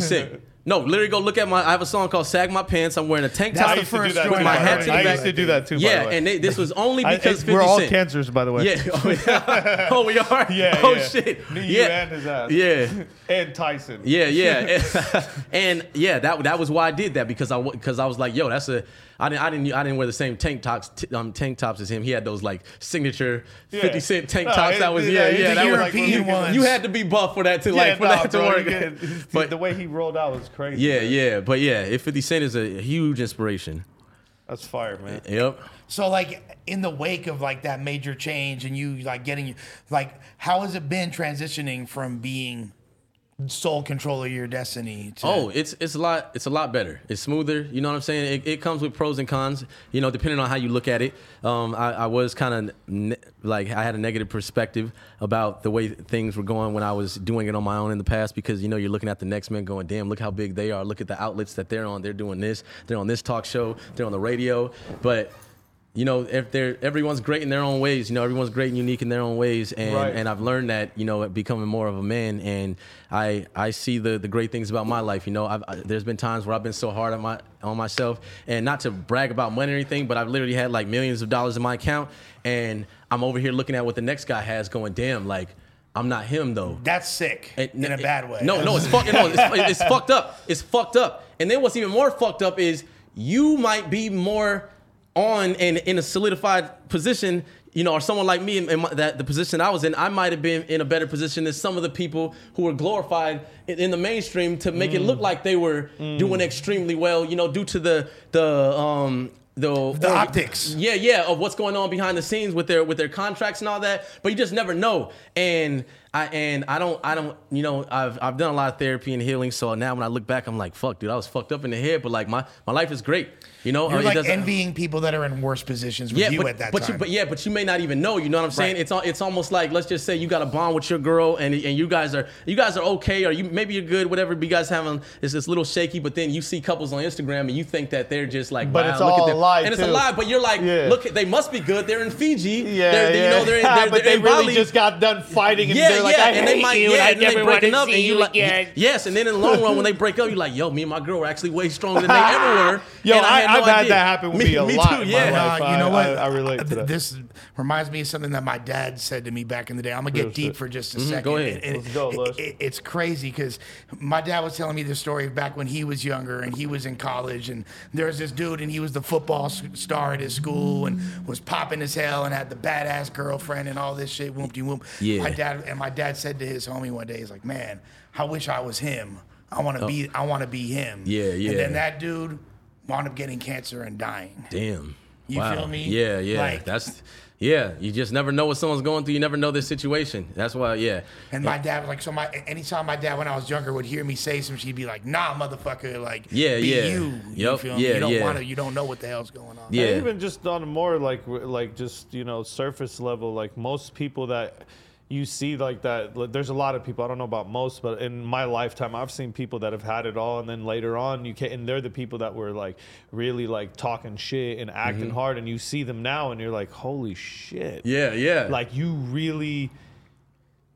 Speaker 1: <laughs>
Speaker 3: Cent. No, literally go look at my. I have a song called "Sag My Pants." I'm wearing a tank
Speaker 2: That's
Speaker 3: top
Speaker 1: I
Speaker 2: the
Speaker 1: used to do
Speaker 2: first
Speaker 1: that.
Speaker 3: with
Speaker 1: too,
Speaker 3: my
Speaker 1: by the
Speaker 3: hat
Speaker 1: way.
Speaker 3: to the
Speaker 1: I
Speaker 3: back.
Speaker 1: used to do that too. by
Speaker 3: Yeah,
Speaker 1: the way.
Speaker 3: and they, this was only
Speaker 1: I-
Speaker 3: because
Speaker 1: it-
Speaker 3: 50
Speaker 1: we're all
Speaker 3: Cent.
Speaker 1: cancers, by the way. <laughs>
Speaker 3: Yeah. Oh, yeah. oh we are.
Speaker 1: Yeah,
Speaker 3: Oh
Speaker 1: yeah.
Speaker 3: shit.
Speaker 1: Me, you,
Speaker 3: yeah.
Speaker 1: and his ass.
Speaker 3: Yeah.
Speaker 1: and Tyson. <laughs>
Speaker 3: Yeah, yeah, and yeah, that that was why I did that because I because I was like, yo, that's a I didn't I didn't I didn't wear the same tank tops t- um, tank tops as him. He had those like signature fifty
Speaker 1: Yeah. <laughs>
Speaker 3: cent tank
Speaker 1: No,
Speaker 3: tops.
Speaker 1: it-
Speaker 3: that was
Speaker 1: it-
Speaker 3: yeah,
Speaker 1: it-
Speaker 3: yeah,
Speaker 1: the
Speaker 3: that was
Speaker 2: European
Speaker 3: you,
Speaker 2: ones.
Speaker 3: You had to be buff for that to like for
Speaker 1: nah,
Speaker 3: that to
Speaker 1: bro,
Speaker 3: work.
Speaker 1: you <laughs> get-
Speaker 3: <laughs> but
Speaker 1: the way he rolled out was crazy.
Speaker 3: yeah,
Speaker 1: man.
Speaker 3: yeah, but yeah, if Fifty Cent is a huge inspiration.
Speaker 1: That's fire, man.
Speaker 3: Yep.
Speaker 2: So like in the wake of like that major change and you like getting like how has it been transitioning from being sole control of your destiny to
Speaker 3: Oh, it's it's a lot it's a lot better. It's smoother. You know what I'm saying? It, it comes with pros and cons. You know, depending on how you look at it. Um, I, I was kind of ne- like I had a negative perspective about the way things were going when I was doing it on my own in the past because you know you're looking at the next man going, damn, look how big they are. Look at the outlets that they're on. They're doing this. They're on this talk show. They're on the radio. But you know, if they're everyone's great in their own ways, you know, everyone's great and unique in their own ways, and
Speaker 1: Right.
Speaker 3: and I've learned that, you know, becoming more of a man, and I I see the the great things about my life. You know, I've, I, there's been times where I've been so hard on my on myself, and not to brag about money or anything, but I've literally had like millions of dollars in my account, and I'm over here looking at what the next guy has, going, damn, like I'm not him though.
Speaker 2: that's sick
Speaker 3: It-
Speaker 2: in a
Speaker 3: it-
Speaker 2: bad way.
Speaker 3: No, no, it's fucking no, it's, it's fucked up. It's fucked up. And then what's even more fucked up is you might be more on and in a solidified position, you know, or someone like me in, in my, that the position I was in, I might have been in a better position than some of the people who were glorified in, in the mainstream to make
Speaker 2: Mm.
Speaker 3: it look like they were doing extremely well, you know, due to the the um the,
Speaker 2: The optics.
Speaker 3: yeah, yeah, of what's going on behind the scenes with their with their contracts and all that. But you just never know. And I and I don't I don't you know I've I've done a lot of therapy and healing. So now when I look back, I'm like, fuck, dude, I was fucked up in the head, but like my my life is great. You know,
Speaker 2: You're
Speaker 3: Uh, it
Speaker 2: like
Speaker 3: doesn't-
Speaker 2: envying people that are in worse positions with
Speaker 3: yeah,
Speaker 2: you
Speaker 3: but,
Speaker 2: at that
Speaker 3: but
Speaker 2: time.
Speaker 3: You, but yeah, but you may not even know. You know what I'm saying?
Speaker 2: Right.
Speaker 3: It's al- it's almost like let's just say you got a bond with your girl, and and you guys are you guys are okay, or you maybe you're good, whatever. But you guys having it's this little shaky, but then you see couples on Instagram, and you think that they're just like,
Speaker 1: But
Speaker 3: wow,
Speaker 1: it's
Speaker 3: look
Speaker 1: all
Speaker 3: at them.
Speaker 1: a lie,
Speaker 3: and it's a
Speaker 1: too.
Speaker 3: lie. But you're like,
Speaker 1: Yeah. <laughs>
Speaker 3: look, they must be good. They're in Fiji. they're, they- You know, they're in, they're,
Speaker 1: but
Speaker 3: they're
Speaker 1: they
Speaker 3: in
Speaker 1: really
Speaker 3: Bali.
Speaker 1: just got done fighting and
Speaker 3: Yeah,
Speaker 1: they're
Speaker 4: They're like, I hate you, and I
Speaker 3: then
Speaker 4: never wanna see you again.
Speaker 3: yes, and then in the long run, when
Speaker 1: <laughs>
Speaker 3: they break up, you're like, yo, me and my girl were actually way stronger than they ever were.
Speaker 1: Yo,
Speaker 3: and
Speaker 1: I-
Speaker 3: no
Speaker 1: I've had
Speaker 3: idea.
Speaker 1: that happen with me a lot in my
Speaker 3: yeah.
Speaker 1: life.
Speaker 2: Uh, you know
Speaker 1: I-
Speaker 2: what?
Speaker 1: I- I relate to
Speaker 2: th-
Speaker 1: that.
Speaker 2: This reminds me of something that my dad said to me back in the day. I'm gonna get deep for just a second.
Speaker 3: Mm-hmm. go ahead.
Speaker 2: And- and
Speaker 1: Let's go,
Speaker 2: it-
Speaker 1: Les.
Speaker 2: it- it's crazy because my dad was telling me this story back when he was younger and he was in college and there was this dude and he was the football s- star at his school and was popping as hell and had the badass girlfriend and all this shit. Whoop de whoop.
Speaker 3: Yeah.
Speaker 2: My dad and my dad said to his homie one day, he's like, "Man, I wish I was him. I want to be. I want to be him."
Speaker 3: Oh. Yeah, yeah.
Speaker 2: And then that dude wound up getting cancer and dying.
Speaker 3: Damn.
Speaker 2: You feel me?
Speaker 3: Yeah, yeah.
Speaker 2: Like-
Speaker 3: That's yeah. You just never know what someone's going through. You never know their situation. That's why. Yeah.
Speaker 2: And my dad was like, so my anytime my dad when I was younger would hear me say some, she'd be like, nah, motherfucker, like,
Speaker 3: Yeah,
Speaker 2: be
Speaker 3: yeah.
Speaker 2: you. You
Speaker 3: Yup,
Speaker 2: feel me?
Speaker 3: yeah,
Speaker 2: You don't
Speaker 3: yeah.
Speaker 2: want to, you don't know what the hell's going on.
Speaker 3: Yeah.
Speaker 1: And even just on a more like r- like just you know surface level, like most people that you see like that, like, there's a lot of people. I don't know about most, but in my lifetime, I've seen people that have had it all, and then later on, you can and they're the people that were like really like talking shit and acting hard, and you see them now, and you're like, holy shit,
Speaker 3: Mm-hmm. Yeah. Yeah.
Speaker 1: like you really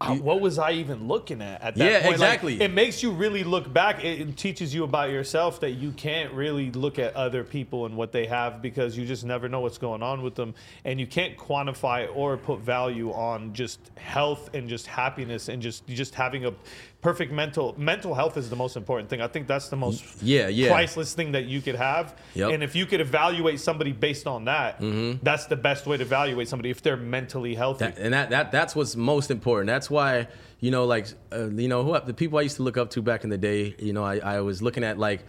Speaker 1: I- what was I even looking at at that
Speaker 3: Yeah,
Speaker 1: point? Like,
Speaker 3: exactly.
Speaker 1: it makes you really look back. It, it teaches you about yourself that you can't really look at other people and what they have because you just never know what's going on with them, and you can't quantify or put value on just health and just happiness and just just having a perfect mental mental health is the most important thing. I think that's the most
Speaker 3: yeah, yeah.
Speaker 1: priceless thing that you could have.
Speaker 3: Yep. Mm-hmm.
Speaker 1: And if you could evaluate somebody based on that, that's the best way to evaluate somebody if they're mentally healthy.
Speaker 3: That- and that, that that's what's most important. That's why you know, like uh, you know, who I- the people I used to look up to back in the day. You know, I, I was looking at like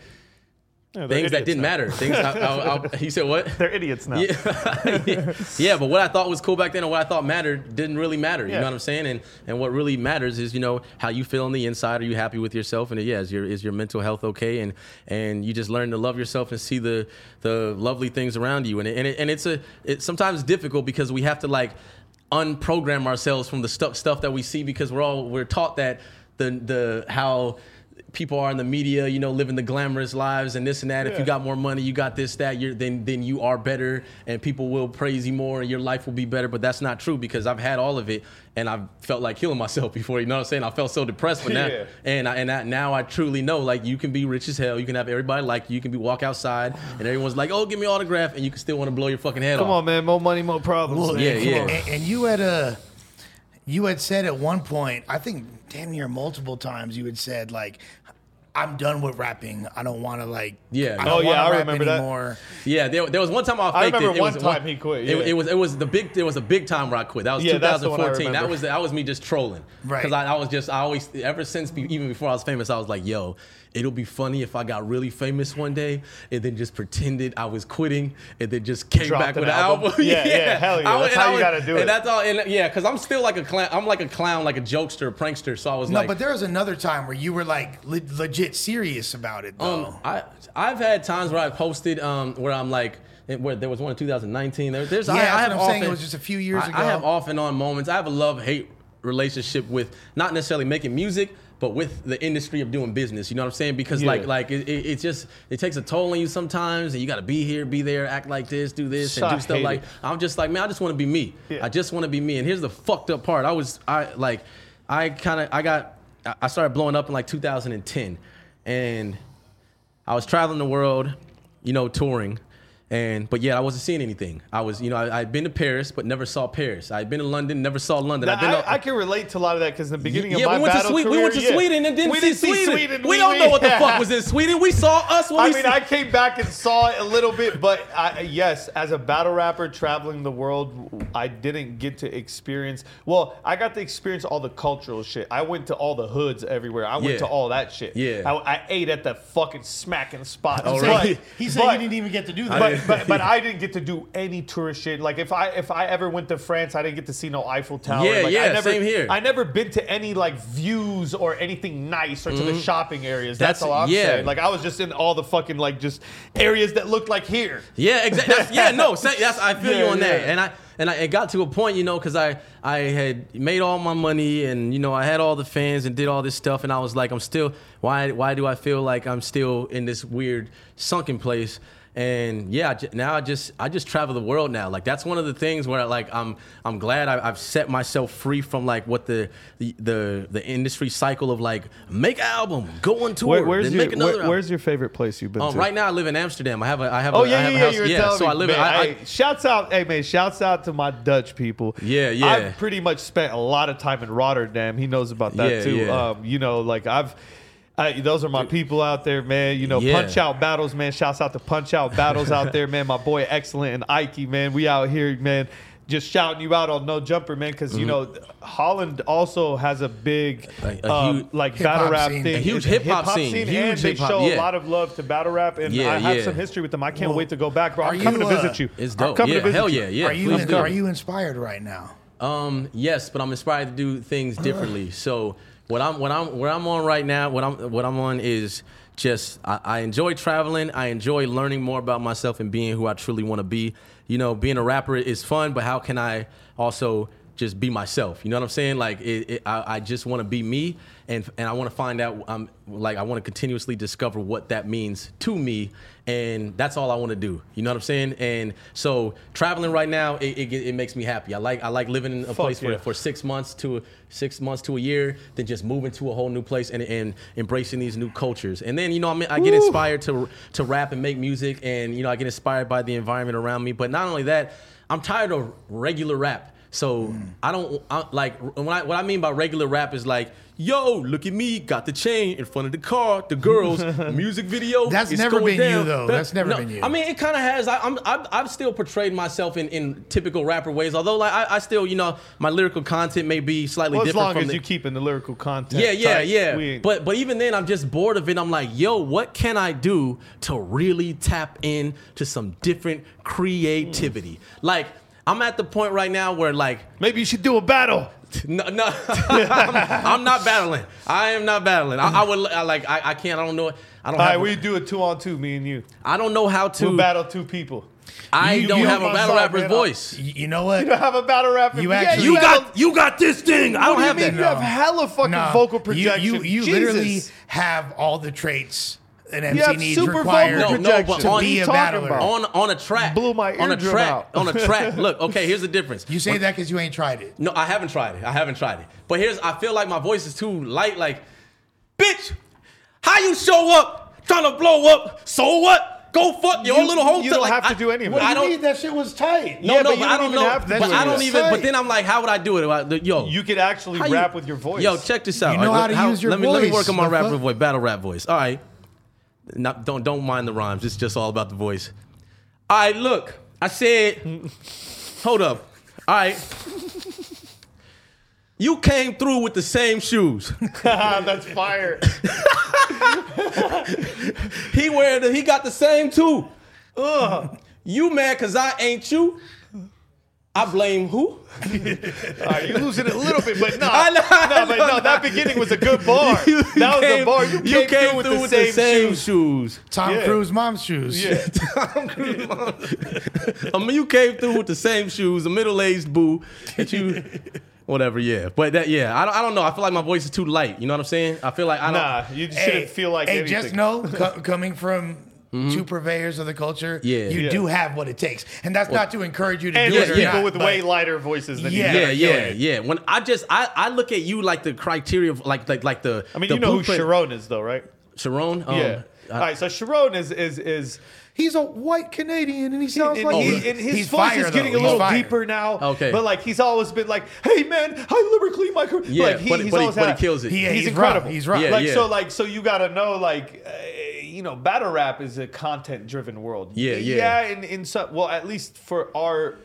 Speaker 1: Yeah, they're
Speaker 3: things that
Speaker 1: idiots
Speaker 3: didn't
Speaker 1: now.
Speaker 3: matter. Things. I,
Speaker 1: <laughs>
Speaker 3: I, I, he said what?
Speaker 1: They're idiots now.
Speaker 3: yeah. <laughs> yeah, but what I thought was cool back then and what I thought mattered didn't really matter. You
Speaker 1: Yeah.
Speaker 3: know what I'm saying? And and what really matters is you know how you feel on the inside. Are you happy with yourself? And yeah, is your is your mental health okay? And and you just learn to love yourself and see the the lovely things around you. And it, and, it, and it's a it's sometimes difficult because we have to like unprogram ourselves from the stuff stuff that we see because we're all we're taught that the the how people are in the media, you know, living the glamorous lives and this and that. If you got more money, you got this, that, you're then then you are better and people will praise you more and your life will be better. But that's not true because I've had all of it and I've felt like killing myself <laughs> before. You know what I'm saying? I felt so depressed, but
Speaker 1: <laughs>
Speaker 3: now
Speaker 1: Yeah.
Speaker 3: and I, and I, now I truly know like you can be rich as hell. You can have everybody like you. You can be walk outside and everyone's like, oh, give me autograph, and you can still want to blow your fucking head
Speaker 1: Come
Speaker 3: off.
Speaker 1: on, man. More money, more problems.
Speaker 2: Well,
Speaker 3: Yeah,
Speaker 2: and-
Speaker 3: yeah.
Speaker 2: And, and you had a, you had said at one point, I think damn near multiple times, you had said like, I'm done with rapping. I don't want to like,
Speaker 3: Yeah.
Speaker 2: I
Speaker 3: Oh,
Speaker 2: don't
Speaker 1: yeah,
Speaker 2: wanna
Speaker 1: I
Speaker 2: rap
Speaker 1: remember that.
Speaker 2: anymore.
Speaker 3: Yeah, there, there was one time I faked
Speaker 1: remember
Speaker 3: it. It
Speaker 1: one
Speaker 3: was
Speaker 1: time he quit,
Speaker 3: It,
Speaker 1: yeah.
Speaker 3: it was it was the big it was a big time where I quit. That was
Speaker 1: Yeah, that's the one I
Speaker 3: 2014. That
Speaker 1: remember.
Speaker 3: was that was me just trolling.
Speaker 2: Right.
Speaker 3: Because I, I was just I always ever since be, even before I was famous I was like yo it'll be funny if I got really famous one day and then just pretended I was quitting and then just came
Speaker 1: Dropped
Speaker 3: back
Speaker 1: an
Speaker 3: with an
Speaker 1: album.
Speaker 3: album. <laughs>
Speaker 1: Yeah, yeah, hell yeah.
Speaker 3: I would-
Speaker 1: That's
Speaker 3: and
Speaker 1: how
Speaker 3: I
Speaker 1: you
Speaker 3: would-
Speaker 1: gotta do
Speaker 3: and
Speaker 1: it.
Speaker 3: That's all. And yeah, because I'm still like a clown. I'm like a clown, like a jokester, prankster. So I was
Speaker 2: No,
Speaker 3: like,
Speaker 2: but there was another time where you were like le- legit serious about it though.
Speaker 3: Um, I I've had times where I posted um, where I'm like it- where there was one in 2019. There, there's I,
Speaker 2: Yeah,
Speaker 3: I
Speaker 2: that's
Speaker 3: have
Speaker 2: what I'm
Speaker 3: off
Speaker 2: saying. It
Speaker 3: and-
Speaker 2: was just a few years
Speaker 3: I,
Speaker 2: ago.
Speaker 3: I have off and on moments. I have a love hate relationship with not necessarily making music. But with the industry of doing business, you know what I'm saying? Because
Speaker 1: Yeah.
Speaker 3: like, like it, it, it just it takes a toll on you sometimes, and you got to be here, be there, act like this, do this,
Speaker 1: So
Speaker 3: and
Speaker 1: I
Speaker 3: do stuff
Speaker 1: hate
Speaker 3: like.
Speaker 1: it.
Speaker 3: I'm just like, man, I just want to be me. I just want to be me. And here's the fucked up part. I was, I like, I kind of, I got, I- I started blowing up in like 2010, and I was traveling the world, you know, touring, and but yet I wasn't seeing anything. I was, you know, I, I'd been to Paris but never saw Paris. I'd been to London, never saw London. I'd been
Speaker 1: I,
Speaker 3: to-
Speaker 1: I can relate to a lot of that because the beginning
Speaker 3: yeah,
Speaker 1: of my
Speaker 3: we went to
Speaker 1: battle
Speaker 3: Sweden.
Speaker 1: career,
Speaker 3: we went to
Speaker 1: yeah.
Speaker 3: Sweden and didn't,
Speaker 1: we
Speaker 3: see,
Speaker 1: didn't see
Speaker 3: Sweden. We,
Speaker 1: We,
Speaker 3: don't
Speaker 1: <laughs>
Speaker 3: know what the
Speaker 1: yeah.
Speaker 3: fuck was in Sweden. We saw us when
Speaker 1: I
Speaker 3: we.
Speaker 1: mean,
Speaker 3: see-
Speaker 1: I came back and saw it a little bit, but I, yes, as a battle rapper traveling the world, I didn't get to experience. Well, I got to experience all the cultural shit. I went to all the hoods everywhere. I went
Speaker 3: Yeah.
Speaker 1: to all that shit.
Speaker 3: Yeah.
Speaker 1: I, I ate at the fucking smacking spots.
Speaker 3: Oh, <laughs>
Speaker 1: But-
Speaker 3: really?
Speaker 2: he said
Speaker 1: but-
Speaker 2: he didn't even get to do that.
Speaker 1: but, but
Speaker 3: <laughs>
Speaker 1: but I didn't get to do any tourist shit. Like if I if I ever went to France, I didn't get to see no Eiffel Tower.
Speaker 3: Yeah,
Speaker 1: like,
Speaker 3: yeah,
Speaker 1: I never,
Speaker 3: same here.
Speaker 1: I never been to any like views or anything nice or to the shopping areas. That's,
Speaker 3: Mm-hmm. That's-
Speaker 1: all I'm
Speaker 3: yeah.
Speaker 1: saying. Like I was just in all the fucking like just areas that looked like here.
Speaker 3: Yeah, exactly. That's,
Speaker 5: <laughs>
Speaker 3: yeah, no, say, that's I feel you
Speaker 1: Yeah,
Speaker 3: on that,
Speaker 1: yeah.
Speaker 3: and I and I it got to a point, you know, because I I had made all my money, and you know, I had all the fans and did all this stuff, and I was like, I'm still why why do I feel like I'm still in this weird sunken place? And yeah, I ju- now I just I just travel the world now. Like that's one of the things where like I'm I'm glad I, I've set myself free from like what the the the, the industry cycle of like make an album, go on tour,
Speaker 5: Where- where's
Speaker 3: then
Speaker 5: your
Speaker 3: make
Speaker 5: where-
Speaker 3: another. album.
Speaker 5: where's your favorite place you've been
Speaker 3: Um,
Speaker 5: to?
Speaker 3: right now I live in Amsterdam. I have a I have a
Speaker 1: Oh
Speaker 3: I
Speaker 1: yeah,
Speaker 3: have
Speaker 1: yeah,
Speaker 3: a
Speaker 1: yeah.
Speaker 3: house.
Speaker 1: You were
Speaker 3: yeah,
Speaker 1: telling
Speaker 3: so
Speaker 1: me.
Speaker 3: I live.
Speaker 1: man,
Speaker 3: I, I,
Speaker 1: hey, shouts out, hey man, shouts out to my Dutch people.
Speaker 3: Yeah, yeah.
Speaker 1: I've pretty much spent a lot of time in Rotterdam. He knows about that
Speaker 3: Yeah,
Speaker 1: too.
Speaker 3: yeah.
Speaker 1: Um, you know, like I've. I, those are my people out there, man. You know,
Speaker 3: Yeah.
Speaker 1: punch out battles, man. Shouts out to punch out battles out there, man. My boy, excellent and Ikey, man. We out here, man. Just shouting you out on no jumper, man, because you know Holland also has a big,
Speaker 3: Mm-hmm. A- a
Speaker 1: um,
Speaker 3: huge-
Speaker 1: like
Speaker 2: Hip-hop
Speaker 1: battle rap
Speaker 2: scene.
Speaker 1: thing,
Speaker 3: A huge hip-hop scene.
Speaker 1: and
Speaker 3: Huge
Speaker 1: they
Speaker 3: hip-hop,
Speaker 1: show a
Speaker 3: yeah.
Speaker 1: lot of love to battle rap, and
Speaker 3: Yeah,
Speaker 1: I have
Speaker 3: yeah.
Speaker 1: some history with them. I can't wait to go back, bro. I'm
Speaker 2: Are
Speaker 1: coming
Speaker 2: you,
Speaker 1: to visit
Speaker 2: uh,
Speaker 1: you.
Speaker 3: It's
Speaker 1: I'm
Speaker 3: dope.
Speaker 1: coming
Speaker 3: Yeah,
Speaker 1: to visit
Speaker 3: hell
Speaker 1: you.
Speaker 3: yeah, yeah.
Speaker 2: are you
Speaker 3: please
Speaker 2: in-
Speaker 3: do.
Speaker 2: are you inspired right now?
Speaker 3: Um, yes, but I'm inspired to do things differently. So what I'm what I'm where I'm on right now, what I'm what I'm on is just I, I enjoy traveling. I enjoy learning more about myself and being who I truly want to be. You know, being a rapper is fun, but how can I also just be myself? You know what I'm saying? Like it, it, I, I just want to be me, and and I want to find out. I'm like I want to continuously discover what that means to me, and that's all I want to do. You know what I'm saying? And so traveling right now, it, it, get- it makes me happy. I like I like living in a place
Speaker 1: yeah.
Speaker 3: for, for six months to six months to a year, then just moving to a whole new place and, and embracing these new cultures. And then you know I mean I get inspired to to rap and make music, and you know I get inspired by the environment around me. But not only that, I'm tired of regular rap. So
Speaker 2: Mm.
Speaker 3: I don't I, like when I, what I mean by regular rap is like, yo, look at me, got the chain in front of the car, the girls,
Speaker 2: <laughs>
Speaker 3: music video.
Speaker 2: That's
Speaker 3: it's
Speaker 2: never
Speaker 3: going
Speaker 2: been you,
Speaker 3: down.
Speaker 2: though.
Speaker 3: That-
Speaker 2: That's never been you.
Speaker 3: I mean, it kind of has. I, I'm I've, I've still portrayed myself in, in typical rapper ways, although like I, I still you know my lyrical content may be slightly
Speaker 1: Well, as
Speaker 3: different
Speaker 1: long
Speaker 3: from
Speaker 1: as
Speaker 3: the,
Speaker 1: you keep in the lyrical content.
Speaker 3: yeah, yeah,
Speaker 1: tight,
Speaker 3: yeah.
Speaker 1: we ain't-
Speaker 3: But but even then, I'm just bored of it. I'm like, yo, what can I do to really tap in to some different creativity? Like, I'm at the point right now where like
Speaker 1: maybe you should do a battle.
Speaker 3: no, <laughs> no. I'm, I'm not battling. I am not battling. I, I would I, like I, I can't. I don't know. I don't.
Speaker 1: All right,
Speaker 3: have,
Speaker 1: we do a two on two, me and you.
Speaker 3: I don't know how to.
Speaker 1: We'll battle two people. <laughs>
Speaker 3: I
Speaker 2: You-
Speaker 3: don't
Speaker 2: you
Speaker 3: have
Speaker 2: on
Speaker 3: a
Speaker 2: my
Speaker 3: battle
Speaker 1: side,
Speaker 3: rapper's
Speaker 1: man.
Speaker 3: voice.
Speaker 2: You, you know what?
Speaker 1: You don't have a battle rap.
Speaker 2: You
Speaker 1: Yeah,
Speaker 2: actually-
Speaker 3: You
Speaker 2: have
Speaker 3: got you got this thing.
Speaker 1: What
Speaker 3: I don't
Speaker 1: do you
Speaker 3: have
Speaker 1: mean
Speaker 3: that.
Speaker 1: you have hella fucking
Speaker 2: No.
Speaker 1: vocal
Speaker 2: You-
Speaker 1: projection?
Speaker 2: You, you,
Speaker 1: Jesus.
Speaker 2: literally have all the traits an MC
Speaker 1: have
Speaker 2: needs
Speaker 1: super
Speaker 2: required
Speaker 1: vocal
Speaker 3: No, no, but
Speaker 2: to
Speaker 3: on-
Speaker 2: be a
Speaker 3: talking
Speaker 2: battler.
Speaker 1: about.
Speaker 3: on on a track.
Speaker 1: Blew my
Speaker 3: on a
Speaker 1: eardrum
Speaker 3: track.
Speaker 1: out.
Speaker 3: On a
Speaker 1: <laughs>
Speaker 3: track. Look, okay, here's the difference.
Speaker 2: You say that because you ain't tried it.
Speaker 3: No, I haven't tried it. I haven't tried it. But here's I feel like my voice is too light. Like, bitch, how you show up trying to blow up? So what? Go fuck your
Speaker 1: You-
Speaker 3: own little whole
Speaker 1: you
Speaker 3: thing.
Speaker 1: don't
Speaker 3: Like,
Speaker 1: have to
Speaker 3: I-
Speaker 1: do any of
Speaker 3: what
Speaker 1: it.
Speaker 3: I
Speaker 1: You
Speaker 3: don't.
Speaker 2: Dude, that shit was tight.
Speaker 3: No,
Speaker 1: Yeah, but
Speaker 3: no, but,
Speaker 1: you
Speaker 3: I
Speaker 1: don't
Speaker 3: don't
Speaker 1: even
Speaker 3: know.
Speaker 1: have to
Speaker 3: But
Speaker 1: do
Speaker 3: I
Speaker 1: it.
Speaker 3: don't even.
Speaker 2: Say.
Speaker 3: But then I'm like, how would I do it? Like, Yo,
Speaker 1: You could actually
Speaker 3: how you-
Speaker 1: rap with your voice.
Speaker 3: Yo,
Speaker 1: <laughs>
Speaker 3: check this out.
Speaker 2: You know
Speaker 3: All right,
Speaker 2: how to use your
Speaker 3: let me, Let me work
Speaker 2: voice.
Speaker 3: on my
Speaker 2: The
Speaker 3: rapper
Speaker 2: fuck?
Speaker 3: voice, battle rap voice. All right. Not, don't don't mind the rhymes. It's just all about the voice. All right, look. I said, hold up. All right. You came through with the same shoes.
Speaker 1: that's
Speaker 3: <laughs>
Speaker 1: fire.
Speaker 3: He wear the, he got the same too. Ugh. You mad cause I ain't you? I blame who?
Speaker 1: All right, you're losing it a little bit,
Speaker 3: <laughs>
Speaker 1: but no,
Speaker 3: I know, I
Speaker 1: no, but
Speaker 3: know,
Speaker 1: no.
Speaker 3: no.
Speaker 1: That beginning was a
Speaker 3: <laughs>
Speaker 1: good bar. that was a bar. You came, through with the same, shoes.
Speaker 3: shoes.
Speaker 2: Tom
Speaker 1: Yeah.
Speaker 2: Cruise mom's shoes.
Speaker 3: <laughs> I mean, Um, you came through with the same shoes, a middle-aged boo that you,
Speaker 1: <laughs>
Speaker 3: whatever. Yeah, but that yeah, I don't, I don't know. I feel like my voice is too light. You know what I'm saying? I feel like I don't.
Speaker 1: Nah, you just shouldn't feel like
Speaker 2: hey,
Speaker 1: anything. Mm-hmm. <laughs>
Speaker 2: just know, co- coming from two purveyors of the culture,
Speaker 3: Yeah.
Speaker 2: you
Speaker 3: Yeah.
Speaker 2: do have what it takes, and that's not to encourage you to
Speaker 1: and
Speaker 2: do
Speaker 1: there's
Speaker 2: it or
Speaker 1: people
Speaker 2: not,
Speaker 1: with
Speaker 2: but-
Speaker 1: way lighter voices than
Speaker 2: Yeah.
Speaker 1: you.
Speaker 3: Yeah,
Speaker 1: gotta
Speaker 3: yeah,
Speaker 1: kill
Speaker 3: yeah,
Speaker 1: it.
Speaker 3: When I just I, I look at you like the criteria of like like like the
Speaker 1: I mean,
Speaker 3: the
Speaker 1: you know
Speaker 3: blueprint-
Speaker 1: who Sharon is, though, right?
Speaker 3: Sharon. Um,
Speaker 1: yeah. All right, so Sharon is is is
Speaker 2: He's a white Canadian, and he sounds
Speaker 1: and,
Speaker 3: Oh,
Speaker 2: like
Speaker 1: he-
Speaker 2: he-
Speaker 1: and his
Speaker 2: he's
Speaker 1: voice
Speaker 2: fire,
Speaker 1: is getting
Speaker 2: though.
Speaker 1: a
Speaker 2: He's
Speaker 1: little
Speaker 2: fire.
Speaker 1: deeper now.
Speaker 3: Okay.
Speaker 1: But like he's always been like, "Hey man, I lyrically my career."
Speaker 3: Yeah,
Speaker 1: like, he,
Speaker 3: but-
Speaker 1: he's
Speaker 3: but he-
Speaker 1: always
Speaker 3: but he
Speaker 1: had-
Speaker 3: kills it.
Speaker 2: He- yeah,
Speaker 1: he's,
Speaker 2: he's rough.
Speaker 1: incredible.
Speaker 2: He's rough.
Speaker 3: Yeah,
Speaker 1: like
Speaker 3: yeah.
Speaker 1: so, like so you gotta know, like uh, you know, battle rap is a content driven world.
Speaker 3: Yeah, yeah.
Speaker 1: yeah. In in some, well, at least for our.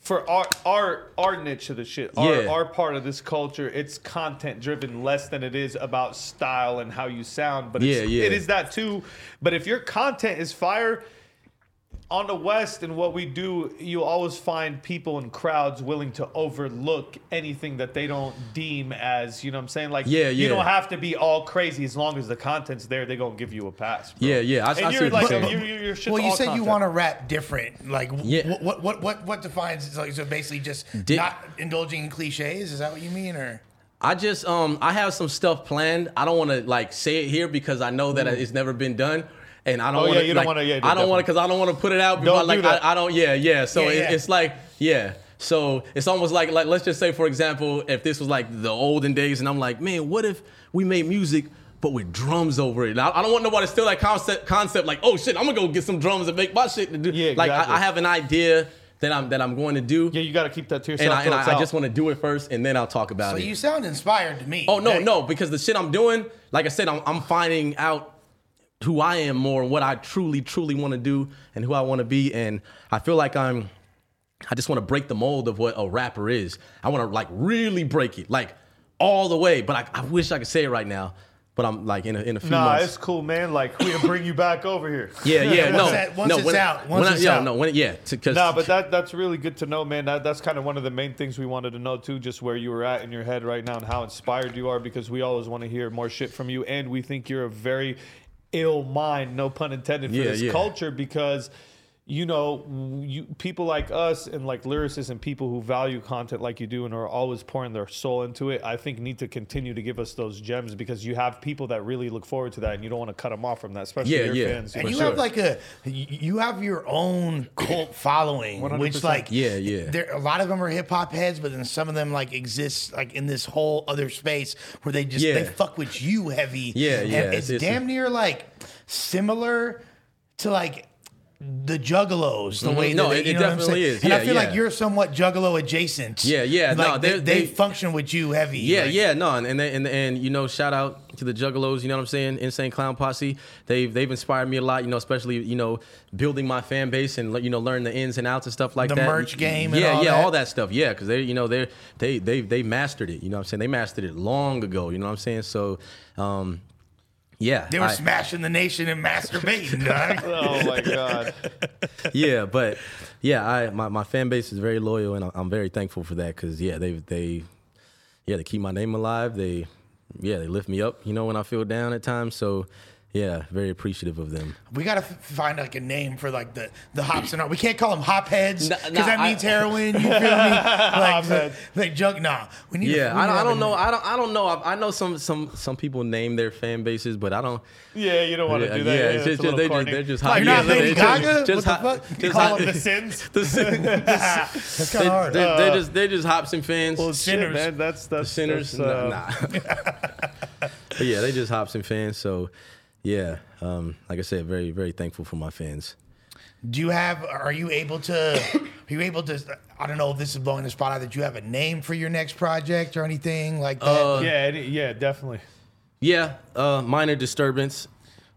Speaker 1: For our our our niche of the shit, our,
Speaker 3: Yeah.
Speaker 1: our part of this culture, it's content driven less than it is about style and how you sound. But it's,
Speaker 3: Yeah, yeah.
Speaker 1: it is that too. But if your content is fire, on the West and what we do, you always find people and crowds willing to overlook anything that they don't deem as, you know what I'm saying? Like,
Speaker 3: Yeah,
Speaker 1: you
Speaker 3: yeah.
Speaker 1: don't have to be all crazy as long as the content's there, they're going to give you a pass. bro.
Speaker 3: Yeah, yeah, I-
Speaker 1: and
Speaker 3: I see
Speaker 1: you're
Speaker 3: what
Speaker 1: like,
Speaker 3: you're saying.
Speaker 1: you're, you're, your shit's
Speaker 2: Well, you
Speaker 1: all
Speaker 2: said you
Speaker 1: content.
Speaker 2: want to rap different. Like, wh-
Speaker 3: Yeah.
Speaker 2: wh- what what what what defines like so basically just
Speaker 3: Di-
Speaker 2: not indulging in cliches? Is that what you mean, or
Speaker 3: I just um I have some stuff planned. I don't want to like say it here because I know that it's never been done. and I
Speaker 1: Hmm. Oh,
Speaker 3: don't
Speaker 1: yeah,
Speaker 3: want
Speaker 1: you don't
Speaker 3: like,
Speaker 1: wanna- yeah,
Speaker 3: I don't
Speaker 1: definitely.
Speaker 3: want to because I don't want to put it out. before
Speaker 1: Don't
Speaker 3: I, like,
Speaker 1: do that.
Speaker 3: I, I don't. Yeah, yeah. So
Speaker 2: Yeah,
Speaker 3: it-
Speaker 2: yeah.
Speaker 3: it's like yeah. So it's almost like like let's just say for example, if this was like the olden days, and I'm like, man, what if we made music? But with drums over it, Now, I don't want nobody to steal that concept. Concept like, oh shit, I'm gonna go get some drums and make my shit. To do.
Speaker 1: Yeah,
Speaker 3: Like
Speaker 1: exactly.
Speaker 3: I, I have an idea that I'm that I'm going to do,
Speaker 1: Yeah, you got to keep that to yourself.
Speaker 3: and I,
Speaker 1: till
Speaker 3: and
Speaker 1: it's
Speaker 3: I, I
Speaker 1: out.
Speaker 3: just want to do it first, and then I'll talk about
Speaker 2: So
Speaker 3: it.
Speaker 2: you sound inspired to me.
Speaker 3: Oh no,
Speaker 2: Like,
Speaker 3: no, because the shit I'm doing, like I said, I'm, I'm finding out who I am more and what I truly, truly want to do and who I want to be, and I feel like I'm. I just want to break the mold of what a rapper is. I want to like really break it, like all the way. But I, I wish I could say it right now. But I'm like in a, in a few
Speaker 1: Nah,
Speaker 3: months.
Speaker 1: it's cool, man. Like we will bring you back over here.
Speaker 2: <laughs>
Speaker 3: yeah, yeah,
Speaker 2: Once
Speaker 3: no,
Speaker 2: that- once
Speaker 3: no,
Speaker 2: it's
Speaker 3: when,
Speaker 2: out,
Speaker 3: when
Speaker 2: once
Speaker 3: I-
Speaker 2: it's
Speaker 3: yeah,
Speaker 2: out.
Speaker 3: no, when it, yeah, because
Speaker 1: No, but that that's really good to know, man. That, that's kind of one of the main things we wanted to know too, just where you were at in your head right now and how inspired you are, because we always want to hear more shit from you, and we think you're a very ill mind, no pun intended, for
Speaker 3: Yeah,
Speaker 1: this
Speaker 3: yeah.
Speaker 1: culture because. You know, you, people like us and like lyricists and people who value content like you do and are always pouring their soul into it, I think need to continue to give us those gems because you have people that really look forward to that and you don't want to cut them off from that, especially
Speaker 3: Yeah,
Speaker 1: your
Speaker 3: yeah.
Speaker 1: fans.
Speaker 3: For
Speaker 2: And you
Speaker 3: sure.
Speaker 2: have like a you you have your own
Speaker 3: <coughs>
Speaker 2: cult following, which
Speaker 1: 100%.
Speaker 2: like
Speaker 3: Yeah, yeah.
Speaker 2: There, a lot of them are hip hop heads, but then some of them like exist like in this whole other space where they just they
Speaker 3: Yeah.
Speaker 2: fuck with you heavy.
Speaker 3: Yeah,
Speaker 2: And
Speaker 3: yeah,
Speaker 2: It's,
Speaker 3: it's- it's-
Speaker 2: damn near like similar to like the juggalos, the way
Speaker 3: Mm-hmm. No,
Speaker 2: that they,
Speaker 3: it-
Speaker 2: you
Speaker 3: it
Speaker 2: know what I'm
Speaker 3: definitely
Speaker 2: saying?
Speaker 3: is.
Speaker 2: And I
Speaker 3: Yeah,
Speaker 2: feel like
Speaker 3: yeah.
Speaker 2: you're somewhat juggalo adjacent.
Speaker 3: Yeah, yeah,
Speaker 2: Like
Speaker 3: no,
Speaker 2: they,
Speaker 3: they're-
Speaker 2: they
Speaker 3: they-
Speaker 2: function with you heavy.
Speaker 3: Yeah,
Speaker 2: like-
Speaker 3: yeah, no, and and, they, and and you know, shout out to the Juggalos. You know what I'm saying? Insane Clown Posse. They've they've inspired me a lot. You know, especially you know, building my fan base and you know, learn the ins and outs and stuff like
Speaker 2: The
Speaker 3: that.
Speaker 2: merch game and
Speaker 3: Yeah,
Speaker 2: all
Speaker 3: yeah,
Speaker 2: that.
Speaker 3: all that stuff. Yeah, because they you know they they they they mastered it. You know what I'm saying? They mastered it long ago. You know what I'm saying? So, um, yeah,
Speaker 2: They were
Speaker 3: I-
Speaker 2: smashing the nation
Speaker 3: <laughs>
Speaker 2: and masturbating. dog.
Speaker 1: Oh my God.
Speaker 3: yeah, but yeah, I my, my fan base is very loyal, and I- I'm very thankful for that because yeah, they they yeah they keep my name alive. They yeah they lift me up, you know, when I feel down at times. So yeah, very appreciative of them.
Speaker 2: We gotta f- find like a name for like the the hops and all. We can't call them hop heads
Speaker 3: No,
Speaker 2: because
Speaker 3: no,
Speaker 2: that
Speaker 3: I-
Speaker 2: means
Speaker 3: <laughs>
Speaker 2: heroin. You feel me? Like, like,
Speaker 1: heads.
Speaker 2: junk. Nah, we need. to-
Speaker 3: Yeah,
Speaker 2: we need to
Speaker 3: I don't, I
Speaker 2: have
Speaker 3: don't
Speaker 2: a-
Speaker 3: know. I don't I don't know. I, I know some some some people name their fan bases, but I don't.
Speaker 1: Yeah, you don't want to
Speaker 3: yeah,
Speaker 1: do that.
Speaker 3: yeah,
Speaker 1: Yeah,
Speaker 3: it's
Speaker 1: it's
Speaker 3: just,
Speaker 1: a little
Speaker 3: they
Speaker 1: corny.
Speaker 3: just they're just
Speaker 2: Like,
Speaker 3: hot.
Speaker 2: you're not
Speaker 3: yeah,
Speaker 2: Lady
Speaker 3: they- just- <laughs>
Speaker 2: Gaga?
Speaker 3: Just
Speaker 2: What the
Speaker 3: hot-
Speaker 2: fuck? You
Speaker 3: just
Speaker 2: call
Speaker 3: hot-
Speaker 2: them the
Speaker 1: Sins. <laughs>
Speaker 3: the Sin-
Speaker 2: That's kind of hard.
Speaker 3: They- They're just they're just Hobson fans.
Speaker 1: Shit, man, that's that's
Speaker 3: sinners.
Speaker 1: That's, uh,
Speaker 3: nah. <laughs> nah. but yeah, they just Hobson fans. So yeah, um, like I said, very very thankful for my fans.
Speaker 2: Do you have? Are you able to? Are you able to? I don't know if this is blowing the spot out. That you have a name for your next project or anything like that.
Speaker 3: Uh,
Speaker 1: Yeah, it- yeah, definitely.
Speaker 3: Yeah, uh, minor disturbance.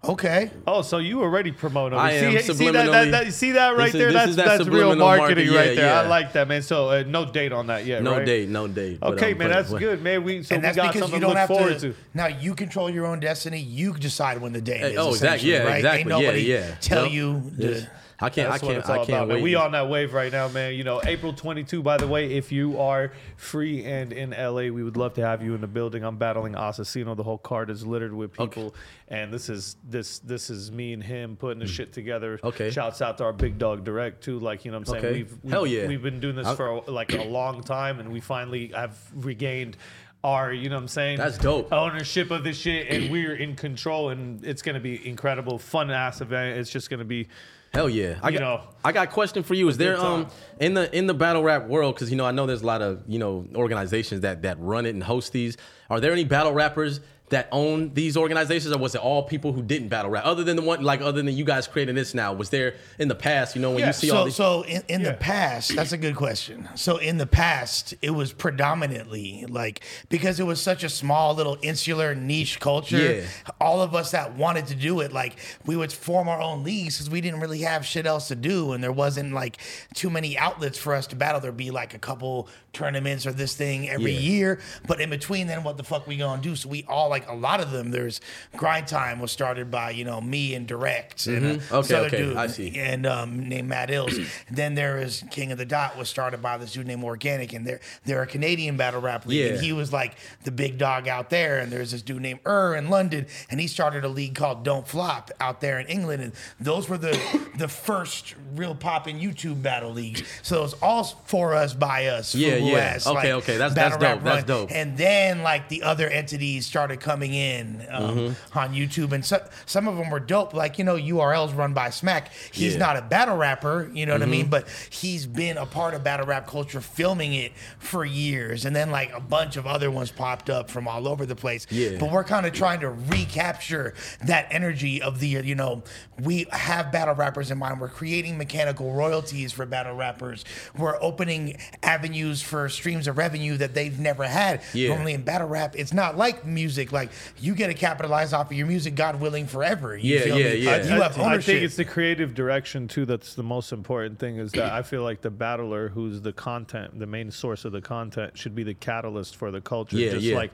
Speaker 2: okay.
Speaker 1: Oh, so you already promote them.
Speaker 3: I
Speaker 1: see,
Speaker 3: am
Speaker 1: see that, that,
Speaker 3: subliminally-
Speaker 1: that- see that right
Speaker 3: This is-
Speaker 1: there?
Speaker 3: this
Speaker 1: That's
Speaker 3: is that
Speaker 1: that's real
Speaker 3: subliminal
Speaker 1: marketing
Speaker 3: marketing,
Speaker 1: right
Speaker 3: yeah,
Speaker 1: there. I
Speaker 3: yeah.
Speaker 1: like that, man. So uh, no date on that yet,
Speaker 3: No
Speaker 1: right?
Speaker 3: date, no date. but,
Speaker 1: Okay,
Speaker 3: um,
Speaker 1: man,
Speaker 3: but-
Speaker 1: that's
Speaker 3: but-
Speaker 1: good, man. We so
Speaker 2: And
Speaker 1: we
Speaker 2: that's
Speaker 1: got
Speaker 2: because
Speaker 1: something
Speaker 2: you
Speaker 1: to
Speaker 2: don't
Speaker 1: look
Speaker 2: have
Speaker 1: forward
Speaker 2: to,
Speaker 1: to.
Speaker 2: Now you control your own destiny. You decide when the day is.
Speaker 3: oh, exactly.
Speaker 2: essentially,
Speaker 3: Yeah,
Speaker 2: right?
Speaker 3: exactly.
Speaker 2: Ain't
Speaker 3: yeah,
Speaker 2: nobody
Speaker 3: yeah.
Speaker 2: tell
Speaker 3: Nope.
Speaker 2: you.
Speaker 3: Yes.
Speaker 2: to-
Speaker 3: I can't.
Speaker 1: That's
Speaker 3: I
Speaker 1: what
Speaker 3: can't.
Speaker 1: it's all
Speaker 3: I
Speaker 1: about,
Speaker 3: can't
Speaker 1: man.
Speaker 3: wait.
Speaker 1: We on that wave right now, man. You know, April 22, by the way, if you are free and in LA, we would love to have you in the building. I'm battling Asesino. The whole card is littered with people. And this is this this is me and him putting the shit together.
Speaker 3: Mm. Okay.
Speaker 1: Shouts out to our big dog direct too. Like, you know what I'm saying?
Speaker 3: Okay.
Speaker 1: We've, we've
Speaker 3: Hell yeah.
Speaker 1: we've been doing this
Speaker 3: I'm-
Speaker 1: for a, like a long time and we finally have regained our, you know what I'm saying?
Speaker 3: That's dope.
Speaker 1: Ownership of this shit and we're in control and it's gonna be incredible, fun ass event. It's just gonna be
Speaker 3: Hell yeah. I
Speaker 1: You
Speaker 3: got,
Speaker 1: know.
Speaker 3: I got a question for you. Is there
Speaker 1: good
Speaker 3: um
Speaker 1: time.
Speaker 3: in the in the battle rap world? Because you know I know there's a lot of you know organizations that that run it and host these. Are there any battle rappers? That own these organizations, or was it all people who didn't battle rap? Other than the one, like other than you guys creating this now, was there in the past? You know, when
Speaker 1: Yeah,
Speaker 3: you see all
Speaker 2: So,
Speaker 3: these,
Speaker 2: so in, in
Speaker 1: Yeah.
Speaker 2: the past, that's a good question. So in the past, it was predominantly like because it was such a small little insular niche culture.
Speaker 3: Yeah.
Speaker 2: All of us that wanted to do it, like we would form our own leagues because we didn't really have shit else to do, and there wasn't like too many outlets for us to battle. There'd be like a couple tournaments or this thing every
Speaker 3: Yeah.
Speaker 2: year, but in between, then what the fuck we gonna do? So we all like a lot of them. There's grind time was started by you know me and direct and uh, this
Speaker 3: Mm-hmm. Okay,
Speaker 2: other
Speaker 3: okay,
Speaker 2: dude
Speaker 3: I see.
Speaker 2: and um, named Matt
Speaker 3: <clears throat>
Speaker 2: Ills. then there is King of the Dot was started by this dude named Organic, and they're they're a Canadian battle rap league, and
Speaker 3: Yeah.
Speaker 2: he was like the big dog out there. And there's this dude named Ur in London, and he started a league called Don't Flop out there in England, and those were the <coughs> the first real poppin' YouTube battle leagues. So it's all for us by us.
Speaker 3: Yeah,
Speaker 2: Fubu
Speaker 3: yeah.
Speaker 2: ass,
Speaker 3: Okay,
Speaker 2: like,
Speaker 3: okay, that's-
Speaker 2: battle
Speaker 3: that's
Speaker 2: rap
Speaker 3: dope, that's
Speaker 2: run.
Speaker 3: dope.
Speaker 2: And then like the other entities started coming in um,
Speaker 3: Mm-hmm.
Speaker 2: on YouTube, and so, some of them were dope. Like you know, URLs run by Smack. He's
Speaker 3: Yeah. Mm-hmm.
Speaker 2: not a battle rapper, you know what I mean, but he's been a part of battle rap culture, filming it for years, and then like a bunch of other ones popped up from all over the place.
Speaker 3: Yeah.
Speaker 2: But we're kind of trying to recapture that energy of the you know we have battle rappers in mind. We're creating mechanical royalties for battle rappers. We're opening avenues for streams of revenue that they've never had.
Speaker 3: Yeah.
Speaker 2: Normally in battle rap, it's not like music. Like you get to capitalize off of your music, God willing, forever. You
Speaker 3: Yeah,
Speaker 2: feel
Speaker 3: yeah,
Speaker 2: me? Uh,
Speaker 3: yeah.
Speaker 2: You have
Speaker 1: I
Speaker 2: ownership.
Speaker 1: think it's the creative direction too that's the most important thing. Is that I feel like the battler, who's the content, the main source of the content, should be the catalyst for the culture.
Speaker 3: Yeah,
Speaker 1: Just
Speaker 3: yeah.
Speaker 1: like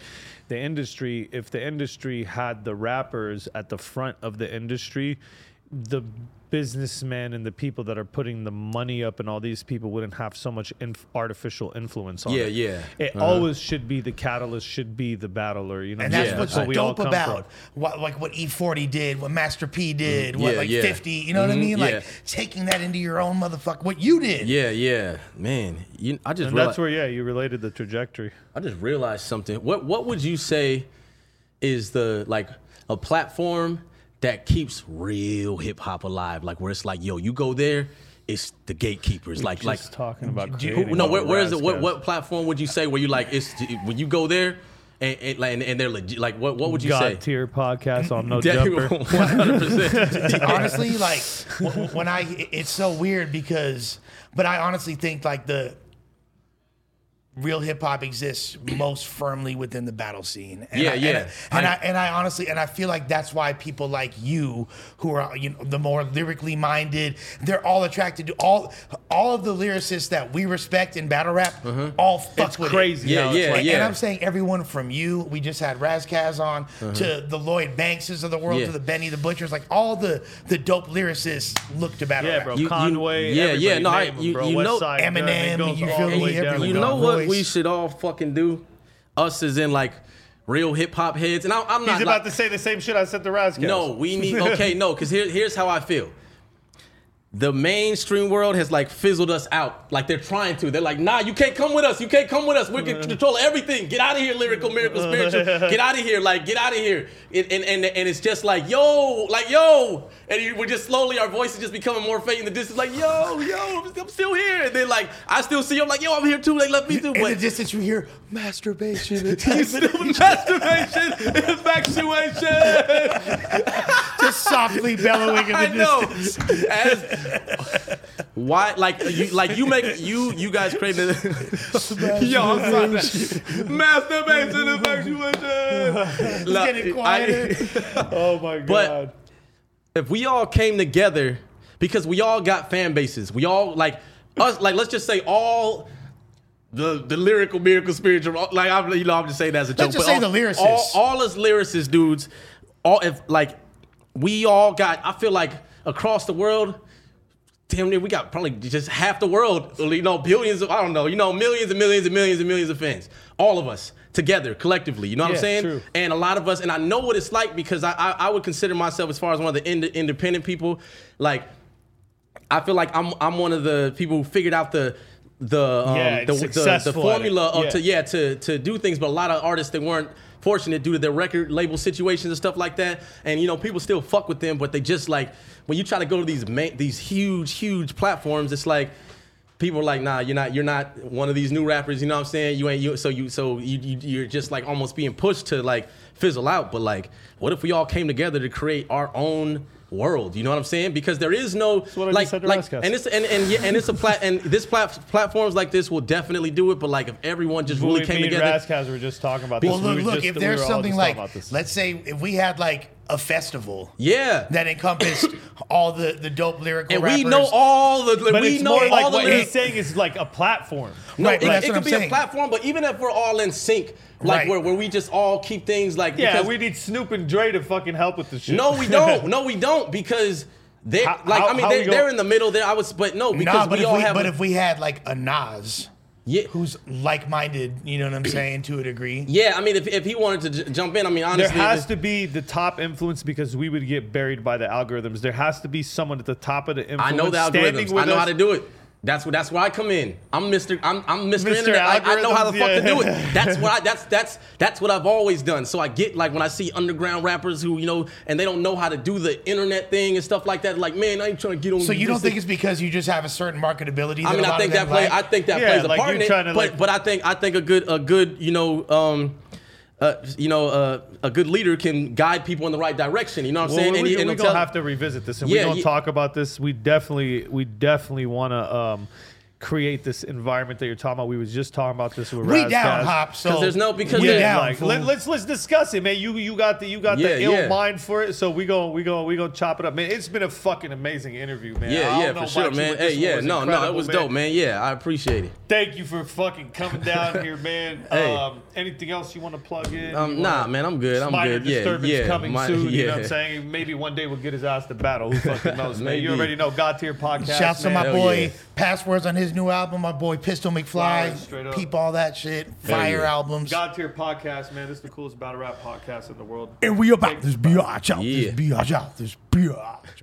Speaker 1: the industry, if the industry had the rappers at the front of the industry, the businessmen and the people that are putting the money up and all these people wouldn't have so much inf- artificial influence on
Speaker 3: Yeah,
Speaker 1: it.
Speaker 3: yeah. Uh-huh.
Speaker 1: It always should be the catalyst, should be the battler. You know,
Speaker 2: And
Speaker 3: Yeah,
Speaker 2: that's what's
Speaker 3: that's
Speaker 2: so
Speaker 3: right.
Speaker 1: we all
Speaker 2: dope
Speaker 1: come
Speaker 2: about
Speaker 1: from.
Speaker 2: what, like what E40 did, what Master P did, what
Speaker 3: Yeah,
Speaker 2: like
Speaker 3: Mm, yeah.
Speaker 2: 50, you know what I
Speaker 3: Mhm,
Speaker 2: mean? Like
Speaker 3: yeah.
Speaker 2: taking that into your own motherfucker, what you did.
Speaker 3: Yeah, yeah, man. You, I just
Speaker 1: And
Speaker 3: realized,
Speaker 1: that's where yeah, you related the trajectory.
Speaker 3: I just realized something. What What would you say is the like a platform that keeps real hip hop alive? Like where it's like, yo, you go there, it's the gatekeepers. Like like
Speaker 1: Just talking about
Speaker 2: you-
Speaker 1: creating
Speaker 3: no,
Speaker 1: all
Speaker 3: where,
Speaker 1: the
Speaker 3: where is
Speaker 1: razz
Speaker 3: it? What,
Speaker 1: guys.
Speaker 3: what platform would you say where you like it's when you go there and and, like, and they're legit? Like what what would you
Speaker 1: God
Speaker 3: say?
Speaker 1: tier podcast
Speaker 3: <laughs>
Speaker 1: on no jumper?
Speaker 3: One
Speaker 1: <laughs>
Speaker 3: hundred percent. <laughs>
Speaker 2: honestly, like w- when I, it's so weird because, but I honestly think like the real hip hop exists most firmly within the battle scene. And
Speaker 3: Yeah,
Speaker 2: I,
Speaker 3: yeah.
Speaker 2: And I, and I
Speaker 3: I-
Speaker 2: and I honestly, and I feel like that's why people like you, who are you know the more lyrically minded, they're all attracted to all all of the lyricists that we respect in battle rap.
Speaker 3: Uh-huh.
Speaker 2: All fuck
Speaker 1: It's
Speaker 2: with it.
Speaker 1: crazy.
Speaker 3: Yeah,
Speaker 1: how it's
Speaker 3: yeah,
Speaker 1: like-
Speaker 2: Like, And I'm saying everyone from you, we just had Razkaz on, to the Lloyd Bankses of the world,
Speaker 3: Uh-huh. Yeah.
Speaker 2: to the Benny the Butchers, like all the the dope lyricists look to battle
Speaker 1: Yeah,
Speaker 2: rap.
Speaker 1: bro.
Speaker 3: You- you-
Speaker 1: Conway.
Speaker 3: yeah, yeah,
Speaker 1: everybody,
Speaker 3: no, I-
Speaker 1: name 'em,
Speaker 3: you-
Speaker 1: bro.
Speaker 3: you
Speaker 1: West
Speaker 3: know
Speaker 1: Side Gun, it
Speaker 2: Eminem,
Speaker 1: goes
Speaker 2: you
Speaker 1: all
Speaker 2: feel
Speaker 1: the
Speaker 2: me?
Speaker 1: way down
Speaker 2: Everyone
Speaker 1: to
Speaker 3: you
Speaker 2: got
Speaker 3: know
Speaker 2: a
Speaker 3: what we
Speaker 2: voice.
Speaker 3: should all fucking do? Us is in like real hip hop heads, and I, I'm not.
Speaker 1: He's
Speaker 3: like-
Speaker 1: about to say the same shit I said to Razkaz.
Speaker 3: No, we need okay, no, because here, here's how I feel. The mainstream world has like fizzled us out. Like they're trying to. They're like, nah, you can't come with us. You can't come with us. We can control everything. Get out of here, lyrical, miracle,
Speaker 2: <laughs>
Speaker 3: spiritual. Get out of here. Like, get out of here. It, and, and and it's just like, yo, like, yo. And you, we're just slowly, our voices just becoming more faint in the distance. Like, yo, yo, I'm, I'm still here. And then like, I still see you. I'm like, yo, I'm here too. They left me
Speaker 2: In
Speaker 3: too.
Speaker 2: the
Speaker 3: But <laughs>
Speaker 2: distance, you hear masturbation.
Speaker 3: you still masturbation, infatuation.
Speaker 2: just softly bellowing in the
Speaker 3: I know.
Speaker 2: distance.
Speaker 3: As- why, like you, like you make you you guys created. Yo, I'm sorry.
Speaker 1: <laughs>
Speaker 3: Masturbation infatuation. Like,
Speaker 2: getting
Speaker 3: I-
Speaker 2: quieter.
Speaker 1: Oh my god.
Speaker 3: But- if we all came together because we all got fan bases we all like us like let's just say all the the lyrical miracle spiritual like I'm you know I'm just saying that as a joke
Speaker 2: just
Speaker 3: but
Speaker 2: say
Speaker 3: all,
Speaker 2: the lyricists.
Speaker 3: all, all us lyricists dudes all if like we all got I feel like across the world damn near we got probably just half the world you know billions of I don't know you know millions and millions and millions and millions of fans all of us together collectively you know what
Speaker 1: Yeah,
Speaker 3: I'm saying
Speaker 1: true.
Speaker 3: and a lot of us, and I know what it's like because I, I, I would consider myself as far as one of the ind- independent people. Like, I feel like I'm I'm one of the people who figured out the the um,
Speaker 1: Yeah,
Speaker 3: the, the, the
Speaker 1: successful at it.
Speaker 3: formula of
Speaker 1: Yeah.
Speaker 3: to yeah to to do things. But a lot of artists that weren't fortunate due to their record label situations and stuff like that. And you know, people still fuck with them, but they just like when you try to go to these ma- these huge huge platforms, it's like people are like, nah, you're not, you're not one of these new rappers. You know what I'm saying? You ain't you. So you, so you, you you're just like almost being pushed to like fizzle out. But like, what if we all came together to create our own world? You know what I'm saying? Because there is no
Speaker 1: what I
Speaker 3: like,
Speaker 1: just said to
Speaker 3: like,
Speaker 1: Raskas.
Speaker 3: and it's and and yeah, and it's a plat and this plat platforms like this will definitely do it. But like, if everyone just really
Speaker 1: Louis,
Speaker 3: came
Speaker 1: me and
Speaker 3: together,
Speaker 1: Razkaz were just talking about this.
Speaker 2: Well,
Speaker 1: We
Speaker 2: look,
Speaker 1: were
Speaker 2: look.
Speaker 1: just-
Speaker 2: If
Speaker 1: we
Speaker 2: there's
Speaker 1: were all
Speaker 2: something
Speaker 1: just
Speaker 2: like,
Speaker 1: talking about this.
Speaker 2: let's say, if we had like a festival
Speaker 3: yeah.
Speaker 2: that
Speaker 3: <laughs>
Speaker 2: encompassed all the the dope lyrical
Speaker 3: and
Speaker 2: rappers,
Speaker 3: we know all the
Speaker 1: but
Speaker 3: we
Speaker 1: it's
Speaker 3: know
Speaker 1: more like
Speaker 3: all the
Speaker 1: what
Speaker 3: lyrics.
Speaker 1: he's saying is like a platform.
Speaker 3: No,
Speaker 2: Right,
Speaker 3: it,
Speaker 2: right.
Speaker 3: it
Speaker 2: That's what
Speaker 3: could
Speaker 2: I'm
Speaker 3: be
Speaker 2: saying.
Speaker 3: a platform, but even if we're all in sync, like
Speaker 2: Right.
Speaker 3: where, where we just all keep things like
Speaker 1: Yeah,
Speaker 3: because-
Speaker 1: we need Snoop and Dre to fucking help with this shit.
Speaker 3: No,
Speaker 1: <laughs>
Speaker 3: we don't. No, we don't because they
Speaker 1: How-
Speaker 3: like.
Speaker 1: how-
Speaker 3: I mean,
Speaker 1: how
Speaker 3: they,
Speaker 1: we
Speaker 3: they're
Speaker 1: gonna-
Speaker 3: in the middle there. I was, but no, because
Speaker 2: nah, but,
Speaker 3: we
Speaker 2: if
Speaker 3: all
Speaker 2: we,
Speaker 3: have.
Speaker 2: but if we had like a Nas,
Speaker 3: yeah,
Speaker 2: who's like-minded, you know what I'm saying, to a degree.
Speaker 3: yeah. I mean, if, if he wanted to j- jump in, I mean,
Speaker 1: There
Speaker 3: honestly,
Speaker 1: has to be the top influence because we would get buried by the algorithms. There has to be someone at the top of the influence.
Speaker 3: I know the
Speaker 1: standing
Speaker 3: algorithms.
Speaker 1: with
Speaker 3: I know
Speaker 1: us.
Speaker 3: how to do it. That's where that's where I come in. I'm Mr. I'm I'm Mr.
Speaker 1: Mr.
Speaker 3: Internet. Like, I know how the fuck
Speaker 1: Algorithms,
Speaker 3: to do
Speaker 1: yeah.
Speaker 3: it. That's what
Speaker 1: <laughs>
Speaker 3: I that's that's that's what I've always done. So I get like when I see underground rappers who you know and they don't know how to do the internet thing and stuff like that. Like man, I ain't trying to get on.
Speaker 2: So you
Speaker 3: this
Speaker 2: don't think
Speaker 3: thing.
Speaker 2: it's because you just have a certain marketability? That
Speaker 3: I mean,
Speaker 2: a lot
Speaker 3: I
Speaker 2: of
Speaker 3: think that
Speaker 2: them
Speaker 3: play.
Speaker 2: lack?
Speaker 3: I think that
Speaker 1: Yeah,
Speaker 3: plays a
Speaker 1: like,
Speaker 3: part
Speaker 1: you
Speaker 3: in it.
Speaker 1: trying to,
Speaker 3: But
Speaker 1: like-
Speaker 3: but I think I think a good a good you know um, uh, you know uh, a good leader can guide people in the right direction. You know what I'm
Speaker 1: Well,
Speaker 3: saying?
Speaker 1: we,
Speaker 3: And he-
Speaker 1: we,
Speaker 3: and
Speaker 1: we
Speaker 3: he'll
Speaker 1: gonna
Speaker 3: tell-
Speaker 1: have to revisit this, and we
Speaker 3: Yeah,
Speaker 1: don't
Speaker 3: ye-
Speaker 1: talk about this. We definitely, we definitely want to um, create this environment that you're talking about. We was just talking about this with
Speaker 2: we
Speaker 1: Razz Taz.
Speaker 2: down hop. So
Speaker 3: 'Cause there's no- because
Speaker 2: we
Speaker 3: there's-
Speaker 2: down.
Speaker 1: Like,
Speaker 2: fool.
Speaker 1: let, us let's discuss it, man. You you got the you got
Speaker 3: Yeah,
Speaker 1: the ill
Speaker 3: yeah.
Speaker 1: mind for it, so we go we go we gonna chop it up, man. It's been a fucking amazing interview, man. I
Speaker 3: Yeah,
Speaker 1: don't
Speaker 3: yeah,
Speaker 1: know
Speaker 3: for
Speaker 1: about
Speaker 3: sure,
Speaker 1: you,
Speaker 3: man.
Speaker 1: but this
Speaker 3: Hey,
Speaker 1: one
Speaker 3: yeah,
Speaker 1: was
Speaker 3: no, no, it
Speaker 1: incredible,
Speaker 3: was dope, man. Yeah, I appreciate it.
Speaker 1: Thank you for fucking coming
Speaker 3: <laughs>
Speaker 1: down here, man.
Speaker 3: Hey.
Speaker 1: um, anything else you want to plug in? You
Speaker 3: Um, nah,
Speaker 1: wanna-
Speaker 3: man, I'm good. I'm
Speaker 1: minor
Speaker 3: good. Yeah,
Speaker 1: disturbance
Speaker 3: yeah.
Speaker 1: coming
Speaker 3: my-
Speaker 1: soon. You know
Speaker 3: yeah.
Speaker 1: what I'm saying? Maybe one day we'll get his ass to battle. Who
Speaker 3: <laughs>
Speaker 1: fucking knows, man? You
Speaker 3: Maybe.
Speaker 1: already know. God tier podcast.
Speaker 2: Shouts to
Speaker 1: man.
Speaker 2: my
Speaker 3: Hell
Speaker 2: boy
Speaker 3: yeah.
Speaker 2: Passwords on his new album. My boy Pistol
Speaker 1: Fire, straight
Speaker 2: McFly.
Speaker 1: up.
Speaker 2: Peep all that shit. Fire
Speaker 3: yeah.
Speaker 2: albums.
Speaker 1: God tier podcast, man. This is the coolest battle rap podcast in the world.
Speaker 2: And we about this biatch out.
Speaker 3: Yeah.
Speaker 2: This biatch out. This biatch.